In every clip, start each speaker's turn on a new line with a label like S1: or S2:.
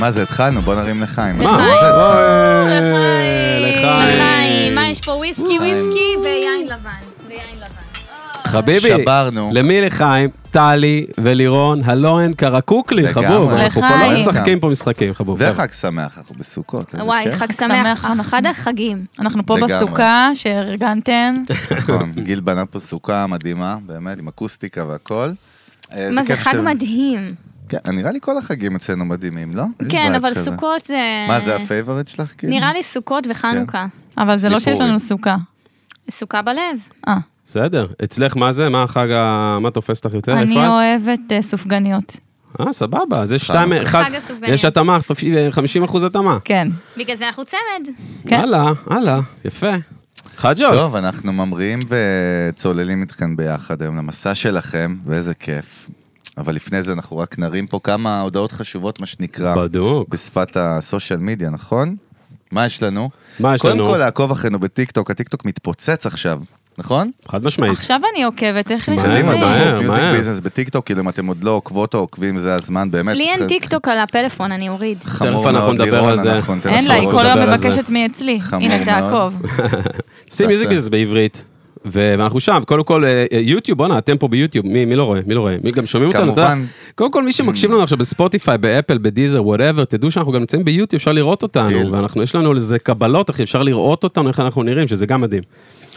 S1: מה זה, התחלנו? בוא נרים לחיים.
S2: לחיים.
S1: מה זה, התחלנו?
S2: לחיים, מה יש פה? וויסקי, וויסקי ויין לבן. ויין לבן.
S3: חביבי,
S1: שברנו.
S3: למי לחיים, טלי ולירון, הלו הן קרקוקלין,
S1: לגמרי.
S3: חבוב. אנחנו פה לא
S4: לחיים.
S3: משחקים פה משחקים, חבוב. חבר'ה.
S1: וחג שמח, אנחנו בסוכות. איזה
S2: אה, וואי,
S1: כיף.
S2: חג
S4: שמח.
S2: שמח, אה, אחד החגים.
S4: אנחנו פה
S1: לגמרי.
S4: בסוכה שארגנתם.
S1: נכון, גיל בנה פה סוכה מדהימה, באמת, עם אקוסטיקה והכל. אה,
S2: מה זה
S1: כיף
S2: חג
S1: שאתם-
S2: מדהים.
S1: כן, נראה לי כל החגים אצלנו מדהימים, לא? יש
S2: כן,
S1: וייב
S2: אבל
S1: כזה.
S2: סוכות זה...
S1: מה זה כן. הפייבוריט שלך? כאילו?
S2: נראה לי סוכות וחנוכה.
S4: אבל זה לא
S1: ציפורי.
S4: שיש לנו סוכה.
S2: סוכה בלב.
S4: אה,
S3: בסדר. אצלך מה זה? מה החג, ה- מה תופס אותך
S1: לא,
S3: יותר,
S1: נכון.
S4: אני
S3: אפרת?
S4: אוהבת אה, סופגניות.
S3: אה, סבבה, אז יש
S1: חנוכה.
S3: שתיים, אחד-
S2: חג הסופגניה.
S3: יש התאמה, 50 אחוז התאמה.
S4: כן.
S2: בגלל זה אנחנו צמד.
S4: כן.
S3: הלאה, הלאה, יפה. חג'וס.
S1: טוב, אנחנו ממריאים וצוללים איתכם ביחד היום למסע שלכם, ואיזה כיף. אבל לפני זה אנחנו רק נרים פה כמה הודעות חשובות, מה שנקרא,
S3: בדוק.
S1: בשפת הסושיאל מדיה, נכון? מה יש לנו?
S3: מה יש לנו?
S1: קודם כל לעקוב אחרינו בטיקטוק, הטיקטוק מתפוצץ עכשיו, נכון?
S3: חד משמעית.
S4: עכשיו אני עוקבת, איך
S3: מהר,
S1: קדימה,
S4: נכנסים?
S3: אה, מהר.
S1: דחוף, מיוזיק ביזנס בטיקטוק, כאילו אם אתם עוד לא עוקבות או עוקבים, זה הזמן, באמת.
S2: לי אין
S1: ח-
S2: טיקטוק על הפלאפון, אני אוריד.
S1: חמור
S3: תכף אנחנו
S1: מאוד
S3: נדבר
S1: לירון,
S3: על זה.
S1: אנחנו ניתן
S4: אין
S1: לך
S4: לה, היא
S1: בראש
S4: כל
S1: לדבר
S4: היום
S1: על זה.
S4: מבקשת מאצלי.
S1: חמור
S4: הנה,
S1: מאוד.
S4: תעקוב.
S3: שים
S1: תעשה.
S3: מיוזיק ביזנס בעברית. ו- ואנחנו שם, קודם כל, אה, אה, יוטיוב, בואנה, אתם פה ביוטיוב, מי, מי לא רואה? מי לא רואה? מי גם שומעים אותנו? אתה יודע?
S1: כמובן.
S3: קודם כל, מי שמקשיב לנו עכשיו בספוטיפיי, באפל, בדיזר, וואטאבר, תדעו שאנחנו גם נמצאים ביוטיוב, אפשר לראות
S1: דיל.
S3: אותנו, ואנחנו, יש לנו על זה קבלות, אחי, אפשר לראות אותנו, איך אנחנו נראים, שזה גם מדהים.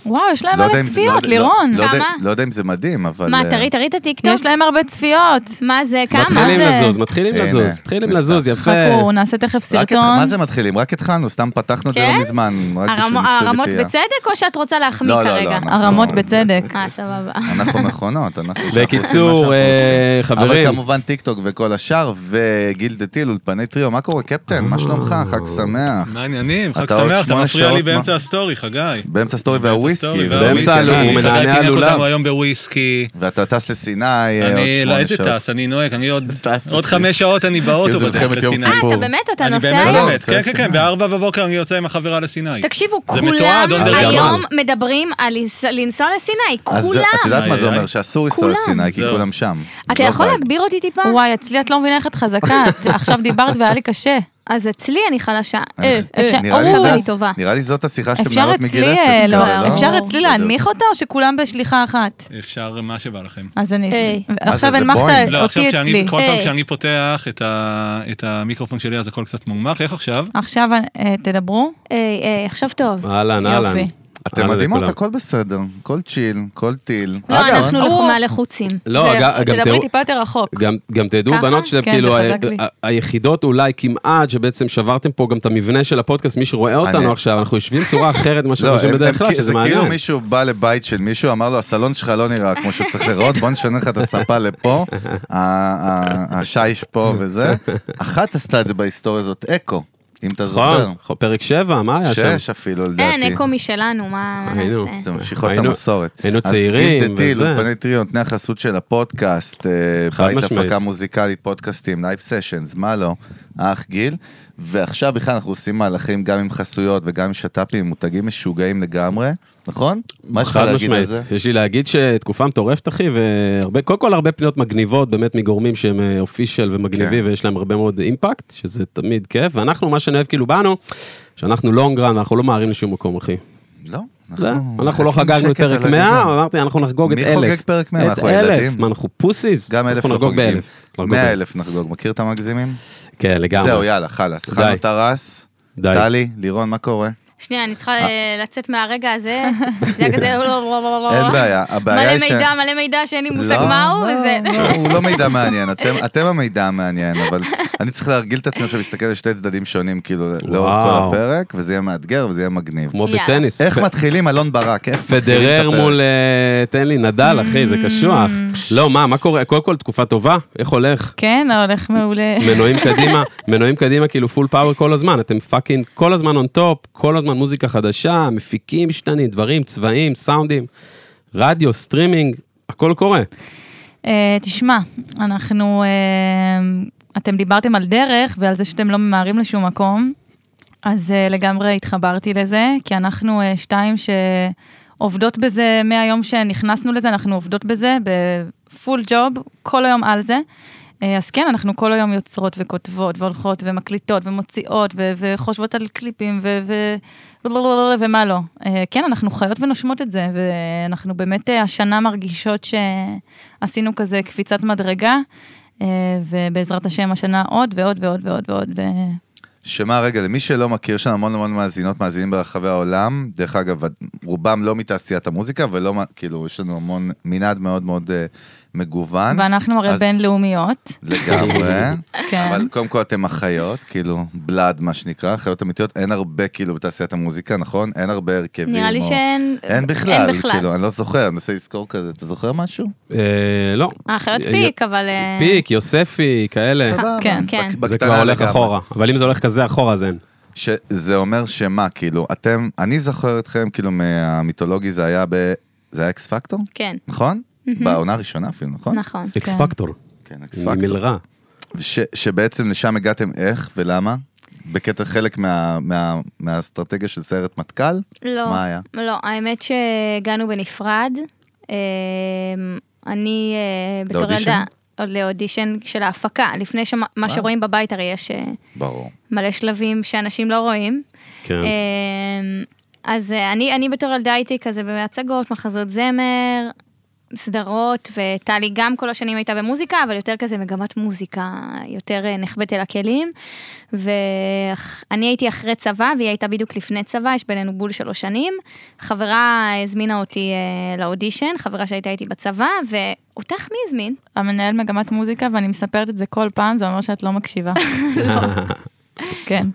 S4: וואו, יש להם
S1: לא יודע
S4: מלא
S1: אם זה-
S4: צפיות,
S1: לא-
S4: לירון.
S1: לא יודע-
S2: כמה?
S1: לא יודע אם זה מדהים, אבל...
S2: מה,
S1: אה,
S2: תראי, תראי את הטיקטוק?
S4: יש להם הרבה צפיות.
S2: מה זה, כמה?
S3: מתחילים
S4: מה זה?
S3: לזוז, מתחילים
S1: הנה,
S3: לזוז, מתחילים
S1: נפלא.
S3: לזוז, יפה.
S4: חכו, נעשה תכף
S1: רק התח-
S4: סרטון.
S1: מה זה מתחילים? רק התחלנו, סתם פתחנו את זה
S2: כן?
S1: לא מזמן. רק בשביל
S2: הרמו-
S1: ניסוי
S2: הרמות
S1: וטעייה.
S2: בצדק, או שאת רוצה להחמיא
S1: לא, לא,
S2: כרגע?
S1: לא,
S4: הרמות
S1: אנחנו-
S4: בצדק.
S2: אה, סבבה.
S1: אנחנו מכונות, אנחנו... שאנחנו עושים מה שאנחנו
S3: בקיצור, אה,
S1: עושים.
S3: חברים,
S1: אבל כמובן טיקטוק וכל השאר, וגיל דה טיל, אולפני טריו, מה קורה, קפטן? מה שלומך? חג שמח.
S5: מה העניינים? חג
S1: אתה עוד
S5: שמח, אתה
S1: שמונה
S5: מפריע
S1: שעות,
S5: לי
S1: מה?
S5: באמצע הסטורי, חגי.
S1: באמצע סטורי והוויסקי.
S3: באמצע
S1: והוויסקי,
S3: הלום,
S1: אני-
S3: הוא מנענע
S5: חגי פינק
S3: לולב.
S5: אותנו היום בוויסקי.
S1: ואתה טס לסיני אה, עוד
S5: אני, לא,
S1: שמונה
S5: איזה
S1: שעות.
S5: טס, אני נוהג, אני עוד
S1: טס
S5: עוד
S1: לסיני.
S5: חמש שעות אני
S1: כאילו
S5: באוטו
S1: זה
S5: בדרך
S1: מלחמת יום
S5: לסיני.
S2: אה,
S1: כיפור.
S2: אתה באמת, אתה
S5: אני
S2: נוסע
S5: באמת,
S2: היום?
S5: באמת,
S1: לא,
S5: כן, כן,
S1: לסיני.
S5: כן, בארבע בבוקר אני יוצא עם החברה לסיני.
S2: תקשיבו,
S5: זה
S2: כולם
S5: מתועד, on the record.
S2: היום מדברים על לנס- לנסוע לסיני,
S1: אז זה- את
S2: כולם.
S1: יודעת מה זה
S5: איי,
S1: אומר?
S5: איי.
S1: שאסור לנסוע
S2: כולם.
S1: לסיני, כי
S5: זהו.
S1: כולם שם.
S2: אתה
S1: לא
S2: יכול
S1: בא.
S2: להגביר אותי טיפה?
S4: וואי, אצלי את לא מבינה איך את חזקה. את עכשיו דיברת והיה לי קשה.
S2: אז אצלי אני חלשה.
S1: אני-
S2: אה, אה,
S4: אפשר-
S1: נראה לי
S2: אורי,
S1: זה-
S2: אני טובה.
S1: נראה לי זאת השיחה שאתם
S4: אפשר
S1: מנהלות מגיל
S4: אצלי,
S1: אפס. כאילו,
S4: אה, לא,
S1: כזה,
S2: לא?
S4: אפשר אצלי להנמיך אותה או שכולם בשליחה אחת?
S5: אפשר מה שבא לכם.
S4: אז אני...
S2: היי.
S1: מה זה,
S4: עכשיו
S1: זה
S4: הנמכת
S1: בואינג?
S5: לא, עכשיו
S4: אה, אותי
S5: כשאני,
S4: אצלי.
S5: כל
S2: אה.
S5: פעם כשאני פותח את ה- את המיקרופון שלי, אז הכל קצת מוגמח. איך עכשיו?
S4: עכשיו אה, תדברו.
S2: היי, היי, אה, עכשיו טוב.
S3: אהלן,
S4: יופי.
S3: אהלן.
S1: אתם
S3: אהלן
S1: מדהימות,
S3: לכולם.
S1: הכל בסדר. כל צ'יל, כל טיל.
S2: לא,
S1: אגב,
S2: אנחנו
S4: אה.
S2: לחומה לחוצים.
S3: לא,
S4: זה-
S3: גם- גם
S4: תדברי
S3: תראו-
S4: טיפה יותר רחוק.
S3: גם, גם תדעו,
S2: ככה?
S3: בנות שלהם,
S4: אוקיי. כן,
S3: כאילו,
S4: זה
S3: ה-
S4: חזק לי.
S3: ה- היחידות אולי כמעט, שבעצם שברתם פה גם את המבנה של הפודקאסט, מי שרואה אותנו
S1: אני-
S3: עכשיו, אנחנו יושבים צורה אחרת ממה שאנחנו
S1: לא,
S3: יושבים
S1: הם-
S3: בדרך
S1: הם
S3: כלל,
S1: כי-
S3: שזה
S1: זה כאילו
S3: מעניין.
S1: מישהו בא לבית של מישהו, אמר לו, הסלון שלך לא נראה כמו שצריך לראות, בוא נשנה לך את הספה לפה, ה- ה- השיש פה וזה. אחת עשתה את זה בהיסטוריה הזאת, אקו, אם אתה זוכר.
S3: נכון, נכון, פרק 7, מה היה שם?
S1: שש אפילו, לדעתי.
S2: אין, כן, אקו משלנו, מה מה
S3: היינו.
S2: נעשה?
S1: אתם ממשיכות את
S3: היינו-
S1: המסורת.
S3: היינו צעירים
S1: אז גיל דתיל,
S3: וזה.
S1: אולפני טריו, נותני החסות של הפודקאסט, אה,
S3: חד
S1: בית
S3: משמעית.
S1: להפקה מוזיקלית, פודקאסטים, לייב סשנס, מה לא, אח גיל. ועכשיו בכלל אנחנו עושים מהלכים גם עם חסויות וגם עם שת"פים, עם מותגים משוגעים לגמרי, נכון? מה יש לך
S3: חד
S1: להגיד על
S3: משמעית.
S1: זה?
S3: יש לי להגיד שתקופה מטורפת, אחי, וקודם כל הרבה פניות מגניבות, באמת מגורמים שהם אופישל
S1: כן.
S3: ומגניבים, ויש להם הרבה מאוד אימפקט, שזה תמיד כיף, ואנחנו, מה שאני אוהב, כאילו, באנו, שאנחנו לונגרן, אנחנו לא מהרים לשום מקום, אחי.
S1: לא,
S3: זה, אנחנו
S1: מחכים
S3: לא חגגנו את
S1: כאילו שקט
S3: פרק
S1: על
S3: 100,
S1: הגדר.
S3: אבל אמרתי, אנחנו נחגוג את
S1: מי
S3: אלף.
S1: חוגג פרק 100?
S3: את
S1: אנחנו
S3: אלף.
S1: ילדים.
S3: מה, אנחנו פוסיס?
S1: גם אלף
S3: אנחנו
S1: לא
S3: נחגוג
S1: חוגגים.
S3: באלף. נחגוג
S1: 100
S3: באלף.
S1: אלף נחגוג, מכיר את המגזימים?
S3: כן, לגמרי.
S1: זהו, יאללה, חלאס. אכלנו את הרס.
S3: די.
S1: טלי, לירון, מה קורה?
S2: שנייה, אני צריכה ל- לצאת מהרגע הזה. זה היה כזה... לא, לא, לא, לא,
S1: אה- אין
S2: לא.
S1: בעיה, הבעיה היא
S2: מלא מידע, מלא מידע שאין לי מושג
S1: לא,
S2: מהו,
S1: לא,
S2: זה...
S1: לא, הוא לא מידע מעניין, אתם, אתם המידע המעניין, אבל אני צריך להרגיל את עצמי עכשיו להסתכל על שתי צדדים שונים, כאילו, לאורך כל
S3: וואו.
S1: הפרק, וזה יהיה מאתגר וזה יהיה מגניב.
S3: כמו
S2: יאללה.
S3: בטניס.
S1: איך
S3: פ-
S1: מתחילים אלון ברק? איך מתחילים את
S3: פדרר
S1: הפרק?
S3: מול, אה, תן לי, נדל,
S2: Mm.
S3: אחי, זה קשוח. לא, מה, מה קורה? קודם כל, תקופה טובה, איך הולך?
S4: כן, הולך מעולה.
S3: מנועים קדימה, מנועים קדימה, כאילו פול פאוור כל הזמן, אתם פאקינג כל הזמן און טופ, כל הזמן מוזיקה חדשה, מפיקים משתנים, דברים, צבעים, סאונדים, רדיו, סטרימינג, הכל קורה.
S4: אה, תשמע, אנחנו... אה, אתם דיברתם על דרך ועל זה שאתם לא ממהרים לשום מקום, אז אה, לגמרי התחברתי לזה, כי אנחנו אה, שתיים שעובדות בזה, מהיום שנכנסנו לזה, אנחנו עובדות בזה בפול ג'וב, כל היום על זה. אה, אז כן, אנחנו כל היום יוצרות וכותבות והולכות ומקליטות ומוציאות ו- וחושבות על קליפים ו... ו- ומה לא. אה, כן, אנחנו חיות ונושמות את זה, ואנחנו באמת אה, השנה מרגישות שעשינו כזה קפיצת מדרגה, אה, ובעזרת השם השנה עוד ועוד ועוד ועוד ועוד. ו-
S1: שמה רגע, למי שלא מכיר, יש לנו המון המון מאזינות, מאזינים ברחבי העולם. דרך אגב, רובם לא מתעשיית המוזיקה, ולא, מה- כאילו, יש לנו המון מנעד מאוד מאוד אה, מגוון.
S4: ואנחנו הרי
S1: אז-
S4: בינלאומיות,
S1: לגמרי.
S4: כן.
S1: אבל קודם כל אתם אחיות, כאילו, בלאד, מה שנקרא, אחיות אמיתיות. אין הרבה, כאילו, בתעשיית המוזיקה, נכון? אין הרבה הרכבים.
S2: נראה לי
S1: או-
S2: שאין...
S1: אין בכלל,
S2: אין בכלל.
S1: כאילו, אני לא זוכר, אני מנסה לזכור כזה. אתה זוכר משהו?
S3: אה, לא.
S2: האחיות
S3: אה,
S2: פיק, אבל... אה,
S3: פיק, יוספי, כאלה.
S1: סבבה.
S4: כן.
S2: כן.
S1: בק-
S3: זה
S1: בקטנה
S3: כבר הולך
S1: לגמרי.
S3: אחורה. אבל אם זה הולך כזה אחורה, אז אין.
S1: שזה אומר שמה, כאילו, אתם, אני זוכר אתכם, כאילו, מהמיתולוגי זה היה ב... זה היה אקס פקטור?
S2: כן,
S1: נכון? בעונה הראשונה אפילו, נכון?
S2: נכון.
S3: אקס פקטור.
S1: כן, אקס פקטור.
S3: מלרע.
S1: ש- שבעצם לשם הגעתם איך ולמה? בקטע חלק מה- מה- מהאסטרטגיה של סיירת מטכ"ל?
S2: לא.
S1: מה היה?
S2: לא, האמת שהגענו בנפרד. אה, אני אה, בתור
S1: לאודישן?
S2: ילדה... עוד לאודישן של ההפקה, לפני שמה שרואים בבית הרי יש אה,
S1: ברור.
S2: מלא שלבים שאנשים לא רואים.
S3: כן.
S2: אמ, אז אה, אני, אני בתור ילדה הייתי כזה בהצגות, מחזות זמר, סדרות, וטלי גם כל השנים הייתה במוזיקה, אבל יותר כזה מגמת מוזיקה, יותר אה, נחבאת אל הכלים. ואני הייתי אחרי צבא, והיא הייתה בדיוק לפני צבא, יש בינינו בול שלוש שנים. חברה הזמינה אותי אה, לאודישן, חברה שהייתה איתי בצבא, ואותך מי הזמין?
S4: המנהל מגמת מוזיקה, ואני מספרת את זה כל פעם, זה אומר שאת לא מקשיבה.
S2: לא.
S4: כן.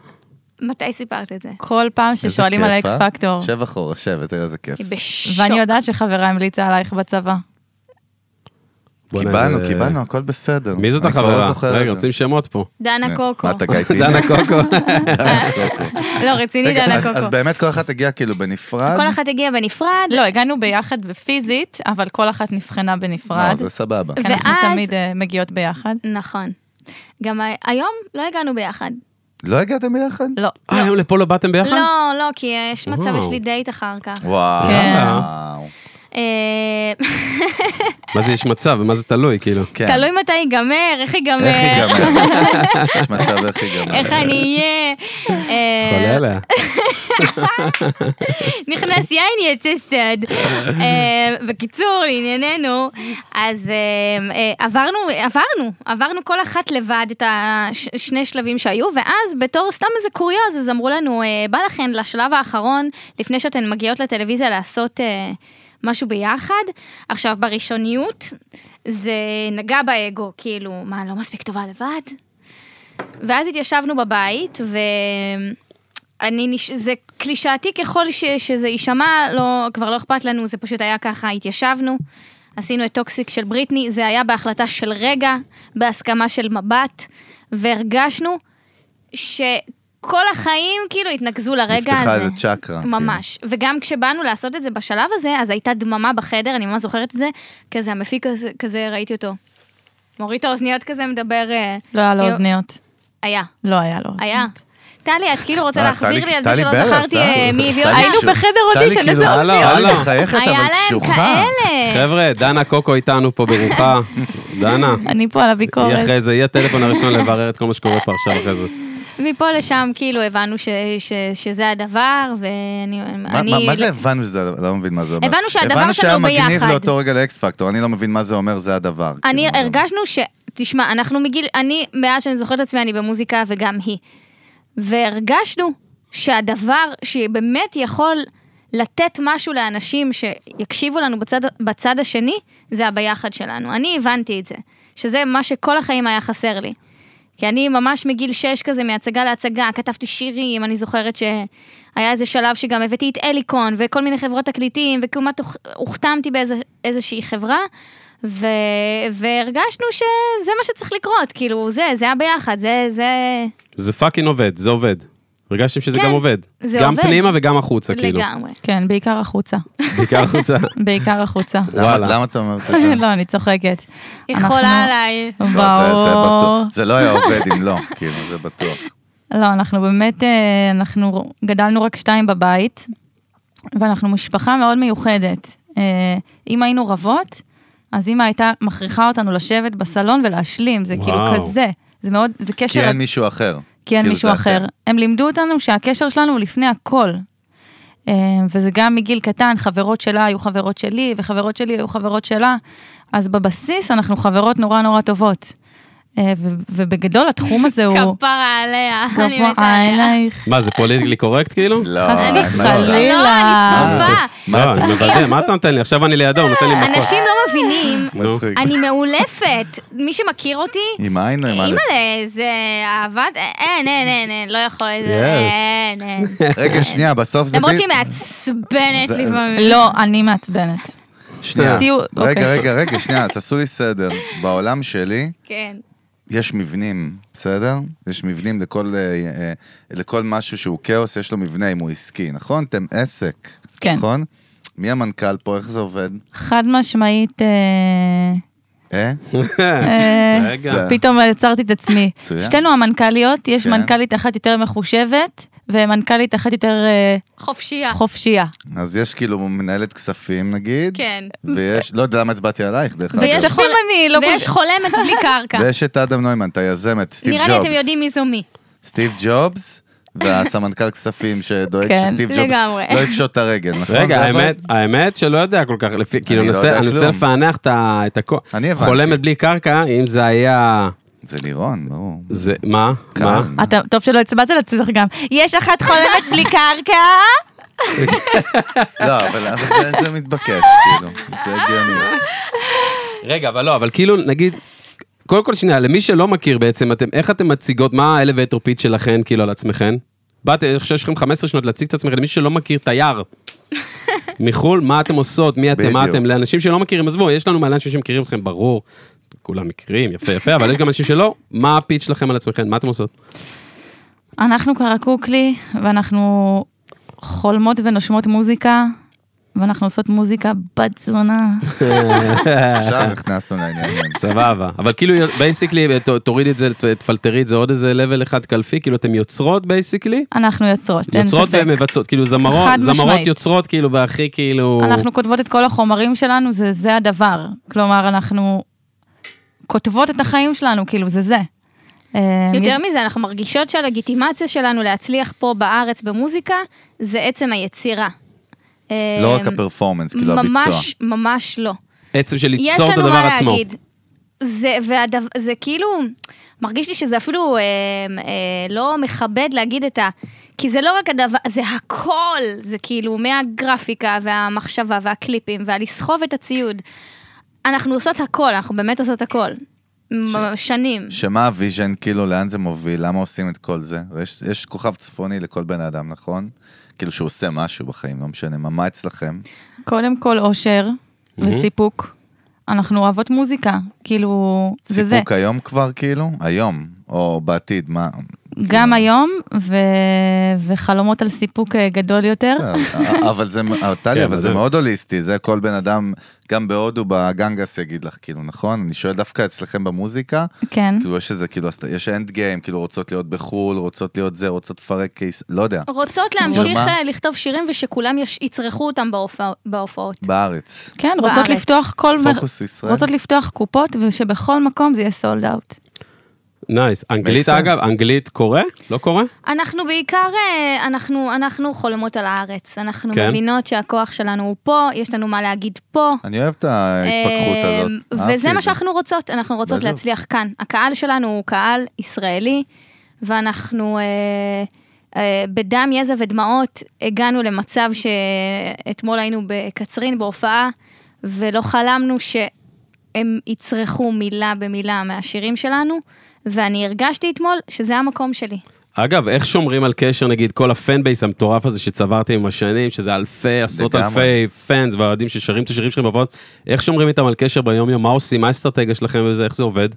S2: מתי סיפרת את זה?
S4: כל פעם ששואלים על האקס פקטור,
S1: אה? שב אחורה, שב, תראה איזה כיף.
S2: היא בשוק.
S4: ואני יודעת שחברה המליצה עלייך בצבא.
S3: בוא'נה,
S1: קיבלנו,
S3: זה-
S1: קיבלנו, הכל בסדר.
S3: מי זאת
S1: אני כבר לא
S3: החברה?
S1: זוכר את
S3: רגע,
S1: זה.
S3: רוצים שמות פה.
S2: דנה קוקו.
S1: כן. מה, אתה גיא טיבי?
S3: דנה קוקו.
S2: לא, רציני
S1: רגע,
S2: דנה
S1: אז-
S2: קוקו.
S1: אז באמת כל אחת הגיעה כאילו בנפרד?
S2: כל אחת הגיעה בנפרד,
S4: לא, הגענו ביחד פיזית, אבל כל אחת נבחנה בנפרד.
S1: לא, זה סבבה.
S4: כי אנחנו
S2: ואז-
S4: תמיד אה, מגיעות ביחד.
S2: נכון. גם ה- היום לא הגענו ביחד.
S1: לא הגעתם ביחד?
S4: לא.
S3: אה, היום לפה לא באתם ביחד?
S2: לא, לא, כי יש מצב,
S3: וואו.
S2: יש לי דייט אחר כך.
S1: וואו.
S4: כן.
S2: אה,
S3: מה זה יש מצב ומה זה תלוי, כאילו?
S1: כן.
S2: תלוי מתי ייגמר, איך
S1: איך
S2: ייגמר,
S1: ייגמר? יש מצב איך ייגמר.
S2: אה. איך אני אהיה. אה,
S3: חולה עליה.
S2: נכנס יין יצא סד. אה, בקיצור, לענייננו, אז אה, אה, עברנו, עברנו, עברנו כל אחת לבד את השני שלבים שהיו, ואז בתור סתם איזה קוריוז, אז אמרו לנו, אה, בא לכן לשלב האחרון, לפני שאתן מגיעות לטלוויזיה לעשות אה, משהו ביחד. עכשיו, בראשוניות, זה נגע באגו, כאילו, מה, לא מספיק טובה לבד? ואז התיישבנו בבית, ואני, נש... זה קלישאתי ככל ש... שזה יישמע, לא, כבר לא אכפת לנו, זה פשוט היה ככה, התיישבנו, עשינו את טוקסיק של בריטני, זה היה בהחלטה של רגע, בהסכמה של מבט, והרגשנו שכל החיים כאילו התנקזו לרגע
S1: נפתחה
S2: הזה.
S1: איזה צ'קרה. כן.
S2: ממש. וגם כשבאנו לעשות את זה בשלב הזה, אז הייתה דממה בחדר, אני ממש זוכרת את זה, כזה המפיק כזה, כזה ראיתי אותו. מוריד את האוזניות כזה, מדבר... אה,
S4: לא היה לו
S2: יו-
S4: אוזניות.
S2: היה.
S4: לא היה לו אוזניות.
S2: היה. טלי, את כאילו רוצה
S1: אה,
S2: להחזיר
S1: טלי-
S2: לי על זה
S1: טלי
S2: שלא
S1: ברס,
S2: זכרתי
S1: אה?
S2: אה, מי הביא
S1: טלי
S2: אותה?
S4: היינו
S1: שוב.
S4: בחדר
S1: טלי,
S4: אודישן,
S1: כאילו,
S4: איזה
S3: הלו,
S4: אוזניות.
S1: טלי
S3: הלו.
S1: מחייכת,
S2: היה
S1: אבל
S2: להם
S1: קשוחה.
S2: כאלה.
S3: חבר'ה, דנה קוקו איתנו פה ברוחה. דנה,
S4: אני פה על
S3: היא
S4: הביקורת.
S3: אחרי זה, היא הטלפון הראשון לברר את כל מה שקורה פה עכשיו אחרי זה.
S2: מפה לשם כאילו הבנו ש- ש- שזה הדבר, ואני...
S1: מה-
S2: אני-
S1: מה מה זה הבנו שזה, לא מבין מה זה אומר.
S2: הבנו שהדבר
S1: הבנו
S2: שלנו
S1: שהיה מגניב
S2: ביחד.
S1: לאותו רגע לאקס פקטור, אני לא מבין מה זה אומר, זה הדבר.
S2: אני
S1: כאילו,
S2: הרגשנו ש... תשמע, אנחנו מגיל... אני, מאז שאני זוכרת את עצמי, אני במוזיקה וגם היא. והרגשנו שהדבר שבאמת יכול לתת משהו לאנשים שיקשיבו לנו בצד, בצד השני, זה הביחד שלנו. אני הבנתי את זה, שזה מה שכל החיים היה חסר לי. כי אני ממש מגיל 6 כזה, מהצגה להצגה, כתבתי שירים, אני זוכרת שהיה איזה שלב שגם הבאתי את אליקון וכל מיני חברות תקליטים, וכמעט הוכ- הוכתמתי באיזושהי חברה, ו... והרגשנו שזה מה שצריך לקרות, כאילו, זה, זה הביחד, זה, זה...
S3: זה פאקינג עובד, זה עובד. הרגשתם שזה
S2: כן,
S3: גם עובד.
S2: זה
S3: גם
S2: עובד.
S3: פנימה וגם החוצה, כאילו.
S2: לגמרי.
S4: כן, בעיקר החוצה.
S3: בעיקר החוצה.
S4: בעיקר החוצה.
S1: למה-
S3: וואלה.
S1: למה אתה אומר את זה?
S4: לא, אני צוחקת.
S2: היא
S4: אנחנו-
S2: חולה עליי.
S1: לא, זה- זה
S4: ברור.
S1: בטוח. זה לא היה עובד אם לא, כאילו, זה בטוח.
S4: לא, אנחנו באמת, אה, אנחנו גדלנו רק שתיים בבית, ואנחנו משפחה מאוד מיוחדת. אה, אם היינו רבות, אז אימא הייתה מכריחה אותנו לשבת בסלון ולהשלים, זה כאילו
S3: וואו.
S4: כזה. זה מאוד, זה קשר...
S1: כי אין מישהו אחר.
S4: כן. כי אין
S1: כאילו,
S4: מישהו
S1: זה
S4: אחר.
S1: אתם.
S4: הם לימדו אותנו שהקשר שלנו הוא לפני הכל. אה, וזה גם מגיל קטן, חברות שלה היו חברות שלי, וחברות שלי היו חברות שלה. אז בבסיס אנחנו חברות נורא נורא טובות. אה, ו- ובגדול התחום הזה הוא...
S2: כפרה עליה. אני מתה
S4: כפרה
S2: עליה.
S4: עלייך.
S3: מה, זה פוליטיקלי קורקט כאילו?
S1: לא,
S4: חס
S1: אני לא- אה.
S4: וחלילה.
S2: לא, אני שרופה.
S1: מה
S3: לא,
S1: אתה-
S3: אני מוודא, מה אתה נותן לי? עכשיו אני לידו, הוא נותן לי מכות.
S2: אנשים לא מבינים,
S3: נו.
S1: מצחיק.
S2: אני מאולפת. מי שמכיר אותי,
S1: עם עין או עם א'?
S2: אימא'לה, זה אהבת, אה, אין, אין, אין, אין, לא יכול, זה-
S3: Yes.
S2: אין, אין.
S1: רגע, שנייה, בסוף זה...
S2: למרות
S1: בי-
S2: שהיא מעצבנת
S1: זה- זה-
S2: לפעמים.
S4: לא, אני מעצבנת.
S1: שנייה.
S4: תהיו-
S1: רגע,
S4: אוקיי.
S1: רגע, רגע, שנייה, תעשו לי סדר. בעולם שלי,
S2: כן.
S1: יש מבנים, בסדר? יש מבנים לכל, אה, אה, לכל משהו שהוא כאוס, יש לו מבנה אם הוא עסקי, נכון? אתם עסק,
S4: כן.
S1: נכון? מי המנכ"ל פה, איך זה עובד?
S4: חד משמעית, אה,
S1: אה?
S4: אה,
S3: רגע.
S1: זה-
S4: פתאום עצרתי את עצמי.
S1: מצוין.
S4: שתינו המנכ"ליות, יש
S1: כן.
S4: מנכ"לית אחת יותר מחושבת, ומנכ"לית אחת יותר אה,
S2: חופשייה.
S4: חופשייה.
S1: אז יש כאילו מנהלת כספים נגיד,
S2: כן.
S1: ויש, לא יודע למה הצבעתי עלייך דרך אגב,
S2: ויש
S4: כספים
S2: חול-
S4: אני לא
S2: ויש חולמת בלי קרקע.
S1: ויש את אדם נוימן, את היזמת, סטיב
S2: נראה
S1: ג'ובס,
S2: לי אתם יודעים מי זו מי.
S1: סטיב ג'ובס, והסמנכ"ל כספים שדואג
S4: כן,
S1: שסטיב ג'ובס
S2: לגמרי.
S1: לא יפשוט את הרגל, נכון?
S3: רגע,
S1: זה עבד?
S3: האמת, האמת שלא יודע כל כך, לפי, כאילו,
S1: לא
S3: אני
S1: יודע
S3: מנסה- אני מנסה
S1: כלום.
S3: לפענח את ה- את הכל.
S1: אני הבנתי.
S3: חולמת בלי קרקע, אם זה היה...
S1: זה לירון, ברור.
S3: זה, מה?
S1: קל.
S3: מה?
S4: אתה, טוב שלא הצבעת על עצמך גם. יש אחת חולמת בלי קרקע.
S1: לא, אבל אבל זה- זה מתבקש, כאילו, זה הגיוני.
S3: רגע, אבל לא, אבל כאילו, נגיד, קודם כל שנייה, למי שלא מכיר בעצם, אתם, איך אתם מציגות, מה האלווייטור פיץ שלכן, כאילו, על עצמכן? באתם, אני חושב שיש לכם 15 שנות להציג את עצמכם, למי שלא מכיר, תייר. מחו"ל, מה אתם עושות, מי אתם, מה
S1: בדיוק.
S3: אתם, לאנשים שלא מכירים, עזבו, יש לנו מלא אנשים שמכירים אתכם, ברור, כולם מכירים, יפה יפה, אבל יש גם אנשים שלא, מה הפיץ שלכם על עצמכם, מה אתם עושות?
S4: אנחנו קרקוקלי, ואנחנו חולמות ונושמות מוזיקה, ואנחנו עושות מוזיקה בת זונה.
S1: עכשיו נכנסנו לעניינים.
S3: סבבה, אבל כאילו, בייסיקלי, תורידי את זה, ת- תפלטרי את זה עוד איזה לבל אחד קלפי, כאילו, אתם יוצרות בייסיקלי?
S4: אנחנו יוצרות, אין
S3: יוצרות
S4: ספק.
S3: ומבצעות, כאילו זמרות,
S4: חד
S3: זמרות
S4: משמעית.
S3: יוצרות, כאילו, בהכי כאילו...
S4: אנחנו כותבות את כל החומרים שלנו, זה, זה הדבר. כלומר, אנחנו כותבות את החיים שלנו, כאילו, זה זה. אה, יש-
S2: יותר מזה, אנחנו מרגישות שהלגיטימציה שלנו להצליח פה בארץ במוזיקה, זה עצם היצירה.
S4: אה,
S1: לא רק הפרפורמנס, כאילו הביצוע.
S2: ממש, ממש לא.
S3: עצם של
S2: יש
S3: ליצור את
S2: לנו
S3: הדבר
S2: מה
S3: עצמו.
S2: להגיד. זה, והדו, זה כאילו, מרגיש לי שזה אפילו אה, אה, לא מכבד להגיד את ה... כי זה לא רק הדבר, זה הכל, זה כאילו מהגרפיקה והמחשבה והקליפים והלסחוב את הציוד. אנחנו עושות הכל, אנחנו באמת עושות הכל. מ- שנים.
S1: שמה הוויז'ן, כאילו, לאן זה מוביל, למה עושים את כל זה? יש, יש כוכב צפוני לכל בן אדם, נכון? כאילו שהוא עושה משהו בחיים, לא משנה, מה, מה אצלכם?
S4: קודם כל אושר וסיפוק. אנחנו אוהבות מוזיקה, כאילו, זה זה.
S1: סיפוק היום כבר, כאילו? היום, או בעתיד, מה? כאילו.
S4: גם היום, ו... וחלומות על סיפוק אה, גדול יותר.
S1: אה, אבל זה, אה,
S3: כן,
S1: טלי, אבל זה
S3: בדיוק.
S1: מאוד הוליסטי, זה כל בן אדם, גם בהודו, בגנגס יגיד לך, כאילו, נכון? אני שואל דווקא אצלכם במוזיקה,
S4: כן.
S1: כאילו, יש איזה, כאילו, יש אנד גיים, כאילו, רוצות להיות בחו"ל, רוצות להיות זה, רוצות לפרק קייס, לא יודע,
S4: אוקיי.
S2: רוצות להמשיך
S1: ומה?
S2: אה, לכתוב שירים ושכולם יש- יצרכו אותם בהופע- בהופעות.
S1: בארץ.
S4: כן, רוצות
S2: בארץ.
S4: לפתוח כל... מ-
S1: פוקוס ישראל.
S4: רוצות לפתוח קופות, ושבכל מקום זה יהיה סולד אאוט.
S3: נייס. אנגלית
S1: sense.
S3: אגב, אנגלית קורא? לא קורא?
S2: אנחנו בעיקר, אה, אנחנו, אנחנו חולמות על הארץ.
S3: כן.
S2: אנחנו כן. מבינות שהכוח שלנו הוא פה, יש לנו מה להגיד פה.
S1: אני אוהב את ההתפכחות הזאת.
S2: אה,
S1: אהבתי
S2: וזה
S1: את
S2: מה
S1: זה.
S2: שאנחנו רוצות, אנחנו רוצות
S1: בדיוק.
S2: להצליח כאן. הקהל שלנו הוא קהל ישראלי, ואנחנו אה, אה, בדם, יזע ודמעות הגענו למצב שאתמול היינו בקצרין בהופעה, ולא חלמנו שהם יצרכו מילה במילה מהשירים שלנו, ואני הרגשתי אתמול שזה המקום שלי.
S3: אגב, איך שומרים על קשר, נגיד, כל הפן בייס המטורף הזה שצברתם עם השנים, שזה אלפי, עשרות
S1: לגמרי.
S3: אלפי פאנס והאוהדים ששרים את השירים שלכם בעבוד, איך שומרים איתם על קשר ביום-יום? מה עושים? מה האסטרטגיה שלכם וזה? איך זה עובד?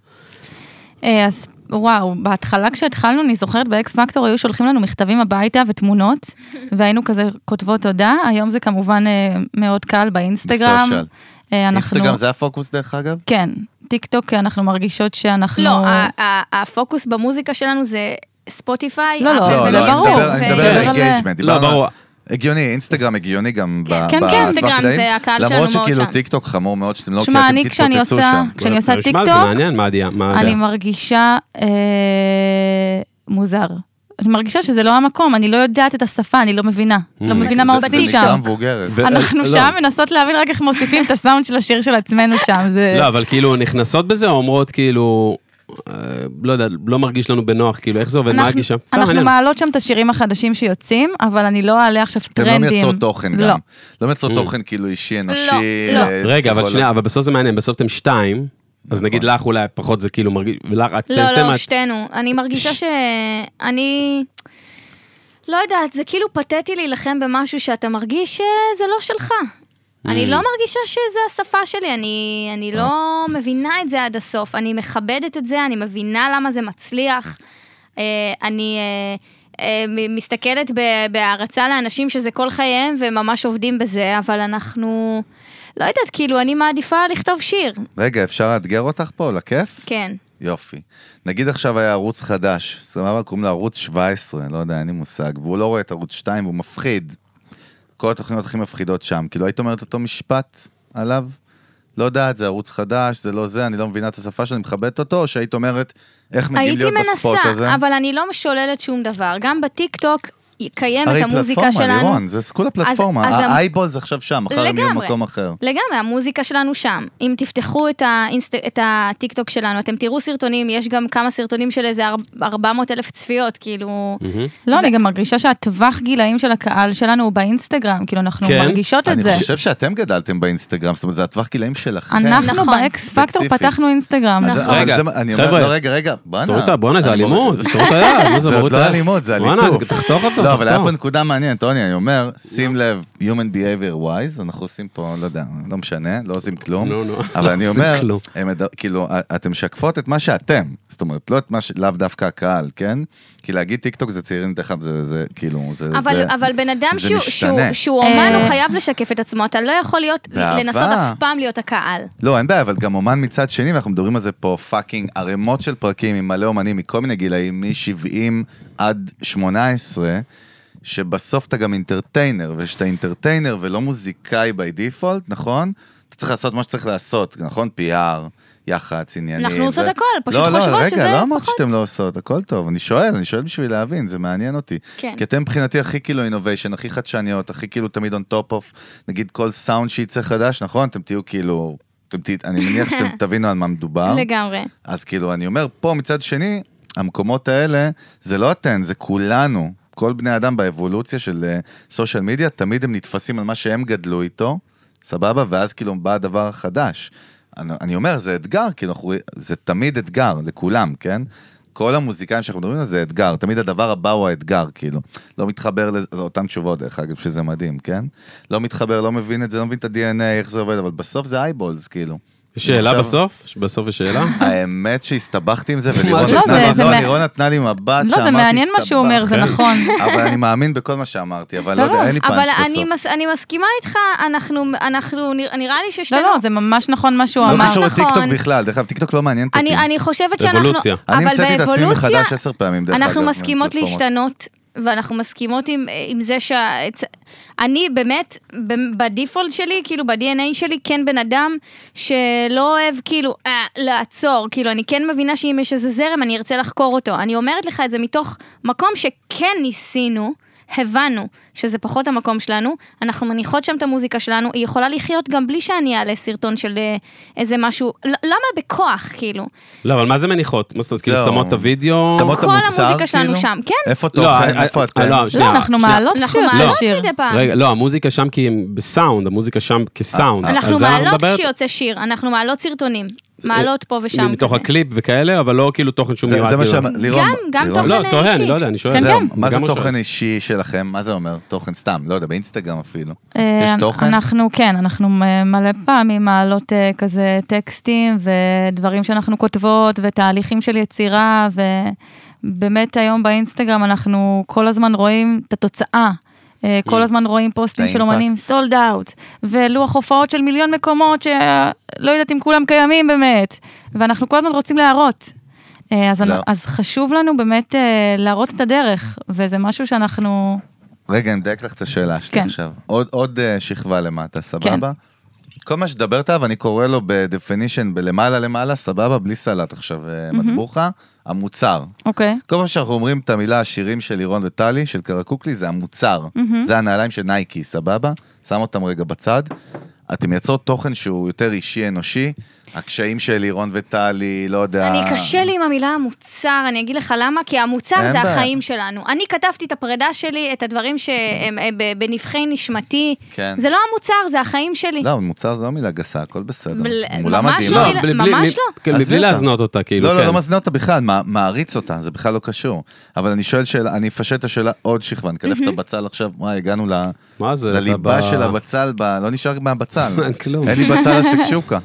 S4: אה, אז וואו, בהתחלה כשהתחלנו, אני זוכרת באקס פקטור היו שולחים לנו מכתבים הביתה ותמונות, והיינו כזה כותבות תודה, היום זה כמובן אה, מאוד קל באינסטגרם.
S1: בסושיאל.
S4: אה, אנחנו-
S1: אינסטגרם זה הפוקוס דרך אגב?
S4: כן, טיק טוק, אנחנו מרגישות שאנחנו...
S2: לא, ה- ה- הפוקוס במוזיקה שלנו זה ספוטיפיי.
S4: לא, לא,
S2: אפל
S4: אבל
S1: לא,
S4: זה
S1: לא,
S2: ו-
S1: אני
S4: ברור.
S1: מדבר- אני מדבר על
S4: זה-
S1: אינגייג'מנט.
S3: לא, ברור.
S1: הגיוני, אינסטגרם הגיוני גם.
S2: כן,
S1: ב-
S2: כן,
S1: ב-
S2: כן, אינסטגרם
S1: בטווח
S2: זה הקהל שלנו
S1: למרות
S2: מאוד
S1: שכאילו
S2: שם.
S1: טיק טוק חמור מאוד שאתם לא, כי
S4: שמע,
S1: אתם
S4: אני כשאני
S1: תתפוצצו
S4: עושה-
S1: שם.
S4: כשאני עושה
S3: נשמע, לא, זה
S4: טיקטוק,
S3: מעניין, מה הדעה? מה
S4: אני
S3: הדעה?
S4: מרגישה אה, מוזר. אני מרגישה שזה לא המקום, אני לא יודעת את השפה, אני לא מבינה.
S3: Mm.
S4: לא מבינה מה
S1: זה-
S4: עושים
S1: זה נקרא
S4: שם.
S1: מבוגרת.
S3: ו-
S4: אנחנו
S3: לא.
S4: שם מנסות להבין רק איך מוסיפים את הסאונד של השיר של עצמנו שם, זה...
S3: לא, אבל כאילו נכנסות בזה, או אומרות כאילו, אה, לא יודע, לא מרגיש לנו בנוח, כאילו, איך זה עובד, מה
S4: אנחנו-
S3: הגישה? סתם,
S4: אנחנו
S3: מעניין.
S4: מעלות שם את השירים החדשים שיוצאים, אבל אני לא אעלה עכשיו
S1: אתם לא
S4: טרנדים.
S1: מייצרות תוכן
S4: לא.
S1: גם. לא מייצרות תוכן כאילו אישי, אנושי.
S2: לא.
S1: אה,
S3: רגע, אבל
S1: פסיכולוג. נכון.
S3: שנייה, אבל בסוף זה מעניין, בסוף אתם שתיים, אז נגיד לך אולי פחות זה כאילו מרגיש, ולך את
S2: לא, לא,
S3: צמצמת.
S2: שתינו. אני מרגישה
S3: ש-
S2: שאני... לא יודעת, זה כאילו פתטי להילחם במשהו שאתה מרגיש שזה לא שלך.
S3: Mm.
S2: אני לא מרגישה שזה השפה שלי, אני, אני לא
S3: אה.
S2: מבינה את זה עד הסוף. אני מכבדת את זה, אני מבינה למה זה מצליח. אה, אני אה, אה, מ- מסתכלת ב- בהערצה לאנשים שזה כל חייהם וממש עובדים בזה, אבל אנחנו... לא יודעת, כאילו, אני מעדיפה לכתוב שיר.
S1: רגע, אפשר לאתגר אותך פה, לכיף?
S2: כן.
S1: יופי. נגיד עכשיו היה ערוץ חדש, סבבה? קוראים לו ערוץ 17, לא יודע, אין לי מושג, והוא לא רואה את ערוץ 2 והוא מפחיד. כל התוכניות הכי מפחידות שם, כאילו היית אומרת אותו משפט עליו? לא יודעת, זה ערוץ חדש, זה לא זה, אני לא מבינה את השפה שלו, אני מכבדת אותו, או שהיית אומרת, איך מגיעים
S2: הייתי
S1: להיות בספוט הזה?
S2: מנסה, אבל אני לא שוללת שום דבר. גם בטיקטוק קיימת המוזיקה
S1: הרי
S2: שלנו.
S1: פלטפורמה, לירון, זה סכול הפלטפורמה,
S2: אז- אז המ-
S1: האייבולס עכשיו שם, מחר הם יהיו
S2: לגמרי.
S1: במקום אחר.
S2: לגמרי, המוזיקה שלנו שם. אם תפתחו את, האינסט... את הטיקטוק שלנו, אתם תראו סרטונים, יש גם כמה סרטונים של איזה ארבע- 400 אלף צפיות, כאילו...
S4: לא, אני גם מרגישה שהטווח גילאים של הקהל שלנו הוא באינסטגרם, כאילו אנחנו
S3: כן.
S4: מרגישות את
S1: אני
S4: זה.
S1: חושב שאתם גדלתם באינסטגרם, זאת אומרת, זה הטווח גילאים שלכם.
S4: אנחנו
S2: נכון.
S4: באקס פקטור
S1: כן. ספציפית.
S4: פתחנו אינסטגרם.
S1: אז- אבל
S3: רגע,
S1: זה מה- אני אומר-
S3: חבר'ה.
S1: לא, רגע, רגע, בואנה.
S3: תוריד את ה- בואנה, זה
S1: אני מוריד-
S3: אלימות, תוריד את היד, מה זה
S1: זה עוד
S3: מוריד
S1: לא
S3: את היד?
S1: אלימות, זה
S3: בואנה,
S1: הליטוף.
S3: אז תחתוך אותו,
S1: לא, אבל היה
S3: תחתוך.
S1: פה נקודה מעניינת, טוני, אני אומר, שים לב, Human Behavior Wise, אנחנו עושים פה, לא יודע, לא משנה, לא עושים כלום,
S3: לא, לא.
S1: אבל
S3: לא
S1: אני
S3: עושים
S1: אומר,
S3: כלום.
S1: הם מד- כאילו, א- אתם משקפות את מה שאתם, זאת אומרת, לא את מה ש... לאו דווקא הקהל, כן? כי להגיד טיקטוק זה צעירים דרך אגב, זה, זה כאילו, זה,
S2: אבל,
S1: זה,
S2: אבל בן אדם
S1: זה
S2: שהוא, שהוא,
S1: משתנה.
S2: שהוא אומן,
S4: אה.
S2: הוא חייב לשקף את עצמו, אתה לא יכול להיות,
S1: באהבה.
S2: לנסות אף פעם להיות הקהל.
S1: לא, אין בעיה, אבל גם אומן מצד שני, ואנחנו מדברים על זה פה, פאקינג ערימות של פרקים עם מלא אומנים מכל מיני גילאים, מ-70 עד 18, שבסוף אתה גם אינטרטיינר, ושאתה אינטרטיינר ולא מוזיקאי by default, נכון? אתה צריך לעשות מה שצריך לעשות, נכון? PR, יח"צ, עניינים.
S2: אנחנו עושות
S1: זה-
S2: הכל, פשוט
S1: לא,
S2: חושבות
S1: לא,
S2: שזה
S1: רגע, לא אמרתי
S2: פחות.
S1: שאתם לא עושות, הכל טוב. אני שואל, אני שואל בשביל להבין, זה מעניין אותי.
S2: כן.
S1: כי אתם מבחינתי הכי כאילו אינוביישן, הכי חדשניות, הכי כאילו תמיד on top of, נגיד כל סאונד שייצא חדש, נכון? אתם תהיו כאילו, אתם תה, אני מניח שאתם תבינו על מה מדובר.
S2: לגמרי.
S1: אז כאילו, אני אומר, פה מצד שני, המקומות האלה, זה לא אתן, זה כולנו. כל בני אדם באבולוציה של סושיאל מדיה, תמיד הם נתפסים על מה שהם גדלו איתו, סבבה? ואז כאילו בא הדבר החדש. אני, אני אומר, זה אתגר, כאילו, אנחנו, זה תמיד אתגר לכולם, כן? כל המוזיקאים שאנחנו מדברים על זה אתגר, תמיד הדבר הבא הוא האתגר, כאילו. לא מתחבר לזה, זה אותן תשובות, דרך אגב, שזה מדהים, כן? לא מתחבר, לא מבין את זה, לא מבין את ה-DNA, איך זה עובד, אבל בסוף זה אייבולס, כאילו.
S3: יש שאלה
S1: עכשיו-
S3: בסוף? יש בסוף יש שאלה?
S1: האמת שהסתבכתי עם זה, ולירון
S3: מה זה?
S1: נתנה
S4: לא,
S1: לי-
S4: זה-
S1: לא,
S4: זה
S1: לירון נתנה לי מבט
S4: לא,
S1: שאמרתי,
S4: זה מעניין מה שהוא אומר, זה
S3: כן.
S4: נכון.
S1: אבל אני מאמין בכל מה שאמרתי, אבל לא
S4: לא,
S1: יודע, אין לי פאנץ'
S2: אבל אני,
S1: בסוף.
S2: מס, אני מסכימה איתך, אנחנו, אנחנו, נראה לי
S4: לא,
S2: ששתינו...
S4: לא, זה ממש נכון מה שהוא
S1: לא
S4: אמר.
S1: קשור לטיקטוק
S2: נכון.
S1: בכלל, דרך אגב, טיקטוק לא מעניין אותי.
S2: אני, אני חושבת שאנחנו...
S3: אבולוציה.
S1: אני
S2: אבל
S1: המצאתי את עצמי
S2: באבולוציה,
S1: מחדש עשר פעמים, דרך אגב.
S2: אנחנו מסכימות
S1: מהפלטפורמות.
S2: להשתנות, ואנחנו מסכימות עם, עם זה שה... אני באמת, ב- בדיפולט שלי, כאילו ב-DNA שלי, כן בן אדם שלא אוהב כאילו אה, לעצור, כאילו אני כן מבינה שאם יש איזה זרם אני ארצה לחקור אותו. אני אומרת לך את זה מתוך מקום שכן ניסינו. הבנו שזה פחות המקום שלנו, אנחנו מניחות שם את המוזיקה שלנו, היא יכולה לחיות גם בלי שאני אעלה סרטון של אה, איזה משהו, ל- למה בכוח, כאילו?
S3: לא, אבל מה זה מניחות? מה זאת אומרת, כאילו
S1: זהו.
S3: שמות את הוידאו?
S1: שמות את
S2: כל
S1: המוצר,
S2: המוזיקה שלנו
S1: כאילו?
S2: שם, כן.
S1: איפה
S3: לא,
S1: תוכן,
S3: אה,
S1: איפה כן.
S3: אה,
S1: אתם?
S3: לא,
S4: לא,
S3: שנייה,
S4: אנחנו
S3: שנייה.
S4: מעלות
S2: אנחנו
S4: כשיוצא
S2: מעלות
S4: שיר.
S2: מדי פעם.
S3: רגע, לא, המוזיקה שם כי הם בסאונד, המוזיקה שם כסאונד.
S2: אנחנו
S3: על זה
S2: מעלות
S3: מדברת?
S2: כשיוצא שיר, אנחנו מעלות סרטונים. מעלות פה ושם.
S3: מתוך
S2: כזה.
S3: הקליפ וכאלה, אבל לא כאילו תוכן שהוא
S1: זה-
S3: מיועד.
S1: זה מה
S3: כאילו.
S1: שאמר, לירון.
S2: גם- גם
S1: לירון,
S2: תוכן
S3: לא, תוהה, אני
S2: אישי.
S3: לא יודע, אני שואל.
S4: כן,
S1: זהו,
S4: כן.
S1: מה זה
S3: לגמרי
S1: תוכן
S3: שואל.
S1: אישי שלכם? מה זה אומר? תוכן סתם, לא יודע, באינסטגרם אפילו.
S4: אה,
S1: יש תוכן?
S4: אנחנו, כן, אנחנו אה, מלא פעמים מעלות אה, כזה טקסטים ודברים שאנחנו כותבות ותהליכים של יצירה, ובאמת היום באינסטגרם אנחנו כל הזמן רואים את התוצאה. אה, כל הזמן רואים פוסטים
S1: Mm. את
S4: של
S1: האימפקט.
S4: אומנים, סולד אאוט, ולוח הופעות של מיליון מקומות שלא יודעת אם כולם קיימים באמת, ואנחנו כל הזמן רוצים להראות. אה, אז,
S1: לא.
S4: אז חשוב לנו באמת אה, להראות את הדרך, וזה משהו שאנחנו...
S1: רגע, אני מדייק לך את השאלה שלי
S4: כן.
S1: עכשיו. עוד- עוד אה, שכבה למטה, סבבה?
S2: כן.
S1: כל מה שדברת עליו, אני קורא לו ב-definition בלמעלה למעלה, סבבה? בלי סלט עכשיו, אה, מטבוחה. המוצר.
S4: אוקיי.
S1: כל פעם שאנחנו אומרים את המילה השירים של לירון וטלי, של קרקוקלי, זה המוצר. זה הנעליים של נייקי, סבבה? שם אותם רגע בצד. אתם מייצרות תוכן שהוא יותר אישי אנושי, הקשיים של לירון וטלי, לא יודע...
S2: אני קשה לי עם המילה המוצר, אני אגיד לך למה, כי המוצר
S1: אין
S2: זה
S1: בעיה.
S2: החיים שלנו. אני כתבתי את הפרידה שלי, את הדברים שהם אה, ב- בנבחי נשמתי.
S1: כן.
S2: זה לא המוצר, זה החיים שלי.
S1: לא, מוצר זה לא מילה גסה, הכל בסדר.
S2: בל-
S1: מולה
S2: ממש
S1: מדהימה.
S2: לא מילה-
S3: בלי-
S2: ממש
S3: בלי-
S2: לא.
S3: כן,
S1: עזבי
S3: מבלי
S1: אותה.
S3: להזנות אותה, כאילו,
S1: לא, לא,
S3: כן.
S1: לא מזנין אותה בכלל, מה- מעריץ אותה, זה בכלל לא קשור. אבל אני שואל שאלה, אני אפשט את השאלה עוד שכבה, אני אקלף את הבצל עכשיו, וואי, הגענו ל-
S3: מה זה, אתה
S1: לליבה
S3: ב-
S1: של הבצל, ב- לא נשאר מהבצל.
S3: אין כלום.
S1: אין לי בצל השקשוקה.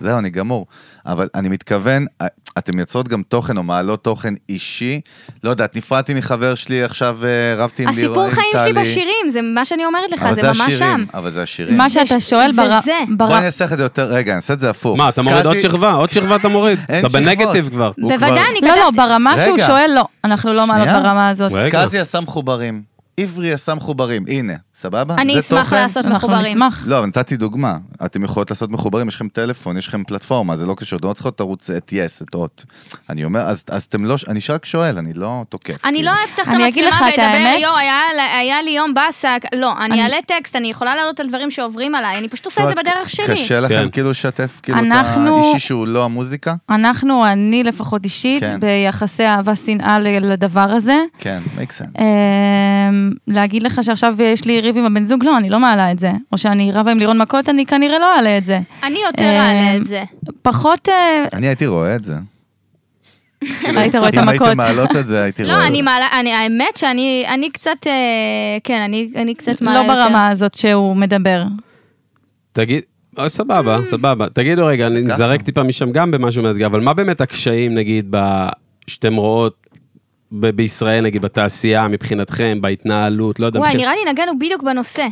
S1: זהו, אני גמור. אבל אני מתכוון, אה, אתם מייצרות גם תוכן או מעלות תוכן אישי. לא יודע, את נפרדתי מחבר שלי, עכשיו אה, רבתי עם לירון, עם טלי.
S2: הסיפור חיים שלי בשירים, זה מה שאני אומרת לך,
S1: אבל
S2: זה ממש
S1: השירים,
S2: שם.
S1: אבל זה השירים.
S4: מה שאתה
S2: ש-
S4: שואל
S2: זה
S4: ברמה...
S2: זה.
S1: בואי אני אעשה לך את זה יותר, רגע, אני אעשה את זה הפוך.
S3: מה, אתה מוריד עוד
S1: סקאזי-
S3: שכבה? עוד שכבה אתה מוריד?
S1: אין
S3: אתה בנגטיב
S1: שכבות.
S3: כבר. הוא כבר-
S2: בוודאי, אני
S4: לא, לא,
S2: כתבתי...
S4: ברמה שהוא
S1: רגע.
S4: שואל, לא. אנחנו לא מעלות
S1: שנייה.
S4: ברמה הזאת.
S3: רגע.
S1: סקאזי עשה מחוברים, עברי עשה מחוברים, הנה, סבבה?
S2: אני
S1: זה
S2: אשמח
S1: תוכן?
S2: לעשות
S4: אנחנו
S2: מחוברים.
S4: נשמח.
S1: לא, אבל נתתי דוגמה. אתם יכולות לעשות מחוברים, יש לכם טלפון, יש לכם פלטפורמה, זה לא קשור, אתם לא צריכות לרוץ את יס, את הוט. אני אומר, אז אז אתם לא, אני רק שואל, אני לא תוקף.
S2: אני
S1: כאילו.
S2: לא אפתח את
S4: אני אגיד
S2: המצלמה
S4: לך את
S2: ואדבר,
S4: האמת.
S2: יואו, היה ל- היה לי יום באסה, לא, אני
S4: אני-
S2: אעלה טקסט, אני יכולה לעלות על דברים שעוברים עליי, אני פשוט עושה את זה
S1: זאת אומרת,
S2: בדרך שלי.
S1: קשה לכם
S3: כן.
S1: כאילו לשתף כאילו את
S4: אנחנו-
S1: האישי שהוא לא המוזיקה?
S4: אנחנו, אני לפחות אישית,
S1: כן.
S4: ביחסי אהבה שנאה ל- לדבר הזה.
S1: כן, make sense.
S2: אה,
S4: אמ, להגיד לך שעכשיו יש לי ריב עם הבן זוג? לא, אני לא מעלה את זה. או שאני רבה עם לירון מכות, אני כנראה לא אעלה את זה.
S2: אני יותר
S4: אה,
S2: אעלה את זה.
S4: פחות... אה,
S1: אני הייתי רואה את זה.
S4: היית רואה את
S1: אם הייתם
S4: המכות.
S1: מעלות את זה, הייתי רואה את
S2: לא,
S1: זה.
S2: אני מעלה, אני- האמת שאני אני קצת, אה, כן, אני- אני קצת מעלה
S4: לא
S2: יותר.
S4: ברמה הזאת שהוא מדבר.
S3: תגיד, אה, סבבה, סבבה. תגידו רגע, אני נזרק טיפה משם גם במשהו מאתגר, אבל מה באמת הקשיים, נגיד, ב- שאתם רואות ב- בישראל, נגיד, בתעשייה מבחינתכם, בהתנהלות, לא יודע.
S2: וואי,
S3: מבחינת-
S2: נראה לי נגענו בדיוק בנושא.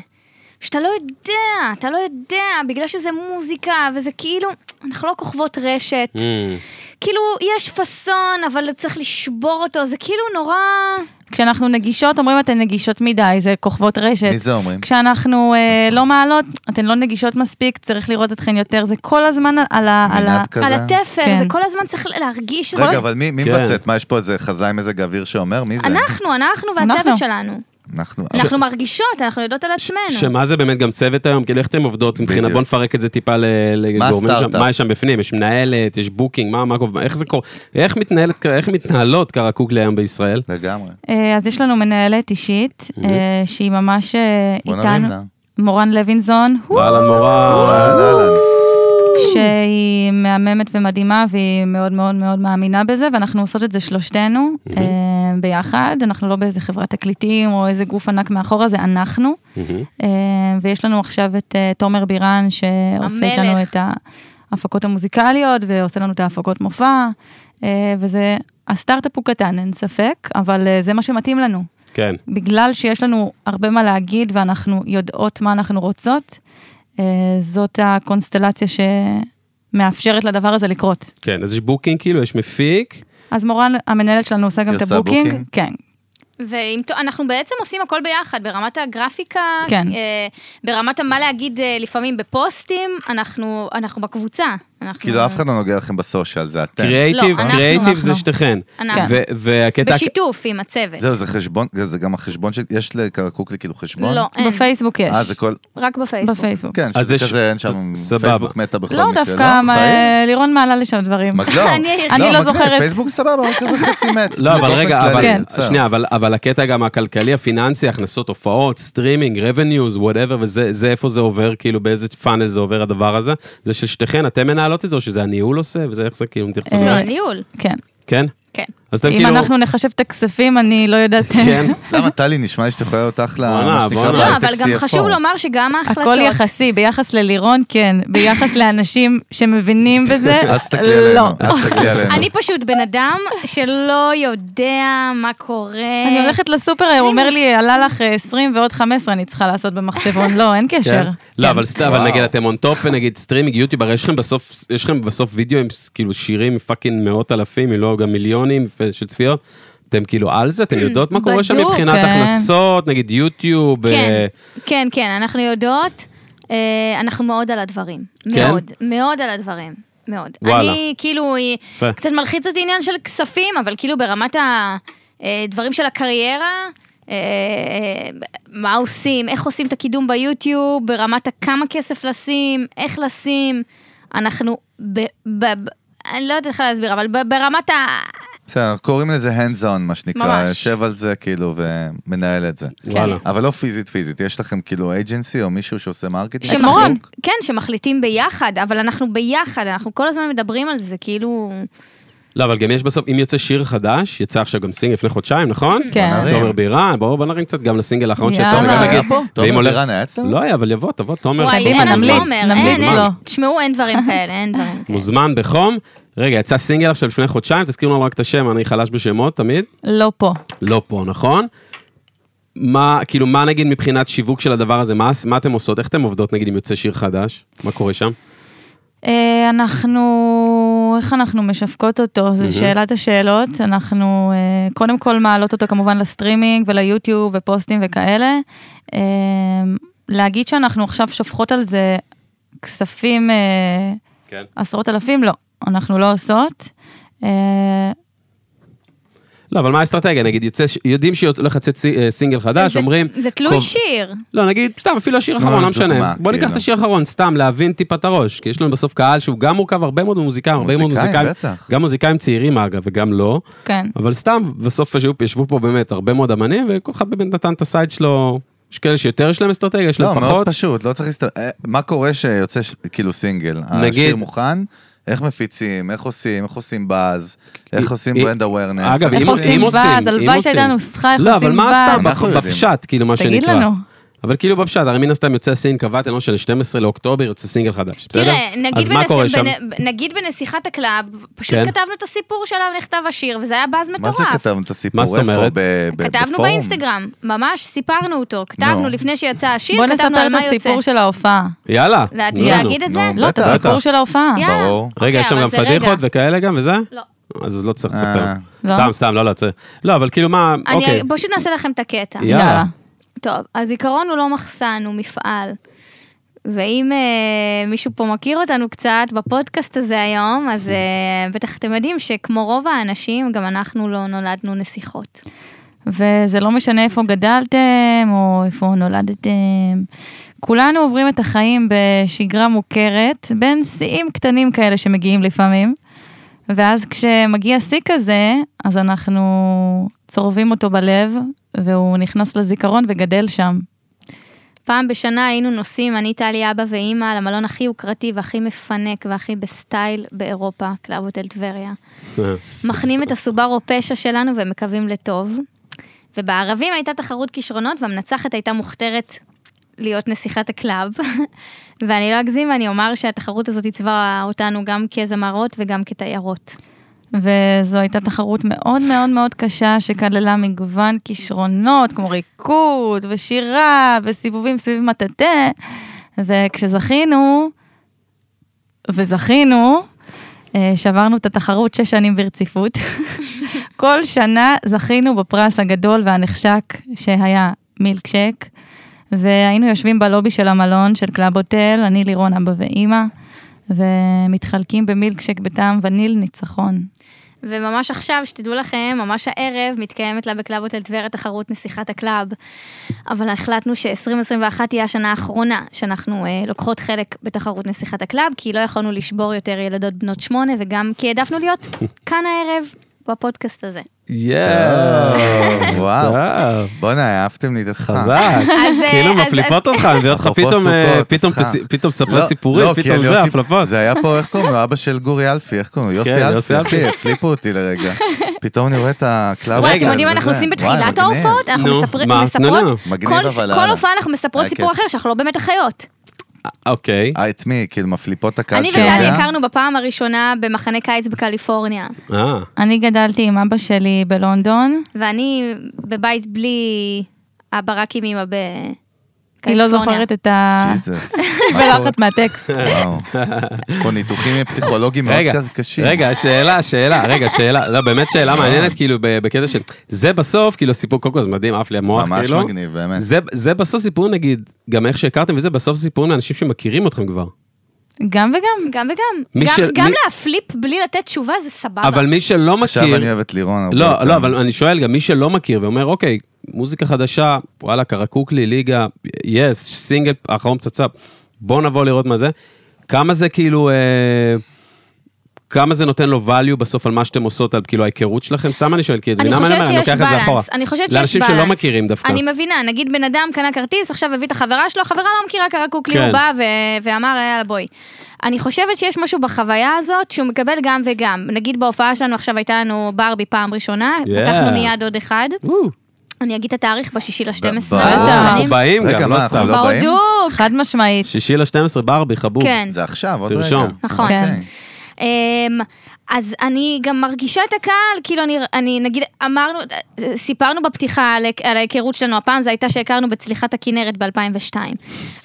S2: שאתה לא יודע, אתה לא יודע, בגלל שזה מוזיקה, וזה כאילו, אנחנו לא כוכבות רשת.
S3: Mm.
S2: כאילו, יש פאסון, אבל צריך לשבור אותו, זה כאילו נורא...
S4: כשאנחנו נגישות, אומרים אתן נגישות מדי, זה כוכבות רשת.
S1: מי זה אומרים?
S4: כשאנחנו אה, לא מעלות, אתן לא נגישות מספיק, צריך לראות אתכן יותר, זה כל הזמן על- על ה... על ה-
S1: מנעד כזה?
S2: על התפר,
S4: כן.
S2: זה כל הזמן צריך להרגיש... את
S1: רגע,
S2: זה.
S1: אבל מי מי
S3: כן.
S1: מווסת? מה, יש פה איזה חזאי מזג אוויר שאומר? מי זה?
S2: אנחנו, אנחנו והצוות
S4: אנחנו.
S2: שלנו.
S1: אנחנו.
S2: אנחנו מרגישות, אנחנו יודעות על עצמנו.
S3: כן. שמה זה באמת גם צוות היום? כאילו, איך אתם עובדות מבחינת,
S1: בדיוק.
S3: בוא נפרק את זה טיפה ל- לגורמים שם,
S1: הסטארט-אפ?
S3: מה יש שם בפנים? יש מנהלת, יש בוקינג, מה, מה, קובע- איך זה קורה? איך מתנהלת, איך מתנהלות קרקוקלי היום בישראל?
S1: לגמרי.
S4: אה, אז יש לנו מנהלת אישית, אה, שהיא ממש אה,
S1: בוא נרים לא, לה.
S4: איתנו, מורן לוינזון,
S3: אהלן מורן.
S1: אהלן, אהלן.
S4: שהיא מהממת ומדהימה והיא מאוד מאוד מאוד מאמינה בזה ואנחנו עושות את זה שלושתנו אה, ביחד אנחנו לא באיזה חברת תקליטים או איזה גוף ענק מאחורה זה אנחנו אה, ויש לנו עכשיו את אה, תומר בירן שעושה
S2: המלך.
S4: איתנו את ההפקות המוזיקליות ועושה לנו את ההפקות מופע אה, וזה הסטארט-אפ הוא קטן אין ספק אבל אה, זה מה שמתאים לנו
S3: כן.
S4: בגלל שיש לנו הרבה מה להגיד ואנחנו יודעות מה אנחנו רוצות, אה, זאת הקונסטלציה שמאפשרת לדבר הזה לקרות.
S3: כן, אז יש בוקינג כאילו, יש מפיק,
S4: אז מורן, המנהלת שלנו עושה גם
S1: היא
S4: את
S1: עושה
S4: הבוקינג,
S1: בוקינג?
S4: כן,
S2: ואנחנו בעצם עושים הכל ביחד, ברמת הגרפיקה,
S4: כן.
S2: אה, ברמת מה להגיד אה, לפעמים בפוסטים, אנחנו אנחנו בקבוצה. אנחנו-
S1: כאילו אף אחד לא נוגע לכם בסושיאל, זה אתם.
S3: קריאייטיב,
S2: לא, אנחנו,
S3: קריאייטיב זה
S4: אנחנו.
S3: שתיכן.
S2: אנחנו.
S3: ו- והקטע...
S2: בשיתוף עם הצוות.
S1: זהו, לא זה חשבון, זה גם החשבון של, יש לקרקוקלי כאילו חשבון?
S2: לא, אין.
S4: בפייסבוק יש.
S1: אה, זה כל,
S2: רק בפייסבוק.
S4: בפייסבוק.
S1: כן,
S3: לא. אז
S1: שזה
S3: יש-
S1: כזה, אין שם,
S3: סבבה.
S1: פייסבוק מתה בכל
S4: לא
S1: מקרה,
S4: דווקא, מה,
S1: בעיר?
S4: לירון מעלה לשם דברים.
S1: מג- לא,
S2: אני היחידה.
S4: אני לא
S1: מגניב,
S4: זוכרת.
S1: פייסבוק סבבה, אבל כזה חצי מת.
S3: לא, אבל
S1: באופן
S3: רגע,
S1: כללי,
S3: אבל,
S4: כן.
S1: בסדר.
S3: שנייה, אבל, אבל הקטע גם הכלכלי, הפיננסי, הכנסות, הופעות, סטרימינג, revenues, whatever, וזה זה איפה זה עובר, כאילו באיזה פאנל זה עובר הדבר הזה? זה של שתיכן, אתם מנהלות את זה, או שזה הניהול עושה, וזה איך זה כאילו, אם תרצו,
S4: אה,
S3: לדבר?
S2: לא, ניהול.
S4: כן.
S3: כן?
S2: כן.
S3: אז אתם
S4: אם
S3: כאילו,
S4: אנחנו נחשב את הכספים, אני לא יודעת.
S3: כן,
S1: למה טלי, נשמע לי שאת יכולה להיות אחלה,
S3: בואנה,
S1: מה שנקרא,
S3: בואנה.
S2: לא,
S1: בהייטק
S2: אבל גם
S1: CFO.
S2: חשוב לומר שגם ההחלטות...
S4: הכל יחסי, ביחס ללירון כן, ביחס לאנשים שמבינים בזה,
S1: אל תסתכלי עלינו,
S4: לא.
S1: אל תסתכלי עלינו.
S2: אני פשוט בן אדם שלא יודע מה קורה.
S4: אני הולכת לסופר, הוא אומר לי,
S2: אה. מס-
S4: עלה לך אה, 20 ועוד 15 אני צריכה לעשות במחשבון, לא, אין
S3: כן.
S4: קשר.
S3: לא, אבל סתם, אבל
S1: וואו.
S3: נגיד אתם און טופ, ונגיד סטרימינג, יוטיוב, הרי יש לכם בסוף, יש לכם בסוף וידאו עם כאילו שירים עם פאקינג מאות אלפים, אם לא גם מיליונים של צפיות. אתם כאילו על זה? אתם יודעות מה קורה שם
S2: בדוק,
S3: מבחינת
S4: כן.
S3: הכנסות, נגיד יוטיוב?
S2: כן,
S3: אה,
S2: כן, כן, אנחנו יודעות, אה, אנחנו מאוד על הדברים.
S3: כן?
S2: מאוד, מאוד על הדברים. מאוד.
S3: וואלה.
S2: אני, כאילו, היא-
S3: יפה.
S2: קצת מלחיץ אותי עניין של כספים, אבל כאילו ברמת הדברים של הקריירה, אה, מה עושים, איך עושים את הקידום ביוטיוב, ברמת הכמה כסף לשים, איך לשים. אנחנו, ב, ב, ב, אני לא יודעת איך להסביר, אבל ב- ברמת ה...
S1: בסדר, אנחנו קוראים לזה hands on, מה שנקרא,
S2: ממש.
S1: יושב על זה כאילו ומנהל את זה.
S2: כן.
S3: וואלה.
S1: אבל לא פיזית פיזית, יש לכם כאילו אייג'נסי או מישהו שעושה אה, מרקטינג?
S2: שמחליט,
S1: שיווק?
S2: כן, שמחליטים ביחד, אבל אנחנו ביחד, אנחנו כל הזמן מדברים על זה, כאילו...
S3: לא, אבל גם יש בסוף, אם יוצא שיר חדש, יצא עכשיו גם סינגל לפני חודשיים, נכון?
S4: כן.
S1: נרים.
S3: תומר בירן, בואו בוא נרים קצת גם לסינגל האחרון שיצא.
S4: יאללה.
S3: וגם
S4: תומר
S3: נגיד-
S1: היה פה?
S3: ואם
S1: תומר
S3: הולך-
S1: בירן היה אצלנו?
S3: לא היה, אבל יבוא, תבוא, תומר.
S2: וואי,
S4: קדימה,
S2: אין על
S4: נמליץ,
S2: תומר,
S4: נמליץ
S2: אין, אין,
S3: לא.
S4: לו.
S2: תשמעו, אין דברים כאלה, אין דברים כאלה.
S3: כן. מוזמן בחום. רגע, יצא סינגל עכשיו לפני חודשיים, תזכירו לנו רק את השם, אני חלש בשמות תמיד.
S4: לא פה.
S3: לא פה, נכון? מה, כאילו, מה נגיד מבחינת שיווק של הדבר הזה? מה, מה אתם עושות? איך אתם עובדות נגיד אם יוצא שיר חדש? מה קורה שם?
S4: אה, אנחנו, איך אנחנו משווקות אותו? זו שאלת השאלות. אנחנו אה, קודם כל מעלות אותו כמובן לסטרימינג וליוטיוב ופוסטים וכאלה. אה, להגיד שאנחנו עכשיו שופכות על זה כספים, אה,
S3: כן.
S4: עשרות אלפים? לא, אנחנו לא עושות. אה,
S3: לא, אבל מה האסטרטגיה? נגיד, יוצא, ש- יודעים שהולך לצאת סי- אה, סינגל חדש,
S2: זה-
S3: אומרים...
S2: זה תלוי
S3: טוב,
S2: שיר.
S3: לא, נגיד, סתם, אפילו השיר האחרון,
S1: נו,
S3: לא
S1: דוגמה,
S3: משנה. בוא ניקח
S1: כאילו.
S3: את השיר האחרון, סתם, להבין טיפה את הראש. כי יש לנו בסוף קהל שהוא גם מורכב הרבה מאוד ממוזיקאים, הרבה מאוד
S1: מוזיקאים,
S3: מוזיקאים.
S1: בטח.
S3: גם מוזיקאים צעירים אגב, וגם לא.
S4: כן.
S3: אבל סתם, בסוף ישבו- ישבו פה באמת הרבה מאוד אמנים, וכל אחד באמת נתן את הסייד שלו. יש כאלה שיותר יש להם אסטרטגיה, יש להם
S1: לא, מאוד
S3: פחות.
S1: פשוט, לא צריך להסתכל. מה קורה שיוצא ש- כאילו סינגל?
S3: נגיד-
S1: השיר מוכן? איך מפיצים, איך עושים, איך עושים באז, איך עושים
S3: אה,
S1: ברנד אווירנס.
S3: אגב,
S4: איך
S3: אם עושים,
S4: עושים
S3: אם עושים,
S4: באז? הלוואי
S3: אם
S4: שהייתה
S3: עושים.
S4: נוסחה איך
S3: לא,
S4: עושים
S3: אבל מה
S4: באז.
S3: הסתם
S1: אנחנו יודעים.
S3: בפשט, כאילו, מה שנקרא.
S4: תגיד לנו.
S3: אבל כאילו בפשט, הרי מן הסתם יוצא סינג, קבעתם, לא משנה, 12 לאוקטובר יוצא סינגל חדש, בסדר?
S2: תראה, נגיד,
S3: אז מה
S2: בנס...
S3: קורה שם?
S2: בנ... נגיד בנסיכת הקלאב, פשוט
S3: כן.
S2: כתבנו את הסיפור שעליו נכתב השיר, וזה היה באז
S1: מה
S2: מטורף.
S1: זה כתבנו את הסיפור?
S3: מה זאת
S1: איפה?
S3: אומרת?
S1: ב- ב-
S2: כתבנו
S1: בפורום?
S2: באינסטגרם, ממש סיפרנו אותו, כתבנו
S1: נו.
S2: לפני שיצא השיר,
S4: בוא
S2: כאילו כתבנו
S4: נספר
S2: על
S4: את
S2: מה יוצא.
S4: הסיפור של ההופעה.
S3: יאללה.
S2: לה-
S3: תנו לנו.
S2: להגיד את זה?
S1: נו,
S4: לא, את
S1: בטח.
S4: הסיפור של ההופעה.
S2: יאללה.
S1: ברור.
S3: רגע,
S2: אוקיי,
S3: יש שם
S2: אבל
S3: גם
S2: זה רגע.
S3: פדיחות וכאלה גם וזה?
S2: לא.
S3: אז לא צריך
S1: אה.
S3: לספר.
S4: לא.
S3: סתם, סתם, לא, לא, צריך. לא, אבל כאילו מה, אוקיי.
S2: אני פשוט נעשה לכם את הקטע.
S3: יאללה.
S4: יאללה.
S2: טוב, הזיכרון הוא לא מחסן, הוא מפעל. ואם אה, מישהו פה מכיר אותנו קצת בפודקאסט הזה היום, אז אה, בטח אתם יודעים שכמו רוב האנשים, גם אנחנו לא נולדנו נסיכות.
S4: וזה לא משנה איפה גדלתם או איפה נולדתם. כולנו עוברים את החיים בשגרה מוכרת, בין שיאים קטנים כאלה שמגיעים לפעמים. ואז כשמגיע שיא כזה, אז אנחנו צורבים אותו בלב, והוא נכנס לזיכרון וגדל שם.
S2: פעם בשנה היינו נוסעים, אני, טלי, אבא ואימא, למלון הכי יוקרתי והכי מפנק והכי בסטייל באירופה, קלאב הוטל טבריה.
S3: אה.
S2: מחנים את הסובארו פשע שלנו ומקווים לטוב. ובערבים הייתה תחרות כישרונות והמנצחת הייתה מוכתרת להיות נסיכת הקלאב. ואני לא אגזים ואני אומר שהתחרות הזאת עיצבה אותנו גם כזמרות וגם כתיירות.
S4: וזו הייתה תחרות מאוד מאוד מאוד קשה, שכללה מגוון כישרונות, כמו ריקוד ושירה וסיבובים סביב מטאטה, וכשזכינו, וזכינו, אה, שברנו את התחרות שש שנים ברציפות. כל שנה זכינו בפרס הגדול והנחשק שהיה מילקשק, והיינו יושבים בלובי של המלון של קלאב הוטל, אני לירון אבא ואימא, ומתחלקים במילקשק בטעם וניל ניצחון.
S2: וממש עכשיו, שתדעו לכם, ממש הערב מתקיימת לה בקלאב הוטל טבריה תחרות נסיכת הקלאב. אבל החלטנו ש-2021 תהיה השנה האחרונה שאנחנו אה, לוקחות חלק בתחרות נסיכת הקלאב, כי לא יכולנו לשבור יותר ילדות בנות שמונה, וגם כי העדפנו להיות כאן הערב בפודקאסט הזה.
S3: יאה.
S1: אה, וואו.
S3: וואו.
S1: בואנה, העפתם לי את הסכם.
S3: חזק.
S2: אז, אה,
S3: כאילו
S2: אז-
S3: מפליפות אותך, אני מביא אותך
S1: אפרופו
S3: פתאום, אה,
S1: סוכות,
S3: פתאום
S1: סליחה.
S3: פס- פתאום
S1: לא,
S3: ספר סיפורים,
S1: לא, כי
S3: פתאום
S1: אני
S3: זה,
S1: יוצא-
S3: הפלפות.
S1: זה היה פה, איך קוראים לו? אבא של גורי אלפי, איך קוראים לו?
S3: כן,
S1: יוסי
S3: יוסי
S1: אלפי,
S3: אלפי.
S1: אחי, הפליפו אותי לרגע. פתאום אני רואה את הקלאב.
S2: וואי,
S3: רגע,
S2: אתם יודעים מה אנחנו
S1: וזה.
S2: עושים
S1: וואי,
S2: בתחילת
S1: מגניב.
S2: ההופעות? אנחנו
S3: נו,
S2: מספר-
S3: מה? תנו
S2: מספרות,
S3: לנו.
S1: מגניב,
S2: כל-
S1: אבל אה, כן.
S2: כל
S1: הלאה.
S2: הופעה אנחנו מספרות
S1: היה
S2: סיפור
S1: כיף.
S2: אחר שאנחנו לא באמת אחיות.
S3: אוקיי.
S1: אה, את מי? כאילו, מפליפות את הקהל
S2: אני
S1: שיודע?
S2: וטלי הכרנו בפעם הראשונה במחנה קיץ בקליפורניה,
S3: אה,
S4: אני גדלתי עם אבא שלי בלונדון,
S2: ואני בבית בלי אבא רק עם אמא
S4: אני לא
S2: קליפורניה.
S4: זוכרת את ה...
S1: ג'יזוס. מה קורה?
S4: בלחץ מהטקסט.
S1: וואו. יש פה ניתוחים פסיכולוגיים מאוד
S3: רגע,
S1: כזה אה. קשים.
S3: רגע, שאלה, שאלה, רגע, שאלה, לא, באמת שאלה מעניינת, כאילו, ב- בקטע של, זה בסוף, כאילו, סיפור, קודם כל זה מדהים, עף לי המוח,
S1: ממש
S3: כאילו.
S1: מגניב, באמת.
S3: זה, זה בסוף סיפור, נגיד, גם איך שהכרתם וזה, בסוף סיפורים לאנשים שמכירים אתכם כבר.
S4: גם וגם.
S2: גם וגם.
S3: מי
S2: גם,
S3: של-
S2: גם
S3: מי-
S2: להפליפ בלי לתת תשובה זה סבבה.
S3: אבל מי שלא מכיר...
S1: עכשיו אני אוהב את לירון. הרבה
S3: לא,
S1: יותר.
S3: לא, אבל אני שואל גם מי שלא מכיר ואומר, אוקיי, מוזיקה חדשה, וואלה, קרקוק לי, ליגה, יס, סינגל, אחרון פצצה, בואו נבוא לראות מה זה. כמה זה כאילו, אה, כמה זה נותן לו value בסוף על מה שאתם עושות, על כאילו ההיכרות שלכם? סתם אני שואל, כי את
S2: אני
S3: מבינה מה
S2: חושבת
S3: אומר?
S2: שיש
S3: לוקח את זה אחורה.
S2: בלנס, אני חושבת שיש בלנס.
S3: לאנשים שלא מכירים דווקא.
S2: אני מבינה, נגיד בן אדם קנה כרטיס, עכשיו הביא את החברה שלו, החברה לא מכירה קרקוק לי,
S3: כן.
S2: הוא בא ו- ואמר, יאללה בואי. אני חושבת שיש משהו בחוויה הזאת שהוא מקבל גם וגם. נגיד בהופעה שלנו עכשיו הייתה לנו ברבי פעם ראשונה,
S3: Yeah.
S2: פתחנו מיד עוד אחד,
S3: וואו, אה,
S2: אני אגיד את התאריך בשישי ל-12.
S1: ברור.
S3: אנחנו באים
S1: רגע,
S3: גם, לא
S1: מה, אנחנו
S3: סתם.
S1: לא באים?
S2: ברדוק,
S4: חד משמעית.
S3: שישי ל-12 ברבי, חבוב.
S2: כן.
S1: זה עכשיו, עוד רגע.
S3: תרשום.
S2: נכון.
S1: אוקיי.
S2: אמ, אז אני גם מרגישה את הקהל, כאילו אני, אני נגיד, אמרנו, סיפרנו בפתיחה על, היכ- על ההיכרות שלנו, הפעם זה הייתה שהכרנו בצליחת הכנרת ב-2002.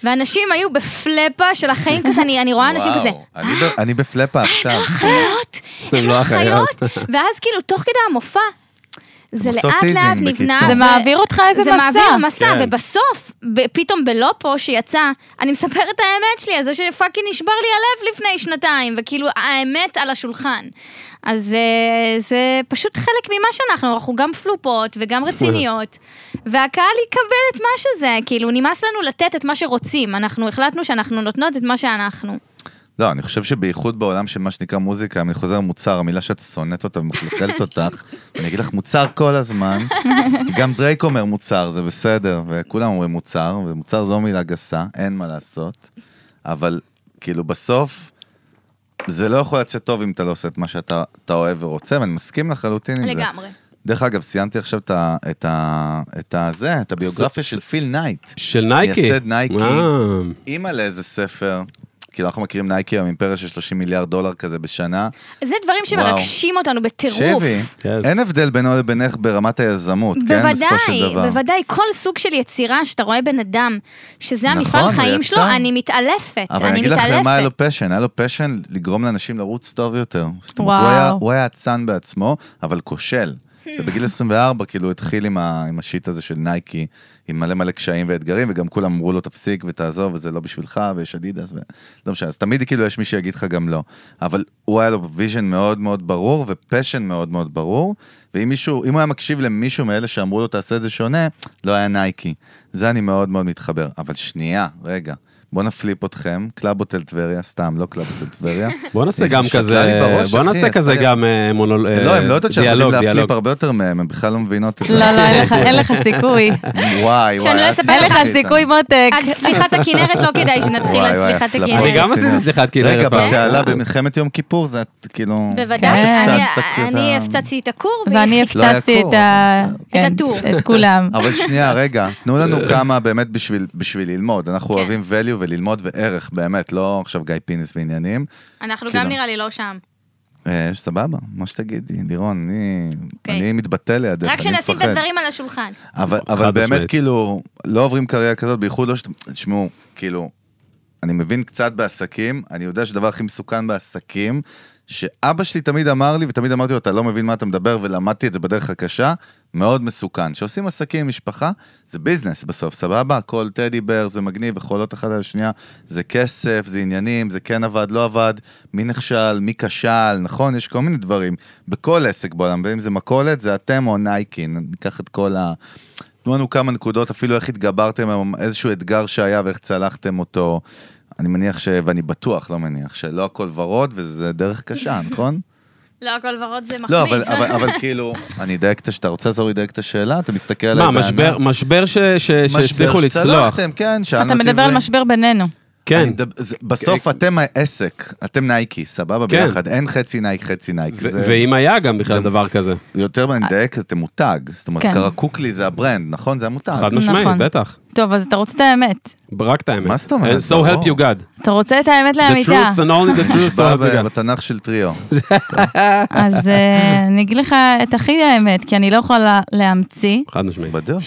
S2: ואנשים היו בפלפה של החיים כזה, אני, אני רואה אנשים
S1: וואו,
S2: כזה,
S1: אני ב- אני בפלאפה עכשיו.
S2: אחיות, הן לא
S3: לא
S2: אחיות,
S3: אחיות.
S2: ואז כאילו, תוך כדי המופע, זה
S1: עושות
S2: לאט לאט
S1: טיזינג,
S2: נבנה.
S1: בקיצור.
S4: אה, זה
S2: ו-
S4: מעביר אותך איזה
S2: אה, זה
S4: מסע.
S2: מעביר מסע,
S3: כן.
S2: ובסוף, ב- פתאום בלא פה שיצא, אני מספרת את האמת שלי, על זה שפאקינג נשבר לי הלב לפני שנתיים, וכאילו האמת על השולחן. אז אה, זה פשוט חלק ממה שאנחנו, אנחנו גם פלופות וגם רציניות, והקהל יקבל את מה שזה, כאילו נמאס לנו לתת את מה שרוצים, אנחנו החלטנו שאנחנו נותנות את מה שאנחנו.
S1: לא, אני חושב שבייחוד בעולם של מה שנקרא מוזיקה, אני חוזר מוצר, המילה שאת שונאת אותה ומחלחלת אותך, אני אגיד לך מוצר כל הזמן, כי גם דרייק אומר מוצר, זה בסדר, וכולם אומרים מוצר, ומוצר זו מילה גסה, אין מה לעשות, אבל כאילו בסוף, זה לא יכול לצאת טוב אם אתה לא עושה את מה שאתה אתה אוהב ורוצה, ואני מסכים לחלוטין עם זה.
S2: לגמרי.
S1: דרך אגב, סיימתי עכשיו את ה... את ה... את ה... זה, את הביוגרפיה
S3: ס-
S1: של פיל נייט.
S3: של נייקי.
S1: מייסד נייקי.
S3: וואו.
S1: אימא לאיזה ספר, כאילו אנחנו מכירים נייקי היום, אימפריה של 30 מיליארד דולר כזה בשנה.
S2: זה דברים שמרגשים אותנו בטירוף.
S1: שבי,
S3: Yes.
S1: אין הבדל בינו לבינך ברמת היזמות, כן? בסופו של
S2: בוודאי,
S1: דבר.
S2: בוודאי, כל סוג של יצירה שאתה רואה בן אדם, שזה
S1: נכון,
S2: המפעל חיים
S1: ויצא.
S2: שלו, אני מתעלפת,
S1: אבל
S2: אני
S1: אני אגיד לך למה היה
S2: מתעלפת.
S1: לו פשן, היה לו פשן לגרום לאנשים לרוץ טוב יותר. זאת אומרת,
S4: וואו.
S1: הוא היה- הוא היה אצן בעצמו, אבל כושל. ובגיל 24 כאילו התחיל עם ה- עם השיט הזה של נייקי, עם מלא מלא קשיים ואתגרים, וגם כולם אמרו לו תפסיק ותעזוב וזה לא בשבילך, ויש אדידס, ו- לא משנה, אז תמיד כאילו יש מי שיגיד לך גם לא. אבל הוא היה לו ויז'ן מאוד מאוד ברור ופשן מאוד מאוד ברור, ואם מישהו, אם הוא היה מקשיב למישהו מאלה שאמרו לו תעשה את זה שונה, לא היה נייקי. זה אני מאוד מאוד מתחבר. אבל שנייה, רגע, בוא נפליפ אתכם, קלאב הוטל טבריה, סתם, לא קלאב הוטל טבריה.
S3: בוא נעשה
S1: היא
S3: גם
S1: שקלה
S3: כזה,
S1: לי בראש,
S3: בוא
S1: אחי,
S3: נעשה כזה
S1: אז-
S3: גם אה, מונול... אה,
S1: לא, הן לא יודעות שאנחנו
S3: דיאלוג,
S1: יודעים להפליפ
S3: דיאלוג.
S1: הרבה יותר מהם, הן בכלל לא מבינות את זה.
S4: לא, לא, אין לך- אין לך סיכוי.
S1: וואי, וואי.
S2: שאני לא
S1: אל
S2: אספר
S4: אין
S1: תשחקי
S4: לך
S1: איתנו.
S4: סיכוי מותק.
S2: על צליחת הכנרת לא כדאי שנתחיל
S1: וואי,
S2: על
S1: וואי,
S2: צליחת
S1: הפלפות
S2: הכנרת.
S3: אני גם
S1: רציניות.
S3: עשיתי סליחת כנרת
S1: רגע,
S3: פעם.
S1: בתעלה במלחמת יום כיפור זה את, כאילו...
S2: בוודאי,
S4: כן.
S2: אני-
S1: הפצצת, כי
S2: אני
S1: אתה-
S2: הפצצתי את הכור,
S4: ואני
S2: והיא חיכתה.
S1: לא היה
S4: הפצצתי
S1: קור,
S4: את ה...
S2: אבל
S4: כן,
S2: את הטור.
S4: את כולם.
S1: אבל שנייה, רגע, תנו לנו כמה באמת בשביל, בשביל ללמוד. אנחנו
S2: כן.
S1: אוהבים value וללמוד וערך, באמת, לא עכשיו גיא פינס ועניינים.
S2: אנחנו
S1: כאילו.
S2: גם נראה לי לא שם.
S1: אה, סבבה, מה שתגידי, לירון, אני,
S2: אוקיי.
S1: אני מתבטא לידך,
S2: רק
S1: אני
S2: שנשים את
S1: מפחד.
S2: הדברים על השולחן.
S1: אבל,
S3: חד
S1: אבל באמת,
S3: משמעית.
S1: כאילו, לא עוברים קריירה כזאת, בייחוד לא ש... תשמעו, כאילו, אני מבין קצת בעסקים, אני יודע שהדבר הכי מסוכן בעסקים, שאבא שלי תמיד אמר לי, ותמיד אמרתי לו, אתה לא מבין מה אתה מדבר, ולמדתי את זה בדרך הקשה, מאוד מסוכן. כשעושים עסקים עם משפחה, זה ביזנס בסוף, סבבה? הכל טדי בר, זה מגניב, וחולות אחת על השנייה, זה כסף, זה עניינים, זה כן עבד, לא עבד, מי נכשל, מי כשל, נכון? יש כל מיני דברים. בכל עסק בעולם, ואם זה מכולת, זה אתם או נייקי, ניקח את כל ה... תנו לנו כמה נקודות, אפילו איך התגברתם עם איזשהו אתגר שהיה ואיך צלחתם אותו. אני מניח ש... ואני בטוח, לא מניח, שלא הכל ורוד וזה דרך קשה, נכון?
S2: לא, הכל ורוד זה מחמיא.
S1: לא, אבל,
S4: אה,
S1: אבל, אבל כאילו, אני אדייק את השאלה, אתה רוצה לעזור לי לדייק את השאלה? אתה מסתכל עליי
S3: מה,
S1: בענן.
S3: משבר- משבר ש- ש- שהצליחו
S1: משבר
S3: לצלוח.
S1: שצלחתם, כן, שאלנו
S4: אתה
S1: אותי
S4: מדבר על
S1: ו-
S4: משבר בינינו.
S3: כן.
S1: אני מדבר- זה- בסוף אתם העסק, אתם נייקי, סבבה
S3: כן.
S1: ביחד, אין חצי נייק, חצי נייק.
S3: ו-
S1: זה-
S3: ואם היה גם בכלל דבר כזה.
S1: יותר אני מדייק, אתם מותג. זאת אומרת,
S4: כן.
S1: קרקוקלי זה הברנד, נכון? זה המותג.
S3: חד משמעית,
S4: נכון.
S3: בטח.
S4: טוב, אז אתה רוצה את האמת.
S3: רק את האמת.
S1: מה זאת אומרת?
S3: So help you
S1: ברור.
S3: God.
S4: אתה רוצה את האמת
S3: The
S4: לאמיתה.
S3: truth and only the truth, so
S1: נשבע
S3: help you
S1: ב-
S3: God.
S1: בתנ"ך של טריו.
S4: אז אה, אני אגיד לך את הכי האמת, כי אני לא יכולה להמציא
S3: חד משמעית.
S1: בדיוק.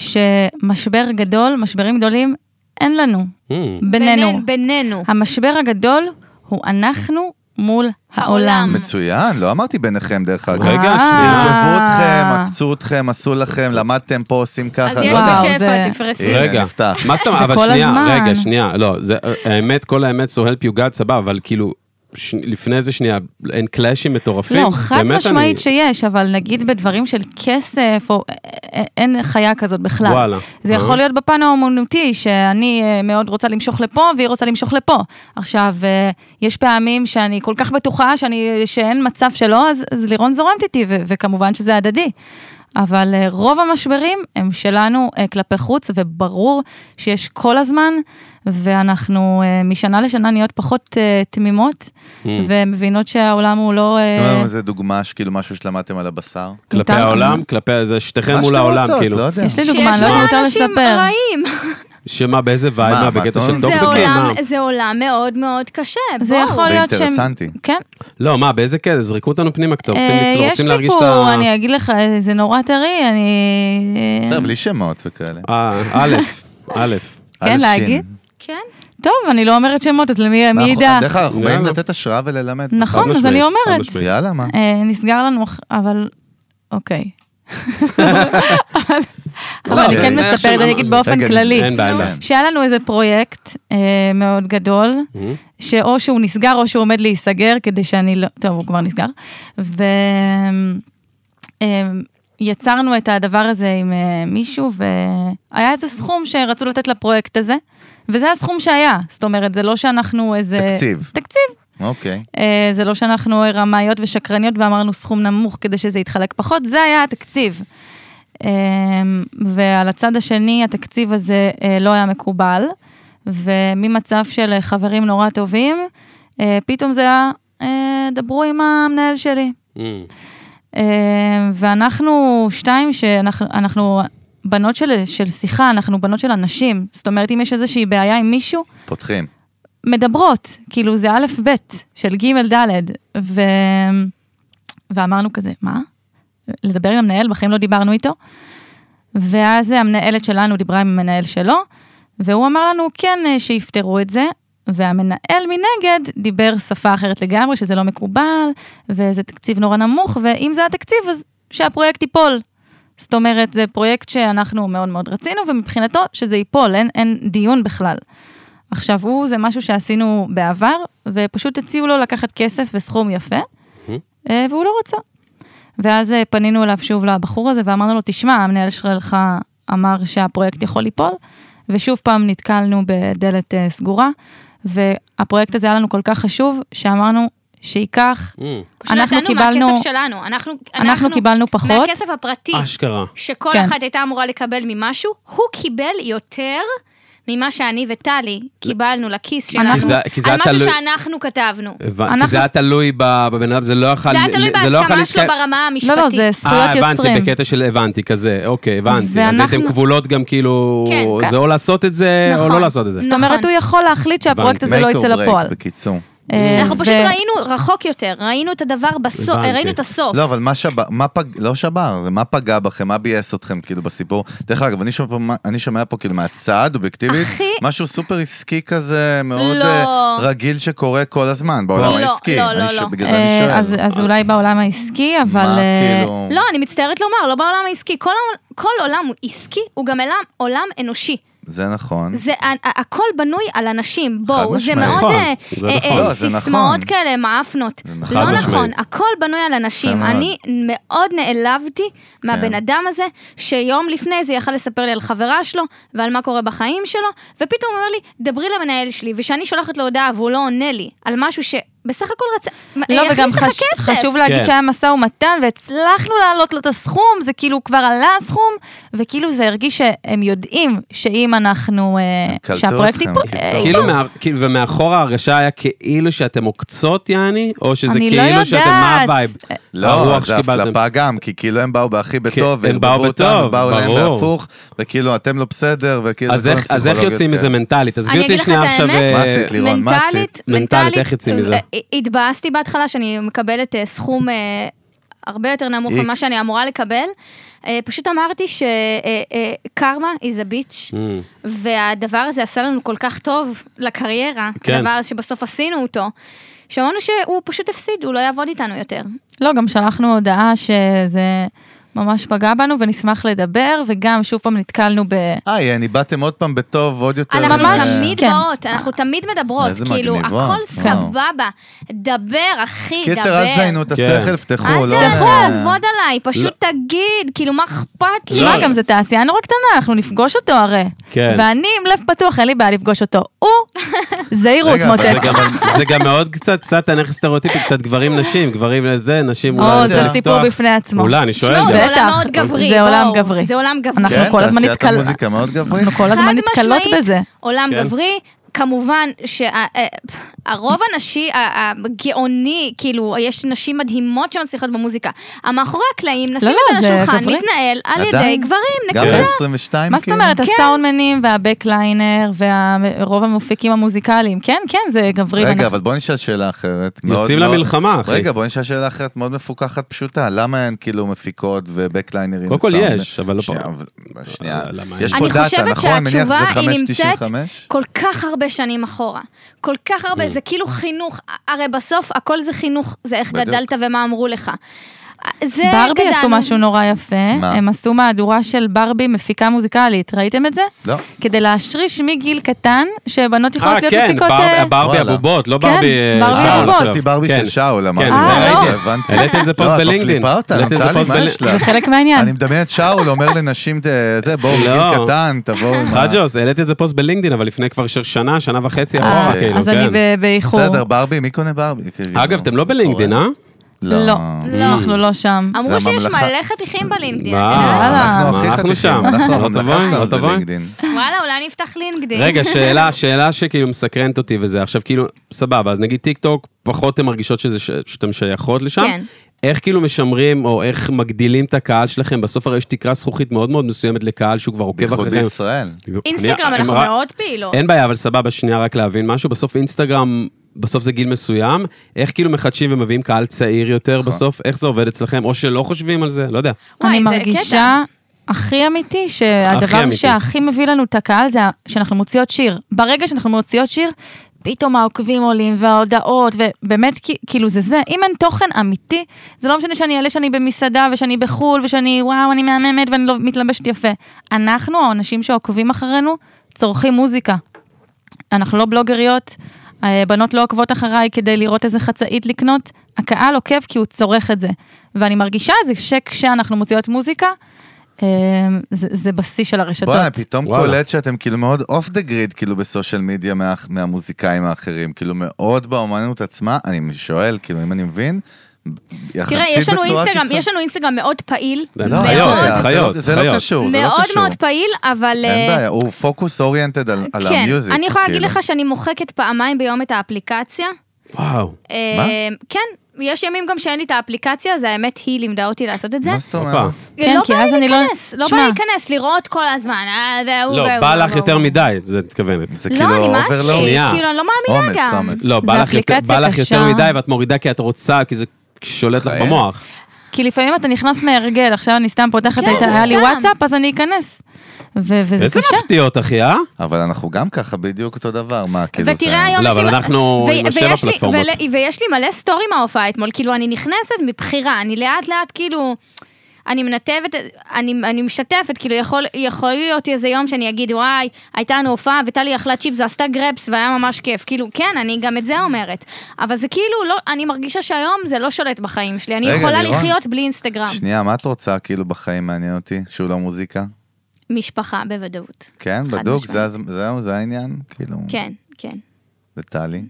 S4: שמשבר גדול, משברים גדולים, אין לנו,
S3: Mm.
S4: בינינו.
S2: בינינו.
S4: המשבר הגדול הוא אנחנו מול העולם.
S1: מצוין, לא אמרתי ביניכם דרך אגב.
S3: רגע,
S4: אה. לא,
S3: שנייה.
S1: ערבבו אתכם, עקצו אתכם, עשו לכם, למדתם פה, עושים ככה.
S2: אז
S1: לא
S2: יש
S1: יודע.
S4: וואו,
S2: בשפע,
S4: אה, זה-
S2: תפרסי.
S1: הנה,
S3: רגע.
S1: נפתח.
S3: מה זאת אומרת?
S4: זה
S3: אבל
S4: כל
S3: שנייה,
S4: הזמן.
S3: רגע, שנייה, לא, זה, האמת, כל האמת, so help you God, סבבה, אבל כאילו, ש... לפני זה שנייה, אין קלאשים מטורפים.
S4: לא, חד
S3: באמת
S4: משמעית
S3: אני...
S4: שיש, אבל נגיד בדברים של כסף, או א- א- אין חיה כזאת בכלל.
S3: וואלה.
S4: לא. זה
S3: אה.
S4: יכול להיות בפן האומנותי, שאני אה, מאוד רוצה למשוך לפה, והיא רוצה למשוך לפה. עכשיו, אה, יש פעמים שאני כל כך בטוחה שאני, שאין מצב שלא, אז, אז לירון זורמת איתי, ו- וכמובן שזה הדדי. אבל אה, רוב המשברים הם שלנו אה, כלפי חוץ, וברור שיש כל הזמן, ואנחנו אה, משנה לשנה נהיות פחות אה, תמימות,
S3: Mm.
S4: ומבינות שהעולם הוא לא... אה,
S1: תנו לנו איזה דוגמה, שכאילו משהו שלמדתם על הבשר.
S3: כלפי
S4: מותר-
S3: העולם, כלפי זה, שתיכם
S1: מה
S3: כן, מול
S1: שאתם
S3: העולם,
S1: רוצות,
S3: כאילו.
S1: לא יודע.
S4: יש לי
S2: שיש
S4: דוגמה, לא יודעת יותר
S2: בה אנשים
S4: לספר.
S2: רעים.
S3: שמה, באיזה וייב,
S1: מה,
S3: מה,
S1: מה,
S3: בקטע
S1: טוב?
S3: של
S1: זה
S2: זה
S3: טוקבקים?
S2: עולם-
S3: מה?
S2: זה עולם מאוד מאוד קשה, בואו.
S4: זה יכול להיות שהם...
S1: אינטרסנטי.
S4: כן.
S3: לא, מה, באיזה קטע? זרקו אותנו פנימה קצת, רוצים
S4: אה,
S3: לצלול,
S4: יש
S3: רוצים להרגיש את ה...
S4: סיפור, אני אגיד לך, אה, זה נורא טרי, אני... אה,
S1: בסדר, בלי שמות וכאלה.
S3: אה, א', א'.
S1: א', ש'.
S4: להגיד?
S2: כן.
S4: טוב, אני לא אומרת שמות, אז למי מי
S1: אנחנו-
S4: ידע?
S1: דרך אגב, אנחנו באים
S3: יאללה.
S1: לתת השראה וללמד.
S4: נכון, אז
S3: משמעית,
S4: אני
S3: נכון, חד
S4: אומרת.
S3: משמעית.
S1: יאללה, מה?
S4: אה, נסגר לנו, אח- אבל... אוקיי. אבל
S3: לא,
S4: אני
S1: אה,
S4: כן
S3: אה,
S4: מספרת,
S3: אה,
S4: אני אגיד
S3: אה,
S1: רגע,
S4: באופן כללי.
S3: אין בעיה, אין
S1: כן.
S3: בעיה.
S4: שהיה לנו איזה פרויקט אה, מאוד גדול, שאו שהוא נסגר או שהוא עומד להיסגר, כדי שאני לא... טוב, הוא כבר נסגר. ו... אה, יצרנו את הדבר הזה עם אה, מישהו, והיה איזה סכום שרצו לתת לפרויקט הזה, וזה הסכום שהיה. זאת אומרת, זה לא שאנחנו איזה...
S1: תקציב.
S4: תקציב.
S1: אוקיי.
S4: אה, זה לא שאנחנו רמאיות ושקרניות ואמרנו סכום נמוך כדי שזה יתחלק פחות, זה היה התקציב. אה, ועל הצד השני, התקציב הזה אה, לא היה מקובל, וממצב של אה, חברים נורא טובים, אה, פתאום זה היה, אה, דברו עם המנהל שלי.
S3: Mm.
S4: אה, ואנחנו שתיים שאנחנו אנחנו בנות של, של שיחה, אנחנו בנות של אנשים. זאת אומרת, אם יש איזושהי בעיה עם מישהו,
S1: פותחים.
S4: מדברות, כאילו זה א' ב' של ג' ד', ו... ואמרנו כזה, מה? לדבר עם המנהל, בחיים לא דיברנו איתו. ואז המנהלת שלנו דיברה עם המנהל שלו, והוא אמר לנו, כן, אה, שיפתרו את זה. והמנהל מנגד דיבר שפה אחרת לגמרי, שזה לא מקובל, וזה תקציב נורא נמוך, ואם זה התקציב, אז שהפרויקט ייפול. זאת אומרת, זה פרויקט שאנחנו מאוד מאוד רצינו, ומבחינתו שזה ייפול, אין, אין דיון בכלל. עכשיו, הוא זה משהו שעשינו בעבר, ופשוט הציעו לו לקחת כסף וסכום יפה, אה, והוא לא רצה. ואז אה, פנינו אליו שוב לבחור הזה ואמרנו לו, תשמע, המנהל שלך אמר שהפרויקט יכול ליפול, ושוב פעם נתקלנו בדלת אה, סגורה, והפרויקט הזה היה לנו כל כך חשוב, שאמרנו שייקח,
S3: Mm.
S2: פשוט
S4: אנחנו
S2: נתנו
S4: קיבלנו-
S2: מהכסף שלנו. אנחנו
S4: אנחנו קיבלנו פחות,
S2: מהכסף הפרטי,
S3: אשכרה.
S2: שכל
S4: כן.
S2: אחת הייתה אמורה לקבל ממשהו, הוא קיבל יותר ממה שאני וטלי קיבלנו לכיס שלנו.
S4: כי
S3: זה- כי זה
S2: על
S3: היה
S2: משהו
S3: תלוי-
S2: שאנחנו כתבנו.
S3: הבנתי,
S4: אנחנו-
S3: זה היה תלוי ב- בבן אדם, זה לא יכול...
S2: זה היה תלוי
S3: זה לא יכול
S2: בהסכמה שלו
S3: להתקיים-
S2: ברמה
S4: לא,
S2: המשפטית.
S4: לא, זה זכויות
S3: אה, הבנתי,
S4: יוצרים.
S3: בקטע של הבנתי, כזה, אוקיי, הבנתי. אז
S4: ואנחנו-
S3: הייתם כבולות גם כאילו,
S2: כן.
S3: זה או לעשות את זה, או
S2: נכון.
S3: לא לעשות את זה.
S4: זאת אומרת,
S2: נכון.
S4: הוא יכול להחליט שהפרויקט הזה
S1: Make
S4: לא
S1: or
S4: יצא
S1: break,
S4: לפועל.
S1: בקיצור.
S4: אה,
S2: אנחנו פשוט לא
S4: ו-
S2: ראינו רחוק יותר, ראינו את הדבר בסוף,
S3: הבנתי.
S2: ראינו את הסוף.
S1: לא, אבל מה שבר, מה פג, לא שבר, זה מה פגע בכם, מה ביאס אתכם כאילו בסיפור. דרך אגב, אני שומע פה, אני שומע פה כאילו מהצד, אובייקטיבית,
S2: אחי-
S1: משהו סופר עסקי כזה, מאוד
S2: לא.
S1: אה, רגיל שקורה כל הזמן בעולם
S2: לא,
S1: העסקי.
S2: לא, לא,
S1: אני ש-
S2: לא.
S1: בגלל זה אני
S4: אה, אז-
S1: שואל.
S4: אז אולי בעולם העסקי, אבל...
S1: מה
S4: אה,
S1: כאילו...
S2: לא, אני מצטערת לומר, לא בעולם העסקי. כל העול- כל עולם הוא עסקי, הוא גם עולם- עולם אנושי.
S1: זה נכון.
S2: זה, ה- ה- הכל בנוי על אנשים, בואו, זה
S1: משמעית.
S2: מאוד
S3: נכון,
S2: אה,
S3: זה
S2: אה,
S3: נכון.
S2: אה,
S1: לא, זה נכון.
S2: סיסמאות כאלה מעפנות.
S1: נכון.
S2: לא
S3: חד
S2: נכון,
S3: משמעית.
S2: הכל בנוי על אנשים.
S1: מאוד. כן.
S2: אני מאוד נעלבתי מהבן אדם הזה, שיום לפני זה יכל לספר לי על חברה שלו ועל מה קורה בחיים שלו, ופתאום הוא אומר לי, דברי למנהל שלי, ושאני שולחת לו הודעה והוא לא עונה לי על משהו שבסך הכל רצה,
S4: לא,
S2: יכניס
S4: וגם
S2: לך
S4: חש...
S2: כסף.
S4: חשוב להגיד
S3: כן.
S4: שהיה משא ומתן, והצלחנו להעלות לו את הסכום, זה כאילו כבר עלה הסכום, וכאילו זה הרגיש שהם יודעים שאם אנחנו... אה,
S1: קלטו
S4: שהפרויקט
S1: אתכם,
S4: ייפול...
S1: בקיצור.
S4: אה,
S3: כאילו, מה- כאילו, ומאחורה ההרגשה היה כאילו שאתם עוקצות, יעני, או שזה
S4: אני לא
S3: כאילו שאתם, מה
S4: יודעת.
S3: הווייב?
S1: לא,
S3: הרוח
S1: זה
S3: שקיבלתם. כן,
S1: הפלפה גם, כי כאילו הם באו בהכי בטוב,
S3: הם באו
S1: וערבבו אותם,
S3: בטוב,
S1: ובאו להם
S3: ברור.
S1: בהפוך, וכאילו אתם לא בסדר, וכאילו
S3: אז
S1: זה כל
S3: איך- אז איך
S1: הפסיכולוגיות
S3: יוצאים
S1: כאלה.
S3: מזה מנטלית? תעזבי
S2: אני
S3: אותי
S2: אגיד לך
S3: שנייה
S2: את
S3: עכשיו...
S2: האמת.
S1: מה
S3: אה,
S1: עשית, לירון? מה עשית?
S2: מנטלית,
S3: מנטלית, איך יוצאים מזה?
S2: אה, התבאסתי בהתחלה שאני מקבלת אה, סכום אה, הרבה יותר נמוך
S1: X.
S2: ממה שאני אמורה לקבל. אה, פשוט אמרתי שקרמה is a bitch,
S3: Mm.
S2: והדבר הזה עשה לנו כל כך טוב לקריירה,
S3: כן.
S2: הדבר הזה שבסוף עשינו אותו, שאמרנו שהוא פשוט הפסיד, הוא לא יעבוד איתנו יותר.
S4: לא, גם שלחנו הודעה שזה ממש פגע בנו ונשמח לדבר, וגם שוב פעם נתקלנו ב...
S1: אה, יעני, באתם עוד פעם בטוב, עוד יותר...
S2: אנחנו
S4: ממש,
S1: אה,
S2: תמיד
S4: כן.
S2: באות, אנחנו תמיד מדברות,
S1: איזה
S2: כאילו,
S1: מגניבות,
S2: הכל
S1: וואו.
S2: סבבה. דבר, אחי, דבר.
S1: קיצר, אל תזיינו את
S3: כן.
S1: השכל, פתחו,
S2: אל
S1: לא...
S2: תעבוד עליי, פשוט תגיד, כאילו, מה אכפת לי?
S4: תשמע, לא, גם זה תעשייה נורא קטנה, אנחנו נפגוש אותו הרי.
S3: כן.
S4: ואני עם לב פתוח, אין לי בעיה לפגוש אותו. הוא זהירות
S1: רגע, אבל
S3: זה
S4: מוטט.
S3: גם- זה גם מאוד קצת, קצת הנכס סטריאוטיפי, קצת גברים נשים, גברים לזה, נשים אולי...
S4: או,
S3: יותר
S4: זה
S1: לפתוח.
S4: סיפור בפני עצמו.
S3: אולי, אני
S2: תשמעו,
S3: שואל
S2: זה
S3: גם.
S4: בטח.
S2: עולם מאוד גברי,
S4: זה עולם
S2: בואו.
S4: גברי.
S2: זה עולם גברי.
S4: אנחנו
S1: כן,
S4: כל הזמן
S1: תעשיית
S4: נתקל-
S1: המוזיקה מאוד גברית.
S4: אנחנו כל הזמן
S2: חד
S4: נתקלות
S2: משמעית,
S4: בזה.
S2: עולם
S3: כן.
S2: גברי, כמובן שהרוב הנשי, ה- הגאוני, כאילו, יש נשים מדהימות שמצליחות במוזיקה. המאחורי הקלעים, נשים
S4: לא,
S2: את זה
S4: זה
S2: על השולחן,
S4: גברי.
S2: מתנהל על ידי
S1: עדיין?
S2: גברים,
S1: גם
S2: נקודה.
S1: ב-22, כאילו?
S4: מה זאת
S2: כן.
S4: אומרת, הסאונדמנים והבקליינר ורוב המופיקים המוזיקליים, כן, כן, זה גברי.
S1: רגע,
S4: ואנחנו-
S1: אבל בוא נשאל שאלה אחרת.
S3: יוצאים
S1: מאוד-
S3: למלחמה, אחי.
S1: רגע, בוא נשאל שאלה אחרת מאוד מפוקחת פשוטה. למה אין כאילו מפיקות ובקליינרים?
S3: קודם כל
S1: סאונד-
S3: יש, אבל לא
S1: שנייה,
S3: פה.
S1: אבל- שנייה,
S3: אבל למה
S1: יש
S3: אין?
S1: פה
S2: אני
S1: דאטה,
S2: חושבת
S1: נכון? אני מניח שזה
S2: שהתשובה היא
S1: 5.95?
S2: נמצאת כל כך הרבה שנים אחורה. כל כך הרבה, זה כאילו חינוך, הרי בסוף הכל זה חינוך, זה איך
S1: בדיוק.
S2: גדלת ומה אמרו לך. אה, זה
S4: ברבי
S2: גדלנו.
S4: עשו משהו נורא יפה,
S1: מה?
S4: הם עשו מהדורה של ברבי מפיקה מוזיקלית, ראיתם את זה?
S1: לא.
S4: כדי להשריש מגיל קטן, שבנות יכולות
S3: אה,
S4: להיות
S3: כן,
S4: מפיקות...
S3: בר-
S4: אה,
S3: הברבי
S1: וואלה.
S3: הבובות, לא
S4: כן,
S3: ברבי אה,
S4: ברבי
S3: שאול
S4: הבובות.
S3: עכשיו.
S1: חשבתי ברבי
S3: כן.
S1: של שאול, אמרתי.
S3: כן,
S4: אה,
S3: זה
S4: לא.
S3: ראיתי.
S1: הבנתי.
S3: העליתי את זה פוסט
S1: לא, את
S3: בלינקדאין.
S1: מפליפה אותה,
S3: העליתי את זה
S1: נפתלי,
S3: פוסט
S1: מה
S3: בל-
S1: יש לך?
S4: זה חלק מהעניין.
S1: לא. אני מדמיין את שאול אומר לנשים, ת- זה, בואו, בגיל
S3: לא.
S1: קטן, תבואו. עם ה-
S3: חג'וס, העליתי את זה פוסט בלינקדאין, אבל לפני כבר ש- שנה, שנה וחצי אחורה,
S4: אה,
S3: כאילו,
S4: אז אני
S3: כן.
S4: ב- באיחור.
S1: בסדר, ברבי, מי קונה ברבי? כאילו,
S3: אגב, אתם לא בלינקדאין, אה?
S4: לא,
S2: לא.
S4: אנחנו לא שם.
S2: אמרו
S1: זה
S2: שיש
S1: הממלכה.
S2: מלא חתיכים בלינקדאין, את
S3: וואו,
S2: יודעת?
S1: אנחנו הכי
S3: אנחנו שם.
S1: חתיכים, אנחנו
S3: לא
S1: הממלכה
S3: תבואי, לא
S1: שלנו זה
S3: תבואי.
S1: לינקדאין.
S2: וואלה, אולי נפתח לינקדאין.
S3: רגע, שאלה, שאלה שכאילו מסקרנת אותי וזה, עכשיו כאילו, סבבה, אז נגיד טיק טוק, פחות הן מרגישות שזה ש- שאתן שייכות לשם?
S2: כן.
S3: איך כאילו משמרים, או איך מגדילים את הקהל שלכם? בסוף הרי יש תקרה זכוכית מאוד מאוד מסוימת לקהל שהוא כבר עוקב
S1: בייחוד
S3: אחריכם.
S1: בישראל.
S2: אינסטגרם,
S3: אני-
S2: אנחנו
S3: הם רק-
S2: מאוד פעילות.
S3: אין בעיה, אבל סבבה, שנייה רק להבין משהו. בסוף אינסטגרם, בסוף זה גיל מסוים. איך כאילו מחדשים ומביאים קהל צעיר יותר בסוף? איך זה עובד אצלכם? או שלא חושבים על זה? לא יודע.
S2: וואי,
S4: אני
S2: זה
S4: מרגישה הכי אמיתי,
S3: הכי
S4: שהדבר
S3: אמיתי.
S4: שהכי מביא לנו את הקהל זה שאנחנו מוציאות שיר. ברגע שאנחנו מוציאות שיר, פתאום העוקבים עולים וההודעות, ובאמת, כי- כאילו זה זה, אם אין תוכן אמיתי, זה לא משנה שאני אעלה שאני במסעדה ושאני בחו"ל ושאני וואו, אני מהממת ואני לא מתלבשת יפה. אנחנו, האנשים שעוקבים אחרינו, צורכים מוזיקה. אנחנו לא בלוגריות, אה, בנות לא עוקבות אחריי כדי לראות איזה חצאית לקנות, הקהל עוקב כי הוא צורך את זה. ואני מרגישה את זה שכשאנחנו מוציאות מוזיקה, אה, זה, זה בשיא של הרשתות.
S1: בואי, פתאום
S3: וואלה.
S1: קולט שאתם כאילו מאוד אוף דה גריד, כאילו בסושיאל מדיה מה- מהמוזיקאים האחרים, כאילו מאוד באומנות עצמה, אני שואל, כאילו אם אני מבין, יחסית
S2: תראה, יש לנו
S1: בצורה
S2: אינסטגרם,
S1: קיצונית.
S2: יש לנו אינסטגרם מאוד פעיל.
S3: לא,
S1: לא,
S2: מאוד-
S1: אין
S3: חיות,
S1: בעיה, זה לא-
S3: חיות,
S1: זה לא
S3: חיות.
S1: קשור, זה לא
S2: מאוד
S1: קשור.
S2: מאוד פעיל, אבל...
S1: אין
S2: אה,
S1: בעיה, הוא פוקוס אוריינטד על על המיוזיק.
S2: כן, אני יכולה להגיד
S1: כאילו.
S2: לך שאני מוחקת פעמיים ביום את האפליקציה.
S3: וואו.
S2: מה? כן, יש ימים גם שאין לי את האפליקציה, זה האמת, היא לימדה אותי לעשות את זה.
S1: מה זאת
S3: הופה.
S1: אומרת?
S4: כן,
S2: לא
S4: כי
S2: בא
S4: אז
S2: לי
S4: אני לא-
S2: להיכנס, לא בא
S4: שמע.
S2: לי להיכנס, לראות כל הזמן, אה, והוא והוא.
S3: לא, בא לך
S2: והוא,
S3: יותר
S2: והוא.
S3: מדי, זה מתכוונת.
S1: זה
S2: לא, אני
S1: כאילו
S2: מאס
S1: overload.
S2: לי,
S3: שנייה.
S2: כאילו, אני לא מאמינה
S1: עומס,
S2: גם.
S1: עומס.
S3: לא,
S4: זה
S3: בא לך יותר-
S4: אפליקציה
S3: בא לך יותר
S4: קשה.
S3: מדי, ואת מורידה כי את רוצה, כי זה שולט לך
S1: חיים.
S3: במוח.
S4: כי לפעמים אתה נכנס מהרגל, עכשיו אני סתם פותחת,
S2: כן,
S4: את ה-
S2: זה
S4: היה לי
S2: סתם.
S4: וואטסאפ, אז אני אכנס. ו- וזה
S3: איזה
S4: קשה.
S3: מפתיעות, אחי, אה?
S1: אבל אנחנו גם ככה בדיוק אותו דבר, מה, כאילו זה...
S2: ותראה היום
S3: לא,
S2: יש לי...
S3: אבל אנחנו
S2: ו-
S3: עם השבע
S2: ויש לי-
S3: פלטפורמות.
S2: ול- ויש לי מלא סטורי מההופעה אתמול, כאילו אני נכנסת מבחירה, אני לאט לאט כאילו... אני מנתבת, אני, אני משתפת, כאילו יכול, יכול להיות איזה יום שאני אגיד, וואי, הייתה לנו הופעה וטלי אכלה צ'יפס ועשתה גרפס והיה ממש כיף. כאילו, כן, אני גם את זה אומרת. אבל זה כאילו, לא, אני מרגישה שהיום זה לא שולט בחיים שלי, אני
S1: רגע,
S2: יכולה
S1: לירון.
S2: לחיות בלי אינסטגרם.
S1: שנייה, מה את רוצה כאילו בחיים מעניין אותי, שהוא לא מוזיקה?
S2: משפחה, בוודאות.
S1: כן,
S2: חד
S1: בדוק,
S2: משמעית.
S1: זה הז- זהו, זה העניין, כאילו,
S2: כן, כן.
S1: וטלי.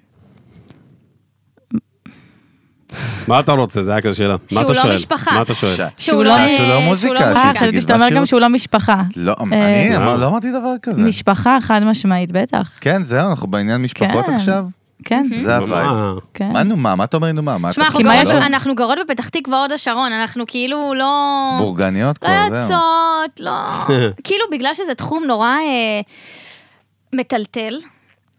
S3: מה אתה רוצה? זה היה כזה שאלה. מה
S2: שהוא
S3: אתה
S2: לא
S3: שואל?
S2: משפחה.
S3: מה אתה שואל?
S1: ש-
S2: שהוא
S4: לא-
S2: לא...
S4: שהוא
S1: לא
S2: שהוא לא
S1: מוזיקה,
S2: מוזיקה.
S4: אה,
S1: שתגיד,
S4: חשבתי שאתה אומר
S1: משהו-
S4: גם שהוא לא משפחה.
S1: לא, אני
S4: אה,
S1: אמר-
S3: למה?
S1: לא אמרתי דבר כזה.
S4: משפחה חד משמעית, בטח.
S1: כן, זהו, אנחנו בעניין משפחות
S4: כן.
S1: עכשיו?
S4: כן,
S1: זה
S3: לא,
S1: הווייב.
S3: מה?
S4: כן.
S1: מה נו מה? מה אתה אומר נו מה? מה אתה לא-
S2: Hmm? שמע, אנחנו
S4: כי מה
S2: גרות-
S4: יש לנו?
S2: אנחנו גרות בפתח תקווה הוד השרון, אנחנו כאילו לא...
S1: בורגניות
S2: לא
S1: כבר, זהו.
S2: יוצאות, לא... כאילו בגלל שזה תחום נורא אה, מטלטל,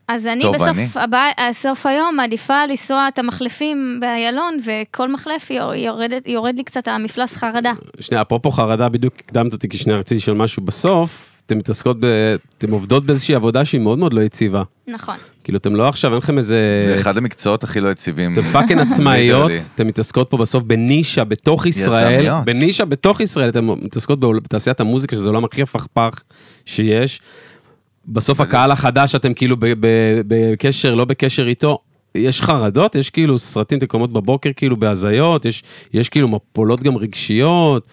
S2: אז אני
S1: טוב,
S2: בסוף
S1: אני?
S2: הבא- סוף היום מעדיפה לנסוע את המחלפים באיילון, וכל מחלף יור- יורדת- יורד לי קצת המפלס חרדה.
S3: שנייה, אפרופו חרדה, בדיוק הקדמת אותי, כי שנייה רציתי לשאול משהו. בסוף, אתן מתעסקות, ב- אתן עובדות באיזושהי עבודה שהיא מאוד מאוד לא יציבה.
S2: נכון.
S3: כאילו, אתן לא עכשיו, אין לכם
S1: זה
S3: איזה...
S1: אחד המקצועות הכי לא יציבים.
S3: אתן פאקינג עצמאיות,
S1: Literally.
S3: אתן מתעסקות פה בסוף בנישה בתוך ישראל,
S1: יזמיות.
S3: בנישה בתוך ישראל, אתן מתעסקות בעול- בתעשיית המוזיקה, שזה העולם הכי הפכפך שיש. בסוף הקהל החדש, אתם כאילו ב- ב- בקשר, לא בקשר איתו. יש חרדות, יש כאילו סרטים, אתן קומות בבוקר כאילו בהזיות, יש, יש כאילו מפולות גם רגשיות,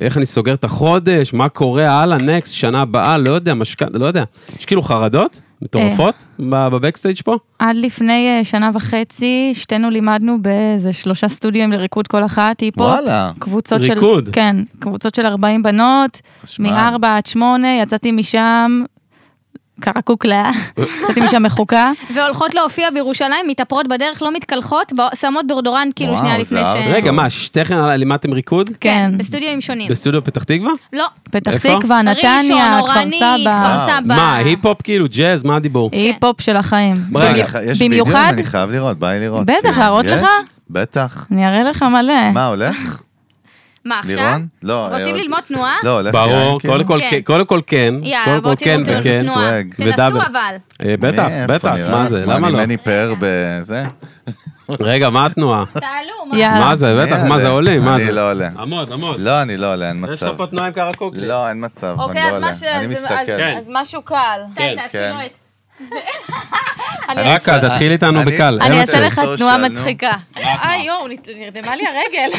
S3: איך אני סוגר את החודש, מה קורה הלאה, נקסט, שנה הבאה, לא יודע, משכנתה, לא יודע. יש כאילו חרדות מטורפות ב- בבקסטייג' פה?
S4: עד לפני אה, שנה וחצי, שתינו לימדנו באיזה שלושה סטודיו לריקוד כל אחת, היפ
S1: וואלה.
S4: קבוצות של...
S3: ריקוד.
S4: כן, קבוצות של 40 בנות,
S1: חשמל.
S4: מ-4 עד 8, יצאתי משם, קרה קוקלה, יצאתי משם מחוקה.
S2: והולכות להופיע בירושלים, מתאפרות בדרך, לא מתקלחות, ב- שמות דורדורן כאילו
S1: וואו,
S2: שנייה
S1: זה
S2: לפני
S1: ארט.
S2: ש...
S3: רגע, מה, שתיכן על- לימדתם ריקוד?
S2: כן,
S4: כן,
S2: בסטודיואים שונים.
S3: בסטודיו פתח תקווה?
S2: לא.
S4: פתח
S3: איפה?
S4: תקווה, נתניה,
S2: ראשון,
S4: כפר
S2: אורנית,
S4: סבא,
S2: כפר סבא.
S3: מה, היפ-הופ כאילו, ג'אז, מה הדיבור?
S4: היפ-הופ של החיים.
S3: רגע,
S1: אני ח- יש וידאו,
S4: במיוחד,
S1: אני חייב לראות, בא לי לראות.
S4: בטח,
S1: כן.
S4: להראות
S1: יש?
S4: לך?
S1: בטח.
S4: אני אראה לך מלא.
S1: מה, הולך?
S2: מה עכשיו?
S1: לירון? לא. אה,
S2: רוצים
S1: עוד-
S2: ללמוד תנועה?
S1: לא, הולך
S3: ברור,
S1: יין, כאילו?
S3: קודם כל
S2: כן.
S3: כן, קודם כל כן,
S2: יאללה,
S3: קודם
S2: בואו
S3: כל כן
S2: תראו
S3: וכן.
S2: תראו תנועה.
S1: סוואג.
S3: ודאבל.
S2: תנסו אבל.
S3: אה, בטח,
S1: אה, איפה
S3: בטח,
S1: נראה?
S3: מה זה,
S1: מה,
S3: למה לא?
S1: אני מני פאר בזה?
S3: רגע, מה התנועה?
S2: תעלו, מה?
S4: יאללה.
S3: מה זה, בטח,
S1: אני
S3: מה זה
S1: אעלה.
S3: עולים? מה זה?
S1: אני לא עולה.
S3: עמוד, עמוד.
S1: לא, אני לא עולה, אין
S3: יש
S1: מצב.
S3: לך פה תנועה עם קרקוקי.
S1: לא, אין מצב, אני לא עולה. אני מסתכל.
S3: כן. אז
S4: משהו קל.
S2: די,
S3: כן,
S2: תעשי
S1: כן.
S2: לו את...
S3: אה,
S1: אני
S3: רק
S1: אצא-
S3: תתחיל איתנו
S1: אני-
S3: בקל. אה,
S4: אני
S1: אין
S4: אעשה
S1: מצב.
S4: לך
S1: סושיאל,
S4: תנועה
S1: נו.
S4: מצחיקה. אה, יואו, נת- נרדמה לי הרגל.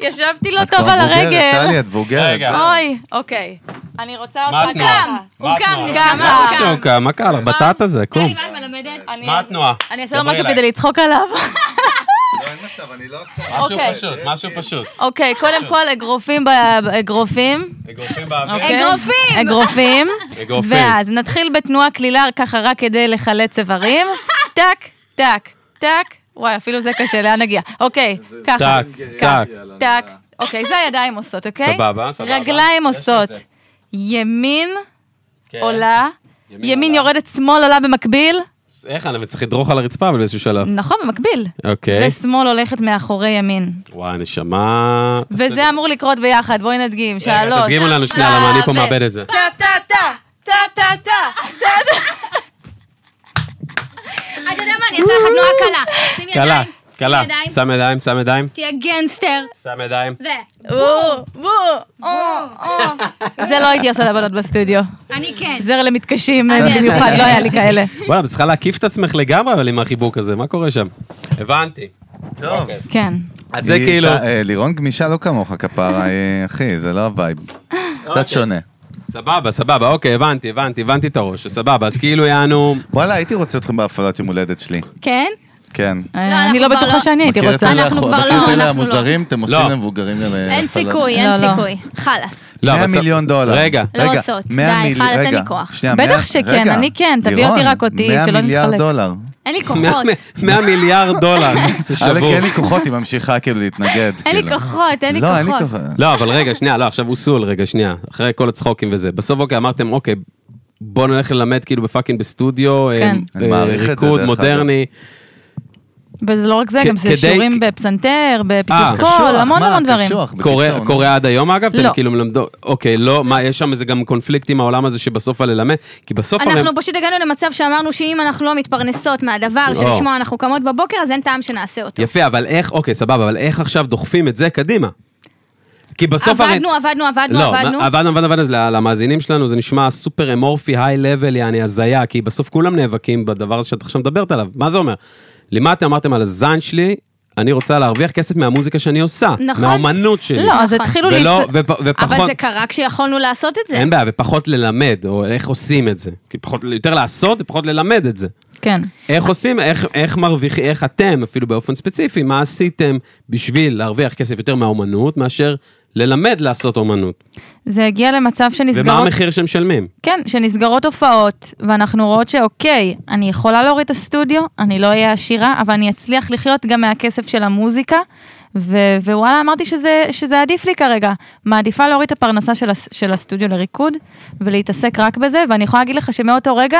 S4: ישבתי לא
S1: את כבר
S4: טוב על
S1: מבוגרת, טלי,
S4: הרגל.
S1: את מבוגרת. לא,
S3: רגע.
S1: זה-
S4: אוי, אוקיי. אני רוצה
S3: מה
S4: אותך
S3: התנועה?
S4: ככה.
S2: הוא קם,
S3: מה
S2: נשמה,
S4: התנועה?
S2: הוא קם.
S3: שוקה, מה קל, הבטטה זה, קום.
S2: לירון מלמדת.
S4: אני-
S3: מה התנועה?
S4: אני אעשה לו
S3: דברי
S4: משהו
S3: אליי.
S4: כדי לצחוק עליו.
S1: לא, אין מצב, אני לא עושה. אה,
S3: משהו
S4: אוקיי.
S3: פשוט, משהו פשוט.
S4: אוקיי, קודם כל אגרופים, ב- אגרופים.
S3: אגרופים באוויר.
S2: כן.
S4: אוקיי?
S2: אגרופים!
S4: אגרופים.
S3: אגרופים.
S4: ואז נתחיל בתנועה קלילה, ככה רק כדי לחלץ איברים. טק, טק, טק. וואי, אפילו זה קשה, לאן נגיע? אוקיי, ככה.
S3: טק, טק.
S4: טק. אוקיי, זה הידיים עושות, אוקיי?
S3: סבבה, סבבה.
S4: רגליים
S3: יש לי את זה.
S4: עושות. ימין
S3: כן.
S4: עולה,
S3: ימין
S4: ימין
S3: עולה.
S4: יורדת, שמאל עולה במקביל.
S3: איך, אני צריך לדרוך על הרצפה, אבל באיזשהו שלב.
S4: נכון, במקביל.
S3: אוקיי.
S4: ושמאל הולכת מאחורי ימין.
S3: וואי, נשמה.
S4: וזה לא, אמור לקרות ביחד, בואי נדגים,
S3: רגע,
S4: שלוש.
S3: תדגימו לנו שנייה, למה אני פה מאבד את זה.
S4: טה טה טה, טה טה טה.
S2: אה, אתה יודע מה, אני אעשה לך תנועה קלה. שים
S3: קלה,
S2: ידיים.
S3: קלה.
S2: שים ידיים.
S3: שם ידיים, שם ידיים.
S2: תהיה גנסטר.
S3: שם ידיים.
S2: ו...
S4: וואו, וואו, אה, אה. זה לא הייתי עושה לבנות בסטודיו.
S2: אני כן.
S4: זה למתקשים
S2: אני
S4: במיוחד,
S2: עשיתי,
S4: לא היה
S2: אני
S4: לי
S2: עשיתי.
S4: כאלה.
S3: וואלה, את צריכה להקיף את עצמך לגמרי, אבל עם החיבוק הזה, מה קורה שם? הבנתי.
S1: טוב.
S3: אוקיי.
S4: כן.
S3: אז זה
S1: היא-
S3: כאילו...
S1: ת- אה, לירון גמישה לא כמוך, כפרה, היא- אחי, זה לא הווייב.
S3: אוקיי.
S1: קצת שונה.
S3: סבבה, סבבה, אוקיי, הבנתי, הבנתי, הבנתי את הראש, סבבה, אז כאילו יענו...
S1: וואלה, הייתי רוצה אתכם בהפעלת יום הולדת שלי.
S2: כן?
S1: כן.
S4: אני
S2: אנחנו
S4: לא
S2: כבר לא.
S4: בטוחה שאני הייתי
S1: מכיר את
S4: רוצה.
S1: אלה
S2: אנחנו
S1: החו-
S2: כבר
S1: מכיר
S2: לא,
S1: את אלה
S2: אנחנו לא.
S1: המבוגרים, אתם עושים
S3: לא.
S1: למבוגרים גם... אה,
S2: אין סיכוי, אין
S4: לא, לא.
S2: סיכוי. חלאס.
S3: לא,
S1: 100
S3: אבל ס-
S1: מיליון דולר.
S3: רגע,
S2: לא
S1: רגע,
S2: עושות.
S1: 100
S2: די,
S1: מיל-
S2: חלאס, אין
S1: רגע,
S2: לי כוח.
S1: שנייה,
S4: בטח
S1: 100
S4: שכן,
S1: רגע,
S4: אני כן, תביאי
S1: לירון,
S4: אותי רק אותי,
S1: 100
S4: שלא
S1: מיליארד
S4: נתחלק.
S1: דולר.
S2: אין לי
S3: 100
S2: כוחות.
S3: 100 מיליארד דולר, זה
S1: אלק,
S3: שבור.
S1: אין כן, לי כוחות, היא ממשיכה כאילו להתנגד.
S2: אין לי
S1: כאילו.
S2: כוחות, אין לי
S1: לא, אין לי
S2: כוחות.
S1: כוחות.
S3: לא, אבל רגע, שנייה, לא, עכשיו אוסול, רגע, שנייה. אחרי כל הצחוקים וזה. בסוף, אוקיי, אמרתם, אוקיי, בוא נלך ללמד כאילו בפאקינג בסטודיו,
S4: כן.
S3: אה,
S1: אני
S3: אה,
S1: מעריך את זה,
S3: ריקוד
S1: דרך
S3: מודרני.
S4: וזה לא רק זה,
S3: כ-
S4: גם זה
S3: כדי-
S4: שיעורים בפסנתר,
S3: אה,
S4: בפיתוף קול,
S1: קשוח,
S4: המון
S1: מה,
S4: המון דברים.
S1: קשוח, בקיצור,
S3: קורה-
S1: נו.
S3: קורה עד היום אגב? אתם
S4: לא.
S3: כאילו מלמדות, אוקיי, לא, מה, יש שם איזה גם קונפליקט עם העולם הזה שבסוף הללמד? כי בסוף הרי...
S2: אנחנו פשוט הגענו למצב שאמרנו שאם אנחנו לא מתפרנסות מהדבר
S3: לא.
S2: שלשמו אנחנו קמות בבוקר, אז אין טעם שנעשה אותו.
S3: יפה, אבל איך, אוקיי, סבבה, אבל איך עכשיו דוחפים את זה קדימה? כי בסוף הרי...
S2: עבדנו, עבדנו, עבדנו,
S3: לא,
S2: עבדנו.
S3: מה- עבדנו, עבדנו, עבדנו, אז למאזינים שלנו זה נשמע סופר אמורפי, היי לבל, יעני הזיה, כי בסוף כולם נאבקים בדבר הזה שאת עכשיו מדברת עליו. מה זה אומר? לימדתם, אמרתם על הזין שלי, אני רוצה להרוויח כסף מהמוזיקה שאני עושה.
S2: נכון.
S3: מהאומנות שלי.
S4: לא, אז
S2: נכון.
S4: התחילו לי...
S3: ולא, ופ- ופחות...
S2: אבל זה קרה כשיכולנו לעשות את זה.
S3: אין בעיה, ופחות ללמד, או איך עושים את זה. כי פחות, יותר לעשות ופחות ללמד את זה.
S4: כן.
S3: איך עושים, איך, איך מרוויחים, איך אתם, אפילו באופן ספציפי, מה עשיתם בשביל להרוויח כסף יותר מהאומנות, מאשר ללמד לעשות אומנות.
S4: זה הגיע למצב
S3: ומה
S4: שנסגרות...
S3: המחיר שמשלמים?
S4: כן, שנסגרות הופעות, ואנחנו רואות שאוקיי, אני יכולה להוריד את הסטודיו, אני לא אהיה עשירה, אבל אני אצליח לחיות גם מהכסף של המוזיקה, ו- ווואלה, אמרתי שזה, שזה עדיף לי כרגע. מעדיפה להוריד את הפרנסה של, הס- של הסטודיו לריקוד, ולהתעסק רק בזה, ואני יכולה להגיד לך שמאותו רגע,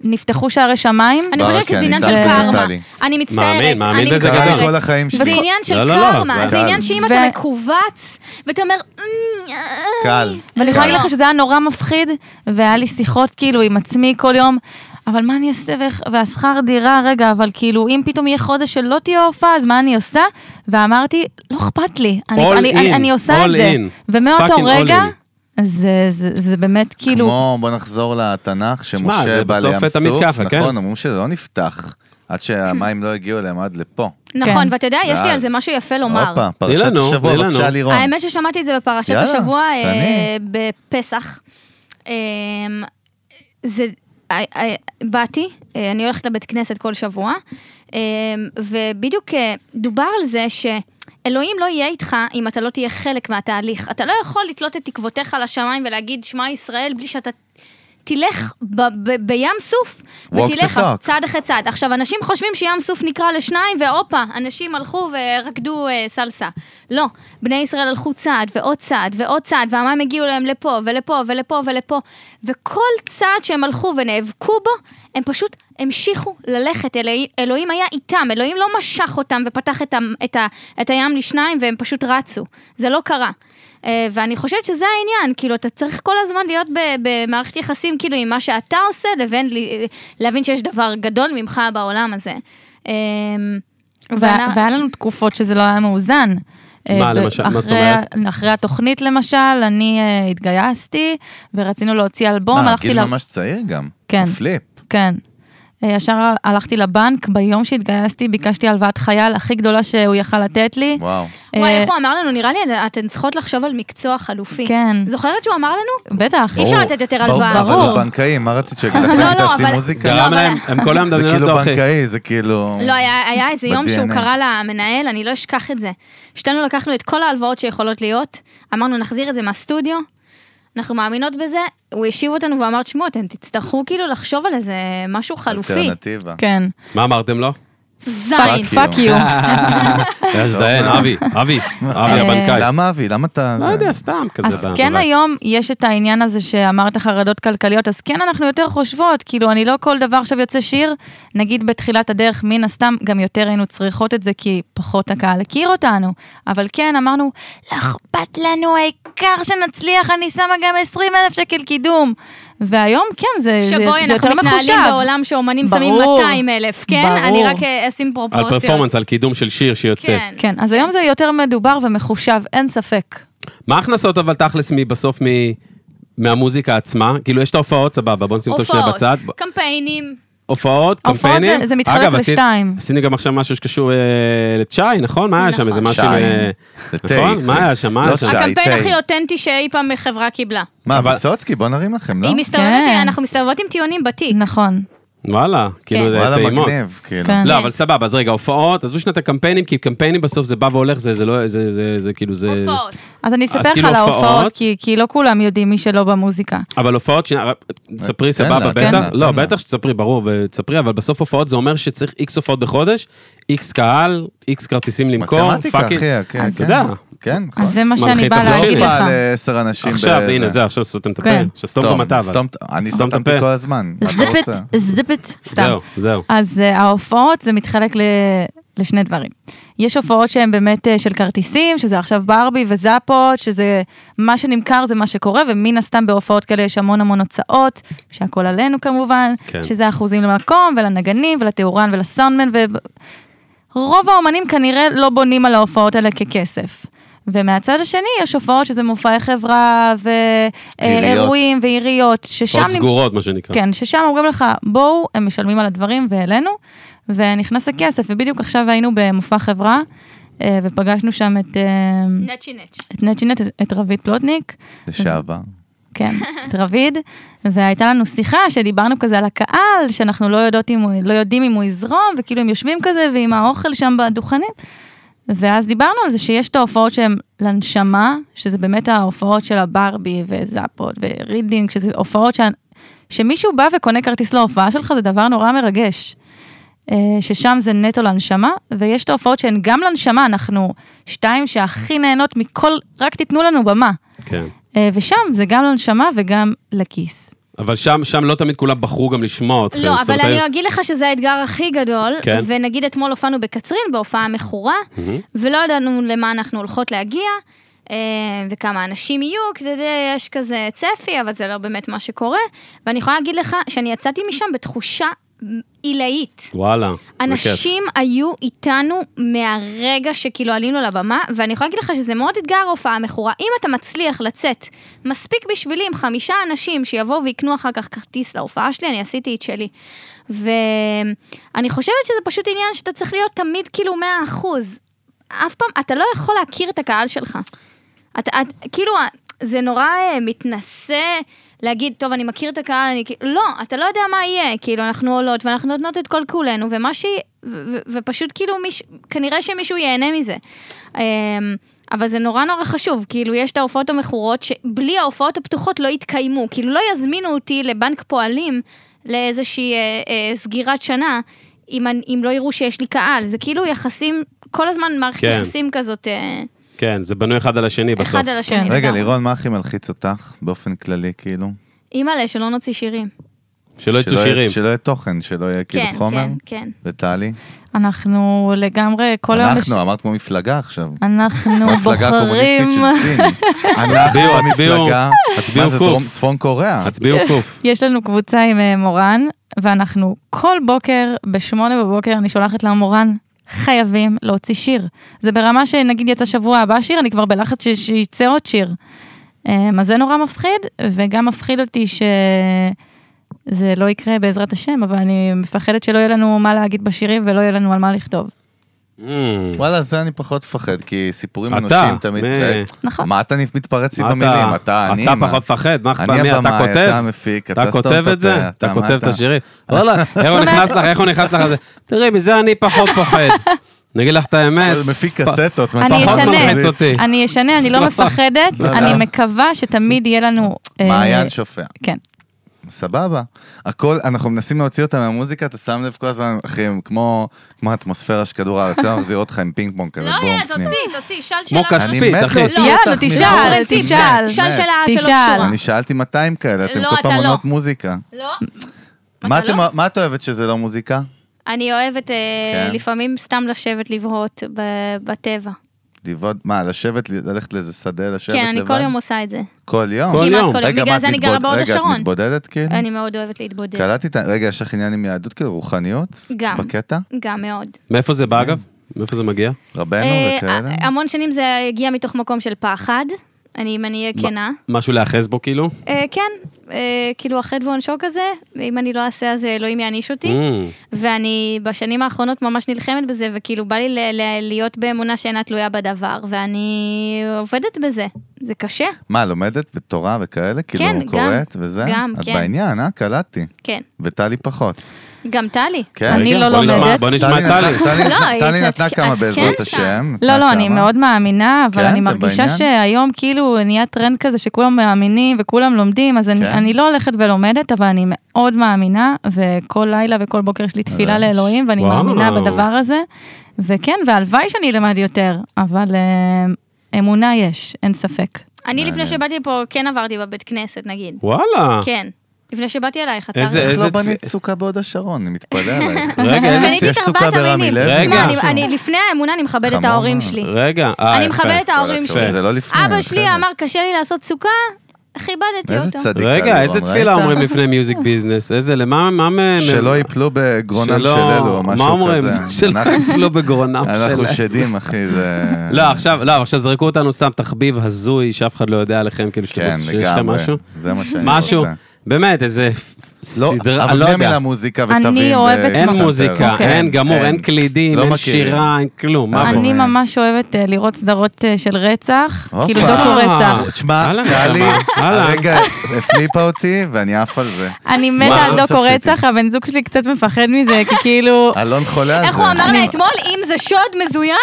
S4: נפתחו שערי שמיים.
S2: אני
S1: ברכה,
S2: חושבת שזה
S1: אני
S2: עניין
S1: איתך,
S2: של קרמה.
S1: טוטאלי.
S2: אני מצטערת,
S3: מאמין, מאמין
S2: אני
S3: בזה
S1: קרה לי
S3: גדול.
S2: מצטערת.
S1: כל החיים
S2: זה
S1: שלי.
S2: עניין
S3: לא,
S2: של
S3: לא, לא,
S2: קרמה,
S1: זה
S2: זה
S1: קל.
S2: עניין שאם
S4: ו-
S2: אתה מכווץ ואתה אומר... "אמ,
S1: קל.
S4: ואני יכולה להגיד
S2: לא.
S4: לך שזה היה נורא מפחיד, והיה לי שיחות כאילו עם עצמי כל יום. אבל מה אני אעשה, ואיך- והשכר דירה, רגע, אבל כאילו, אם פתאום יהיה חודש שלא תהיה הופעה, אז מה אני עושה? ואמרתי, לא אכפת לי, אני,
S3: All
S4: אני,
S3: in,
S4: אני, אני עושה
S3: all
S4: את זה.
S3: in. Fucking
S4: ומאותו
S3: all
S4: רגע, זה, זה, זה באמת כאילו...
S1: כמו, בוא נחזור לתנ"ך,
S3: זה
S1: שמשה בא
S3: בסוף
S1: לים
S3: תמיד
S1: סוף,
S3: ככה, כן?
S1: נכון, אמרו שזה לא נפתח, עד שהמים לא הגיעו אליהם עד לפה.
S2: נכון,
S4: כן.
S2: ואתה יודע, יש לי על
S1: ואז-
S2: זה משהו יפה לומר.
S1: הופה, פרשת
S3: לנו,
S1: השבוע,
S3: תני לנו.
S1: בבקשה לירון.
S2: האמת ששמעתי את זה בפרשת
S1: יאללה,
S2: השבוע אה,
S1: תעני.
S2: בפסח. אה, זה, אה, אה, באתי, אה, אני הולכת לבית כנסת כל שבוע, אה, ובדיוק אה, דובר על זה ש... אלוהים לא יהיה איתך אם אתה לא תהיה חלק מהתהליך. אתה לא יכול לתלות את תקוותיך על השמיים ולהגיד שמע ישראל בלי שאתה תלך ב- ב- בים סוף
S1: Walk the
S2: ותלך
S1: talk.
S2: צעד אחרי צעד. עכשיו, אנשים חושבים שים סוף נקרע לשניים, והופה, אנשים הלכו ורקדו אה, סלסה. לא, בני ישראל הלכו צעד ועוד צעד ועוד צעד, והמים הגיעו להם לפה ולפה ולפה ולפה, וכל צעד שהם הלכו ונאבקו בו, הם פשוט המשיכו ללכת. אלוהי- אלוהים היה איתם, אלוהים לא משך אותם ופתח את, ה, את, ה, את הים לשניים, והם פשוט רצו. זה לא קרה. אה, ואני חושבת שזה העניין, כאילו, אתה צריך כל הזמן להיות ב- במערכת יחסים, כאילו, עם מה שאתה עושה, לבין ל- להבין שיש דבר גדול ממך בעולם הזה. אה,
S4: וה-
S2: ואנ-
S4: והיה לנו תקופות שזה לא היה מאוזן.
S3: מה,
S4: אה, ב-
S3: למשל? מה זאת
S4: אחרי-
S3: אומרת?
S4: אחרי התוכנית למשל, אני אה, התגייסתי, ורצינו להוציא אלבום,
S1: מה,
S4: הלכתי
S1: גיל
S4: ל...
S1: אה, כאילו
S2: לא-
S1: ממש צעיר גם.
S4: כן.
S1: פליפ.
S4: כן. אה, ישר הלכתי לבנק, ביום שהתגייסתי ביקשתי הלוואת חייל הכי גדולה שהוא יכל לתת לי.
S1: וואו.
S4: אה,
S2: וואי, איך הוא אמר לנו? נראה לי אתן צריכות לחשוב על מקצוע חלופי.
S4: כן.
S2: זוכרת שהוא אמר לנו?
S4: בטח.
S2: אי אפשר
S1: ברור.
S2: לתת יותר
S1: ברור,
S2: הלוואה.
S1: אבל הוא בנקאי, מה רצית שיגיד לך?
S2: לא, לא,
S1: תעשי
S2: אבל-
S1: מוזיקה.
S2: לא,
S3: גרם
S2: אבל-
S3: להם, הם כל היום
S1: זה
S3: מדברים
S1: כאילו
S3: אותו אחי.
S1: בנקאי, זה כאילו...
S2: לא, היה, היה איזה יום שהוא
S1: ב-DNA.
S2: קרא למנהל, אני לא אשכח את זה. שתינו לקחנו את כל ההלוואות שיכולות להיות, אמרנו נחזיר את זה מהסטודיו, אנחנו מאמינות בזה, הוא השיב אותנו ואמר, תשמעו, אתם תצטרכו כאילו לחשוב על איזה משהו חלופי.
S1: אלטרנטיבה.
S4: כן.
S3: מה אמרתם לו?
S2: זין.
S4: פאק יו.
S3: אז דיין, אבי, אבי, אבי הבנקאי.
S1: לא. אה, למה אבי? למה אתה...
S3: לא
S1: זה-
S3: יודע, סתם כזה.
S4: אז
S3: ב-
S4: כן
S3: בבית.
S4: היום יש את העניין הזה שאמרת חרדות כלכליות, אז כן אנחנו יותר חושבות, כאילו אני לא כל דבר עכשיו יוצא שיר, נגיד בתחילת הדרך, מן הסתם גם יותר היינו צריכות את זה כי פחות הקהל הכיר אותנו, אבל כן אמרנו, לא אכפת לנו, העיקר שנצליח, אני שמה גם 20 אלף שקל קידום. והיום כן, זה, זה,
S2: שבו
S4: זה יותר
S2: אנחנו
S4: מחושב.
S2: מתנהלים בעולם שאומנים שמים
S4: ברור.
S2: 200 אלף, כן?
S4: ברור.
S2: אני רק אה, אשים
S3: על
S2: פרופורציות.
S3: פרפורמנס, על קידום של שיר שיוצא.
S2: כן.
S4: כן, אז היום זה יותר מדובר ומחושב, אין ספק.
S3: מה ההכנסות אבל תכלס מ- בסוף מ- מהמוזיקה עצמה? כאילו יש את ההופעות, סבבה, בוא נשים אותו שנייה
S2: הופעות,
S3: בצד.
S2: קמפיינים.
S3: הופעות,
S4: הופעות
S3: קמפיינים.
S4: זה- זה מתחלק
S3: אגב, עשית-
S4: לשתיים.
S3: עשינו גם עכשיו משהו שקשור אה, לצ'אי, נכון? מה היה שם?
S2: נכון.
S3: איזה משהו...
S1: צ'אי.
S3: אה,
S1: זה תה,
S3: נכון?
S1: אחי.
S3: מה היה שם? מה היה
S1: לא
S3: שם?
S1: צ'אי.
S2: הקמפיין
S1: תה.
S2: הכי אותנטי שאי פעם חברה קיבלה.
S1: מה,
S3: אבל-
S1: ויסוצקי? בוא נרים לכם, לא?
S2: היא מסתובבת,
S4: כן.
S2: אנחנו מסתובבות עם טיעונים בתיק.
S4: נכון.
S3: וואלה, כאילו זה
S1: וואלה,
S3: טעימות.
S1: מגניב, כאילו.
S4: כן.
S3: לא, אבל סבבה, אז רגע, הופעות, עזבו שנייה את הקמפיינים, כי קמפיינים בסוף זה בא והולך, זה זה לא, זה- זה זה כאילו זה...
S2: הופעות.
S4: אז אני אספר
S3: אז
S4: לך
S3: כאילו
S4: על
S3: הופעות-
S4: ההופעות, כי, כי לא כולם יודעים מי שלא במוזיקה.
S3: אבל הופעות, שנייה, תספרי
S1: תן לה,
S3: סבבה,
S1: תן
S3: בטח,
S1: לה,
S3: לא,
S1: תן לה.
S3: בטח שתספרי, ברור, ותספרי, אבל בסוף הופעות זה אומר שצריך איקס הופעות בחודש, איקס קהל, איקס כרטיסים למכור,
S1: מתמטיקה, אחי, כן, כן.
S4: אז
S3: אתה יודע.
S1: כן, נכון.
S4: אז זה מה שאני
S3: מלחיץ
S4: באה
S3: אותך
S4: להגיד
S3: שלי.
S1: לא
S4: לך.
S1: בא לעשר אנשים
S3: עכשיו,
S1: באיזה-
S3: הנה, זה, עכשיו סותם את הפה,
S4: כן.
S3: עכשיו סתום
S1: סתום,
S3: גם אתה, אבל.
S1: סתום את- אני
S3: סתום את
S1: סתמתי
S3: הפה.
S1: כל הזמן. מה אתה
S4: זיפט,
S1: רוצה?
S4: זיפט, סתם.
S3: זהו, זהו.
S4: אז אה, ההופעות זה מתחלק ל- לשני דברים. יש הופעות שהן באמת אה, של כרטיסים, שזה עכשיו ברבי וזאפות, שזה מה שנמכר זה מה שקורה, ומן הסתם בהופעות כאלה יש המון המון הוצאות, שהכל עלינו כמובן,
S3: כן.
S4: שזה אחוזים למקום, ולנגנים, ולטהורן, ולסאונדמן, ו... רוב האומנים כנראה לא בונים על ההופעות האלה ככסף. ומהצד השני יש הופעות שזה מופעי חברה
S1: עיריות.
S4: ואירועים ועיריות, ששם
S3: הופעות
S4: נמכר...
S3: סגורות, מה שנקרא.
S4: כן, ששם אומרים לך, בואו, הם משלמים על הדברים, והעלינו, ונכנס הכסף, ובדיוק עכשיו היינו במופע חברה, אה, ופגשנו שם את, אה,
S2: נצ'י נצ'.
S4: את נצ'ינט, את רביד פלוטניק,
S1: לשעבר.
S4: כן, את רביד, והייתה לנו שיחה שדיברנו כזה על הקהל, שאנחנו לא, יודעות אם הוא, לא יודעים אם הוא יזרום, וכאילו הם יושבים כזה, ועם האוכל שם בדוכנים. ואז דיברנו על זה שיש את ההופעות שהן לנשמה, שזה באמת ההופעות של הברבי וזאפות ורידינג, שזה הופעות ש... שמישהו בא וקונה כרטיס להופעה שלך, זה דבר נורא מרגש. אה, ששם זה נטו לנשמה, ויש את ההופעות שהן גם לנשמה, אנחנו שתיים שהכי נהנות מכל, רק תיתנו לנו במה.
S3: כן.
S4: אה, ושם זה גם לנשמה וגם לכיס.
S3: אבל שם, שם לא תמיד כולם בחרו גם לשמוע אתכם.
S2: לא,
S3: זאת
S2: אבל
S3: אומרת,
S2: אני
S3: היו-
S2: אגיד לך שזה האתגר הכי גדול,
S3: כן. Mm-hmm.
S2: ונגיד אתמול הופענו בקצרין בהופעה מכורה, ולא ידענו למה אנחנו הולכות להגיע, אה, וכמה אנשים יהיו, כדי זה יש כזה צפי, אבל זה לא באמת מה שקורה, ואני יכולה להגיד לך שאני יצאתי משם בתחושה עילאית.
S3: וואלה, זה כיף.
S2: אנשים היו איתנו מהרגע שכאילו עלינו לבמה, ואני יכולה להגיד לך שזה מאוד אתגר ההופעה המכורה. אם אתה מצליח לצאת מספיק בשבילי עם חמישה אנשים שיבואו ויקנו אחר כך כרטיס להופעה שלי, אני עשיתי את שלי. ואני חושבת שזה פשוט עניין שאתה צריך להיות תמיד כאילו 100 אחוז. אף פעם, אתה לא יכול להכיר את הקהל שלך. אתה, את, כאילו, זה נורא אה, מתנשא להגיד, טוב, אני מכיר את הקהל, אני כאילו, לא, אתה לא יודע מה יהיה, כאילו, אנחנו עולות ואנחנו נותנות את כל כולנו, ומה ש... ו- ו- ופשוט כאילו, מיש... כנראה שמישהו ייהנה מזה. אמ, אבל זה נורא נורא חשוב, כאילו, יש את ההופעות המכורות, שבלי ההופעות הפתוחות לא יתקיימו, כאילו, לא יזמינו אותי לבנק פועלים לאיזושהי אה, אה, סגירת שנה. אם, אני- אם לא יראו שיש לי קהל, זה כאילו יחסים, כל הזמן מערכת
S3: כן.
S2: יחסים כזאת, אה,
S3: כן, זה בנוי אחד על השני בסוף.
S2: אחד על השני.
S1: כן. רגע,
S2: לגמרי.
S1: לירון, מה הכי מלחיץ אותך באופן כללי, כאילו?
S2: אימא'לה, שלא נוציא שירים.
S3: שלא יצאו
S1: שלא יהיה-
S3: שירים.
S1: שלא יהיה תוכן, שלא יהיה כאילו
S2: כן,
S1: חומר?
S2: כן, כן.
S1: וטלי?
S4: אנחנו לגמרי, כל היום... יש-
S1: אנחנו, אמרת כמו מפלגה עכשיו.
S4: אנחנו
S1: כמו המפלגה
S4: בוחרים...
S1: הקומוניסטית של סין. אנחנו
S3: הצביעו, הצביעו,
S1: המפלגה...
S3: הצביעו
S1: מה זה,
S3: קוף,
S1: דרום- צפון קוריאה?
S3: הצביעו קוף.
S4: יש לנו קבוצה עם אה, מורן, ואנחנו כל בוקר, בשמונה בבוקר, אני שולחת לה מורן. חייבים להוציא שיר. זה ברמה שנגיד יצא שבוע הבא שיר, אני כבר בלחץ ש- שיצא עוד שיר. אמ, אז זה נורא מפחיד, וגם מפחיד אותי שזה לא יקרה בעזרת השם, אבל אני מפחדת שלא יהיה לנו מה להגיד בשירים ולא יהיה לנו על מה לכתוב.
S3: Mm.
S1: וואלה, זה אני פחות מפחד, כי סיפורים
S3: אתה,
S1: אנושיים תמיד...
S3: מ-
S1: אה,
S4: נכון.
S1: מה אתה מתפרץ לי
S3: אתה-
S1: במילים? אתה, אני,
S3: אתה
S1: מה?
S3: פחות מפחד, מה אכפת
S1: אני
S3: מי? אתה
S1: הבמאי, אתה
S3: כותב?
S1: המפיק,
S3: אתה
S1: אתה
S3: כותב
S1: סתום
S3: את זה?
S1: הפה,
S3: אתה
S1: אתה- מה
S3: כותב את
S1: אתה?
S3: השירים? וואלה, איך הוא נכנס לך, איך הוא נכנס לך? לזה? תראי, מזה אני פחות פוחד. אני אגיד לך את האמת.
S1: מפיק קסטות,
S4: אני
S1: מפחד
S4: אשנה.
S1: מלחיץ
S3: מלחיץ אותי.
S4: אני אשנה, אני לא מפחדת,
S1: לא,
S4: אני
S1: לא.
S4: מקווה שתמיד יהיה לנו... אה,
S1: מעיין שופע.
S4: כן.
S1: סבבה. הכל, אנחנו מנסים להוציא אותה מהמוזיקה, אתה שם לב כל הזמן, אחי, הם כמו, כמו האטמוספירה של כדור הארץ, כמה מחזיר אותך עם פינג פונג כזה,
S2: לא,
S1: בום,
S2: יאללה,
S1: פנים.
S2: תוציא, תוציא, שאל
S3: כמו
S2: שאלה.
S3: כס-
S1: אני
S3: תצפית,
S1: מת
S3: אחי.
S1: להוציא
S4: יאללה,
S1: אותך
S4: תשאל,
S1: מזה.
S2: לא,
S4: תשאל,
S2: רציף,
S4: תשאל.
S2: שאל שאלה
S1: מת.
S2: שלא
S4: תשאל.
S2: קשורה.
S1: אני שאלתי 200 כאלה, אתם
S2: לא,
S1: כל פעם
S2: אתה לא.
S1: עונות מוזיקה.
S2: לא?
S1: מה
S2: אתה
S1: אתם-
S2: לא?
S1: מה את אוהבת שזה לא מוזיקה?
S2: אני אוהבת אה,
S1: כן.
S2: לפעמים סתם לשבת לבהות ב- בטבע.
S1: לבעוד, מה, לשבת, ל- ללכת לאיזה שדה, לשבת לבד?
S2: כן, אני כל יום עושה את זה.
S1: כל יום?
S3: כל
S2: כמעט
S3: יום.
S2: כל יום.
S1: רגע, מה,
S2: בגלל
S1: את
S2: זה אני גרה
S1: מתבוד-
S2: בהוד
S1: רגע, את
S2: השרון.
S1: מתבודדת כאילו?
S2: אני מאוד אוהבת להתבודד.
S1: קלטתי את ה... רגע, יש לך עניין עם יהדות כאילו, רוחניות?
S2: גם.
S1: בקטע?
S2: גם מאוד.
S3: מאיפה זה בא אגב? מאיפה זה מגיע?
S1: רבנו
S2: אה,
S1: וכאלה?
S2: המון שנים זה הגיע מתוך מקום של פחד, אני- אם אני אהיה כנה.
S3: משהו להיאחז בו כאילו?
S2: אה, כן, אה, כאילו החטא ועונשו כזה, אם אני לא אעשה אז אלוהים יעניש אותי.
S3: Mm.
S2: ואני בשנים האחרונות ממש נלחמת בזה, וכאילו בא לי ל- ל- להיות באמונה שאינה תלויה בדבר, ואני עובדת בזה. זה קשה,
S1: מה, לומדת ותורה וכאלה? כאילו,
S2: כן, גם.
S1: קוראת וזה?
S2: גם,
S1: את
S2: כן.
S1: בעניין, אה? קלטתי.
S2: כן.
S1: וטלי פחות.
S2: גם טלי.
S1: כן?
S4: אני
S3: רגע,
S4: לא
S3: בוא נשמע-
S4: לומדת.
S3: בוא נשמע את טלי.
S1: טלי,
S2: לא,
S1: נתנה-
S2: היא
S1: טלי
S2: קצת-
S1: נתנה
S2: את
S1: כמה
S2: כן
S1: בעזרת
S2: שם.
S1: השם.
S4: לא, לא,
S1: נתנה
S4: אני
S1: כמה.
S4: מאוד מאמינה, אבל
S1: כן,
S4: אני
S1: אתם
S4: מרגישה
S1: בעניין?
S4: שהיום כאילו נהיה טרנד כזה שכולם מאמינים וכולם לומדים, אז אני-
S1: כן.
S4: אני לא הולכת ולומדת, אבל אני מאוד מאמינה, וכל לילה וכל בוקר יש לי תפילה
S1: אז-
S4: לאלוהים, ואני
S3: וואו.
S4: מאמינה בדבר הזה, וכן, והלוואי שאני אלמד יותר, אבל אה, אמונה יש, אין ספק.
S1: אוקיי.
S2: אני לפני שבאתי לפה כן עברתי בבית כנסת, נגיד.
S3: וואלה.
S2: כן. לפני שבאתי אלייך, עצרתי.
S3: איזה-
S1: איך
S3: איזה
S1: לא
S3: תפ-
S1: בנית סוכה בהוד השרון? אני מתפלא עלייך.
S2: כן.
S3: רגע, איזה...
S2: קניתי
S1: יש
S2: את
S1: סוכה
S2: ארבעת
S1: ברמי
S2: המינים.
S1: לוי?
S2: תשמע,
S3: רגע.
S2: אני- אני לפני האמונה, אני מכבדת את
S1: חמור
S2: ההורים
S1: מאוד.
S2: שלי.
S3: רגע. אה,
S2: אני
S3: יפה.
S2: מכבדת את ההורים
S1: אפשרות,
S2: שלי.
S1: זה לא לפני,
S2: אבא
S1: אחרת.
S2: שלי אמר, קשה לי לעשות סוכה, כיבדתי
S1: איזה
S2: אותו.
S1: צדיק.
S3: רגע,
S1: לירון,
S3: איזה
S1: ראית?
S3: תפילה אומרים לפני מיוזיק ביזנס? איזה, למה, מה מ...
S1: שלא ייפלו בגרונם של
S3: שלא-
S1: אלו או
S3: מה
S1: משהו
S3: אומרים?
S1: כזה.
S3: שלא
S1: אנחנו-
S3: יפלו בגרונם
S1: אנחנו
S3: שלהם.
S1: שדים, אחי, זה...
S3: לא, עכשיו, לא, עכשיו זרקו אותנו סתם תחביב הזוי שאף אחד לא יודע עליכם, כאילו שאתם-
S1: כן,
S3: שיש לכם
S1: לגמרי.
S3: משהו.
S1: זה מה שאני רוצה.
S3: משהו, באמת, איזה
S1: לא,
S3: סדרה,
S1: אבל
S3: לא
S1: בלי המילה
S3: יודע.
S1: מוזיקה אה,
S4: אני
S1: ותווים.
S4: אוהבת
S3: אין
S4: מסנתר.
S3: מוזיקה,
S4: אוקיי.
S3: אין גמור, אין קלידים,
S1: לא
S3: אין
S1: מכירים.
S3: שירה, אין כלום. מה
S1: אבל-
S3: זה?
S4: אני
S1: אה.
S4: ממש אוהבת אה, לראות סדרות אה, של רצח,
S1: הופה.
S4: כאילו דוקו רצח.
S1: תשמע,
S3: אהלן,
S1: טלי,
S3: נשמה. אהלן.
S1: הרגע הפליפה אותי ואני עף על זה.
S4: אני
S1: וואו,
S4: מתה על
S1: לא
S4: דוקו
S1: צפיתי.
S4: רצח, הבן זוג שלי קצת מפחד מזה, כי כאילו...
S3: אה,
S1: אלון חולה על זה.
S2: איך
S4: נכון,
S2: הוא אמר לה אתמול, אם זה שוד מזוין,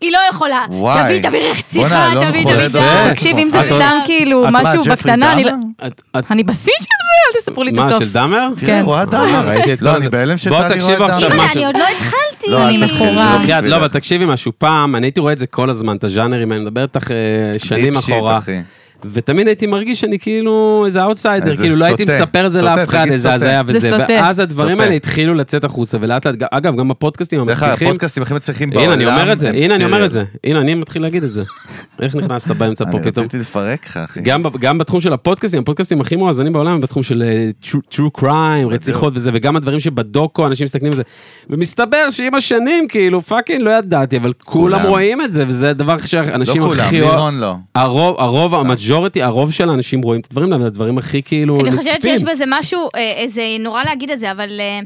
S2: היא לא יכולה.
S1: וואי.
S2: תביא, תביא
S1: בואנה, לא
S2: רציחה,
S1: אלון
S2: תביא,
S1: חולה
S2: תביא.
S1: דוקו.
S2: זה.
S3: אה,
S4: תקשיב, אם זה
S3: את-
S4: סתם כאילו
S1: את מה,
S4: משהו
S1: ג'פרי
S4: בקטנה, אני לא-
S1: דאמר?
S3: את- את-
S4: אני בשיא של זה, אל תספרו לי את
S3: מה,
S4: הסוף.
S3: של דאמר?
S1: תראה,
S4: כן.
S1: רואה דאמר.
S3: וואלה, ראיתי את
S1: לא,
S3: כל
S1: אני
S3: זה.
S1: בהלם שטלי
S3: בוא
S1: רואה
S3: תקשיב
S1: דאמר.
S3: עכשיו
S2: אימא'לה,
S3: משהו.
S2: אני עוד לא התחלתי.
S1: לא,
S4: אני
S1: אל תתחיל, זה לא
S4: מכורה.
S1: בשבילך.
S3: בחייאת, לא, אבל תקשיבי משהו, פעם, אני הייתי רואה את זה כל הזמן, את הז'אנרים, אני מדבר איתך אה, שנים
S1: דיפ שיט,
S3: אחורה.
S1: אחי.
S3: ותמיד הייתי מרגיש שאני כאילו איזה אאוטסיידר,
S1: איזה
S3: כאילו לא הייתי
S1: סוטה.
S3: מספר את זה
S1: סוטה,
S3: לאף אחד,
S1: תגיד
S3: איזה
S1: סוטה.
S3: הזיה
S4: זה
S3: וזה,
S4: סוטה.
S3: ואז הדברים
S1: סוטה.
S3: האלה התחילו לצאת החוצה ולאט לאט, אגב, גם בפודקאסטים
S1: דרך אגב,
S3: המצליחים,
S1: הפודקאסטים הכי מצליחים בעולם
S3: הנה אני אומר את זה,
S1: הם
S3: הנה אני אומר
S1: סיריאל.
S3: את זה, הנה אני מתחיל להגיד את זה. איך נכנסת באמצע פה
S1: אני
S3: פתאום?
S1: רציתי לפרק לך, אחי.
S3: גם, ב- גם בתחום של הפודקאסטים, הפודקאסטים הכי מואזנים בעולם הם בתחום של אה, true- true crime, רציחות וזה, וגם הדברים שבדוקו אנשים מסתכלים על זה. ומסתבר שעם השנים, כאילו, פאקינג לא ידעתי, אבל כולם
S1: כולם.
S3: רואים את זה, וזה הדבר
S1: לא
S3: שאנשים
S1: כולם,
S3: הכי...
S1: לירון לא.
S3: הרוב, הרוב, המג'וריטי, הרוב של האנשים רואים את הדברים האלה, הדברים הכי כאילו
S2: אני
S3: נצפים.
S2: חושבת שיש בזה משהו, אה, אה, זה נורא להגיד את זה, אבל... אה,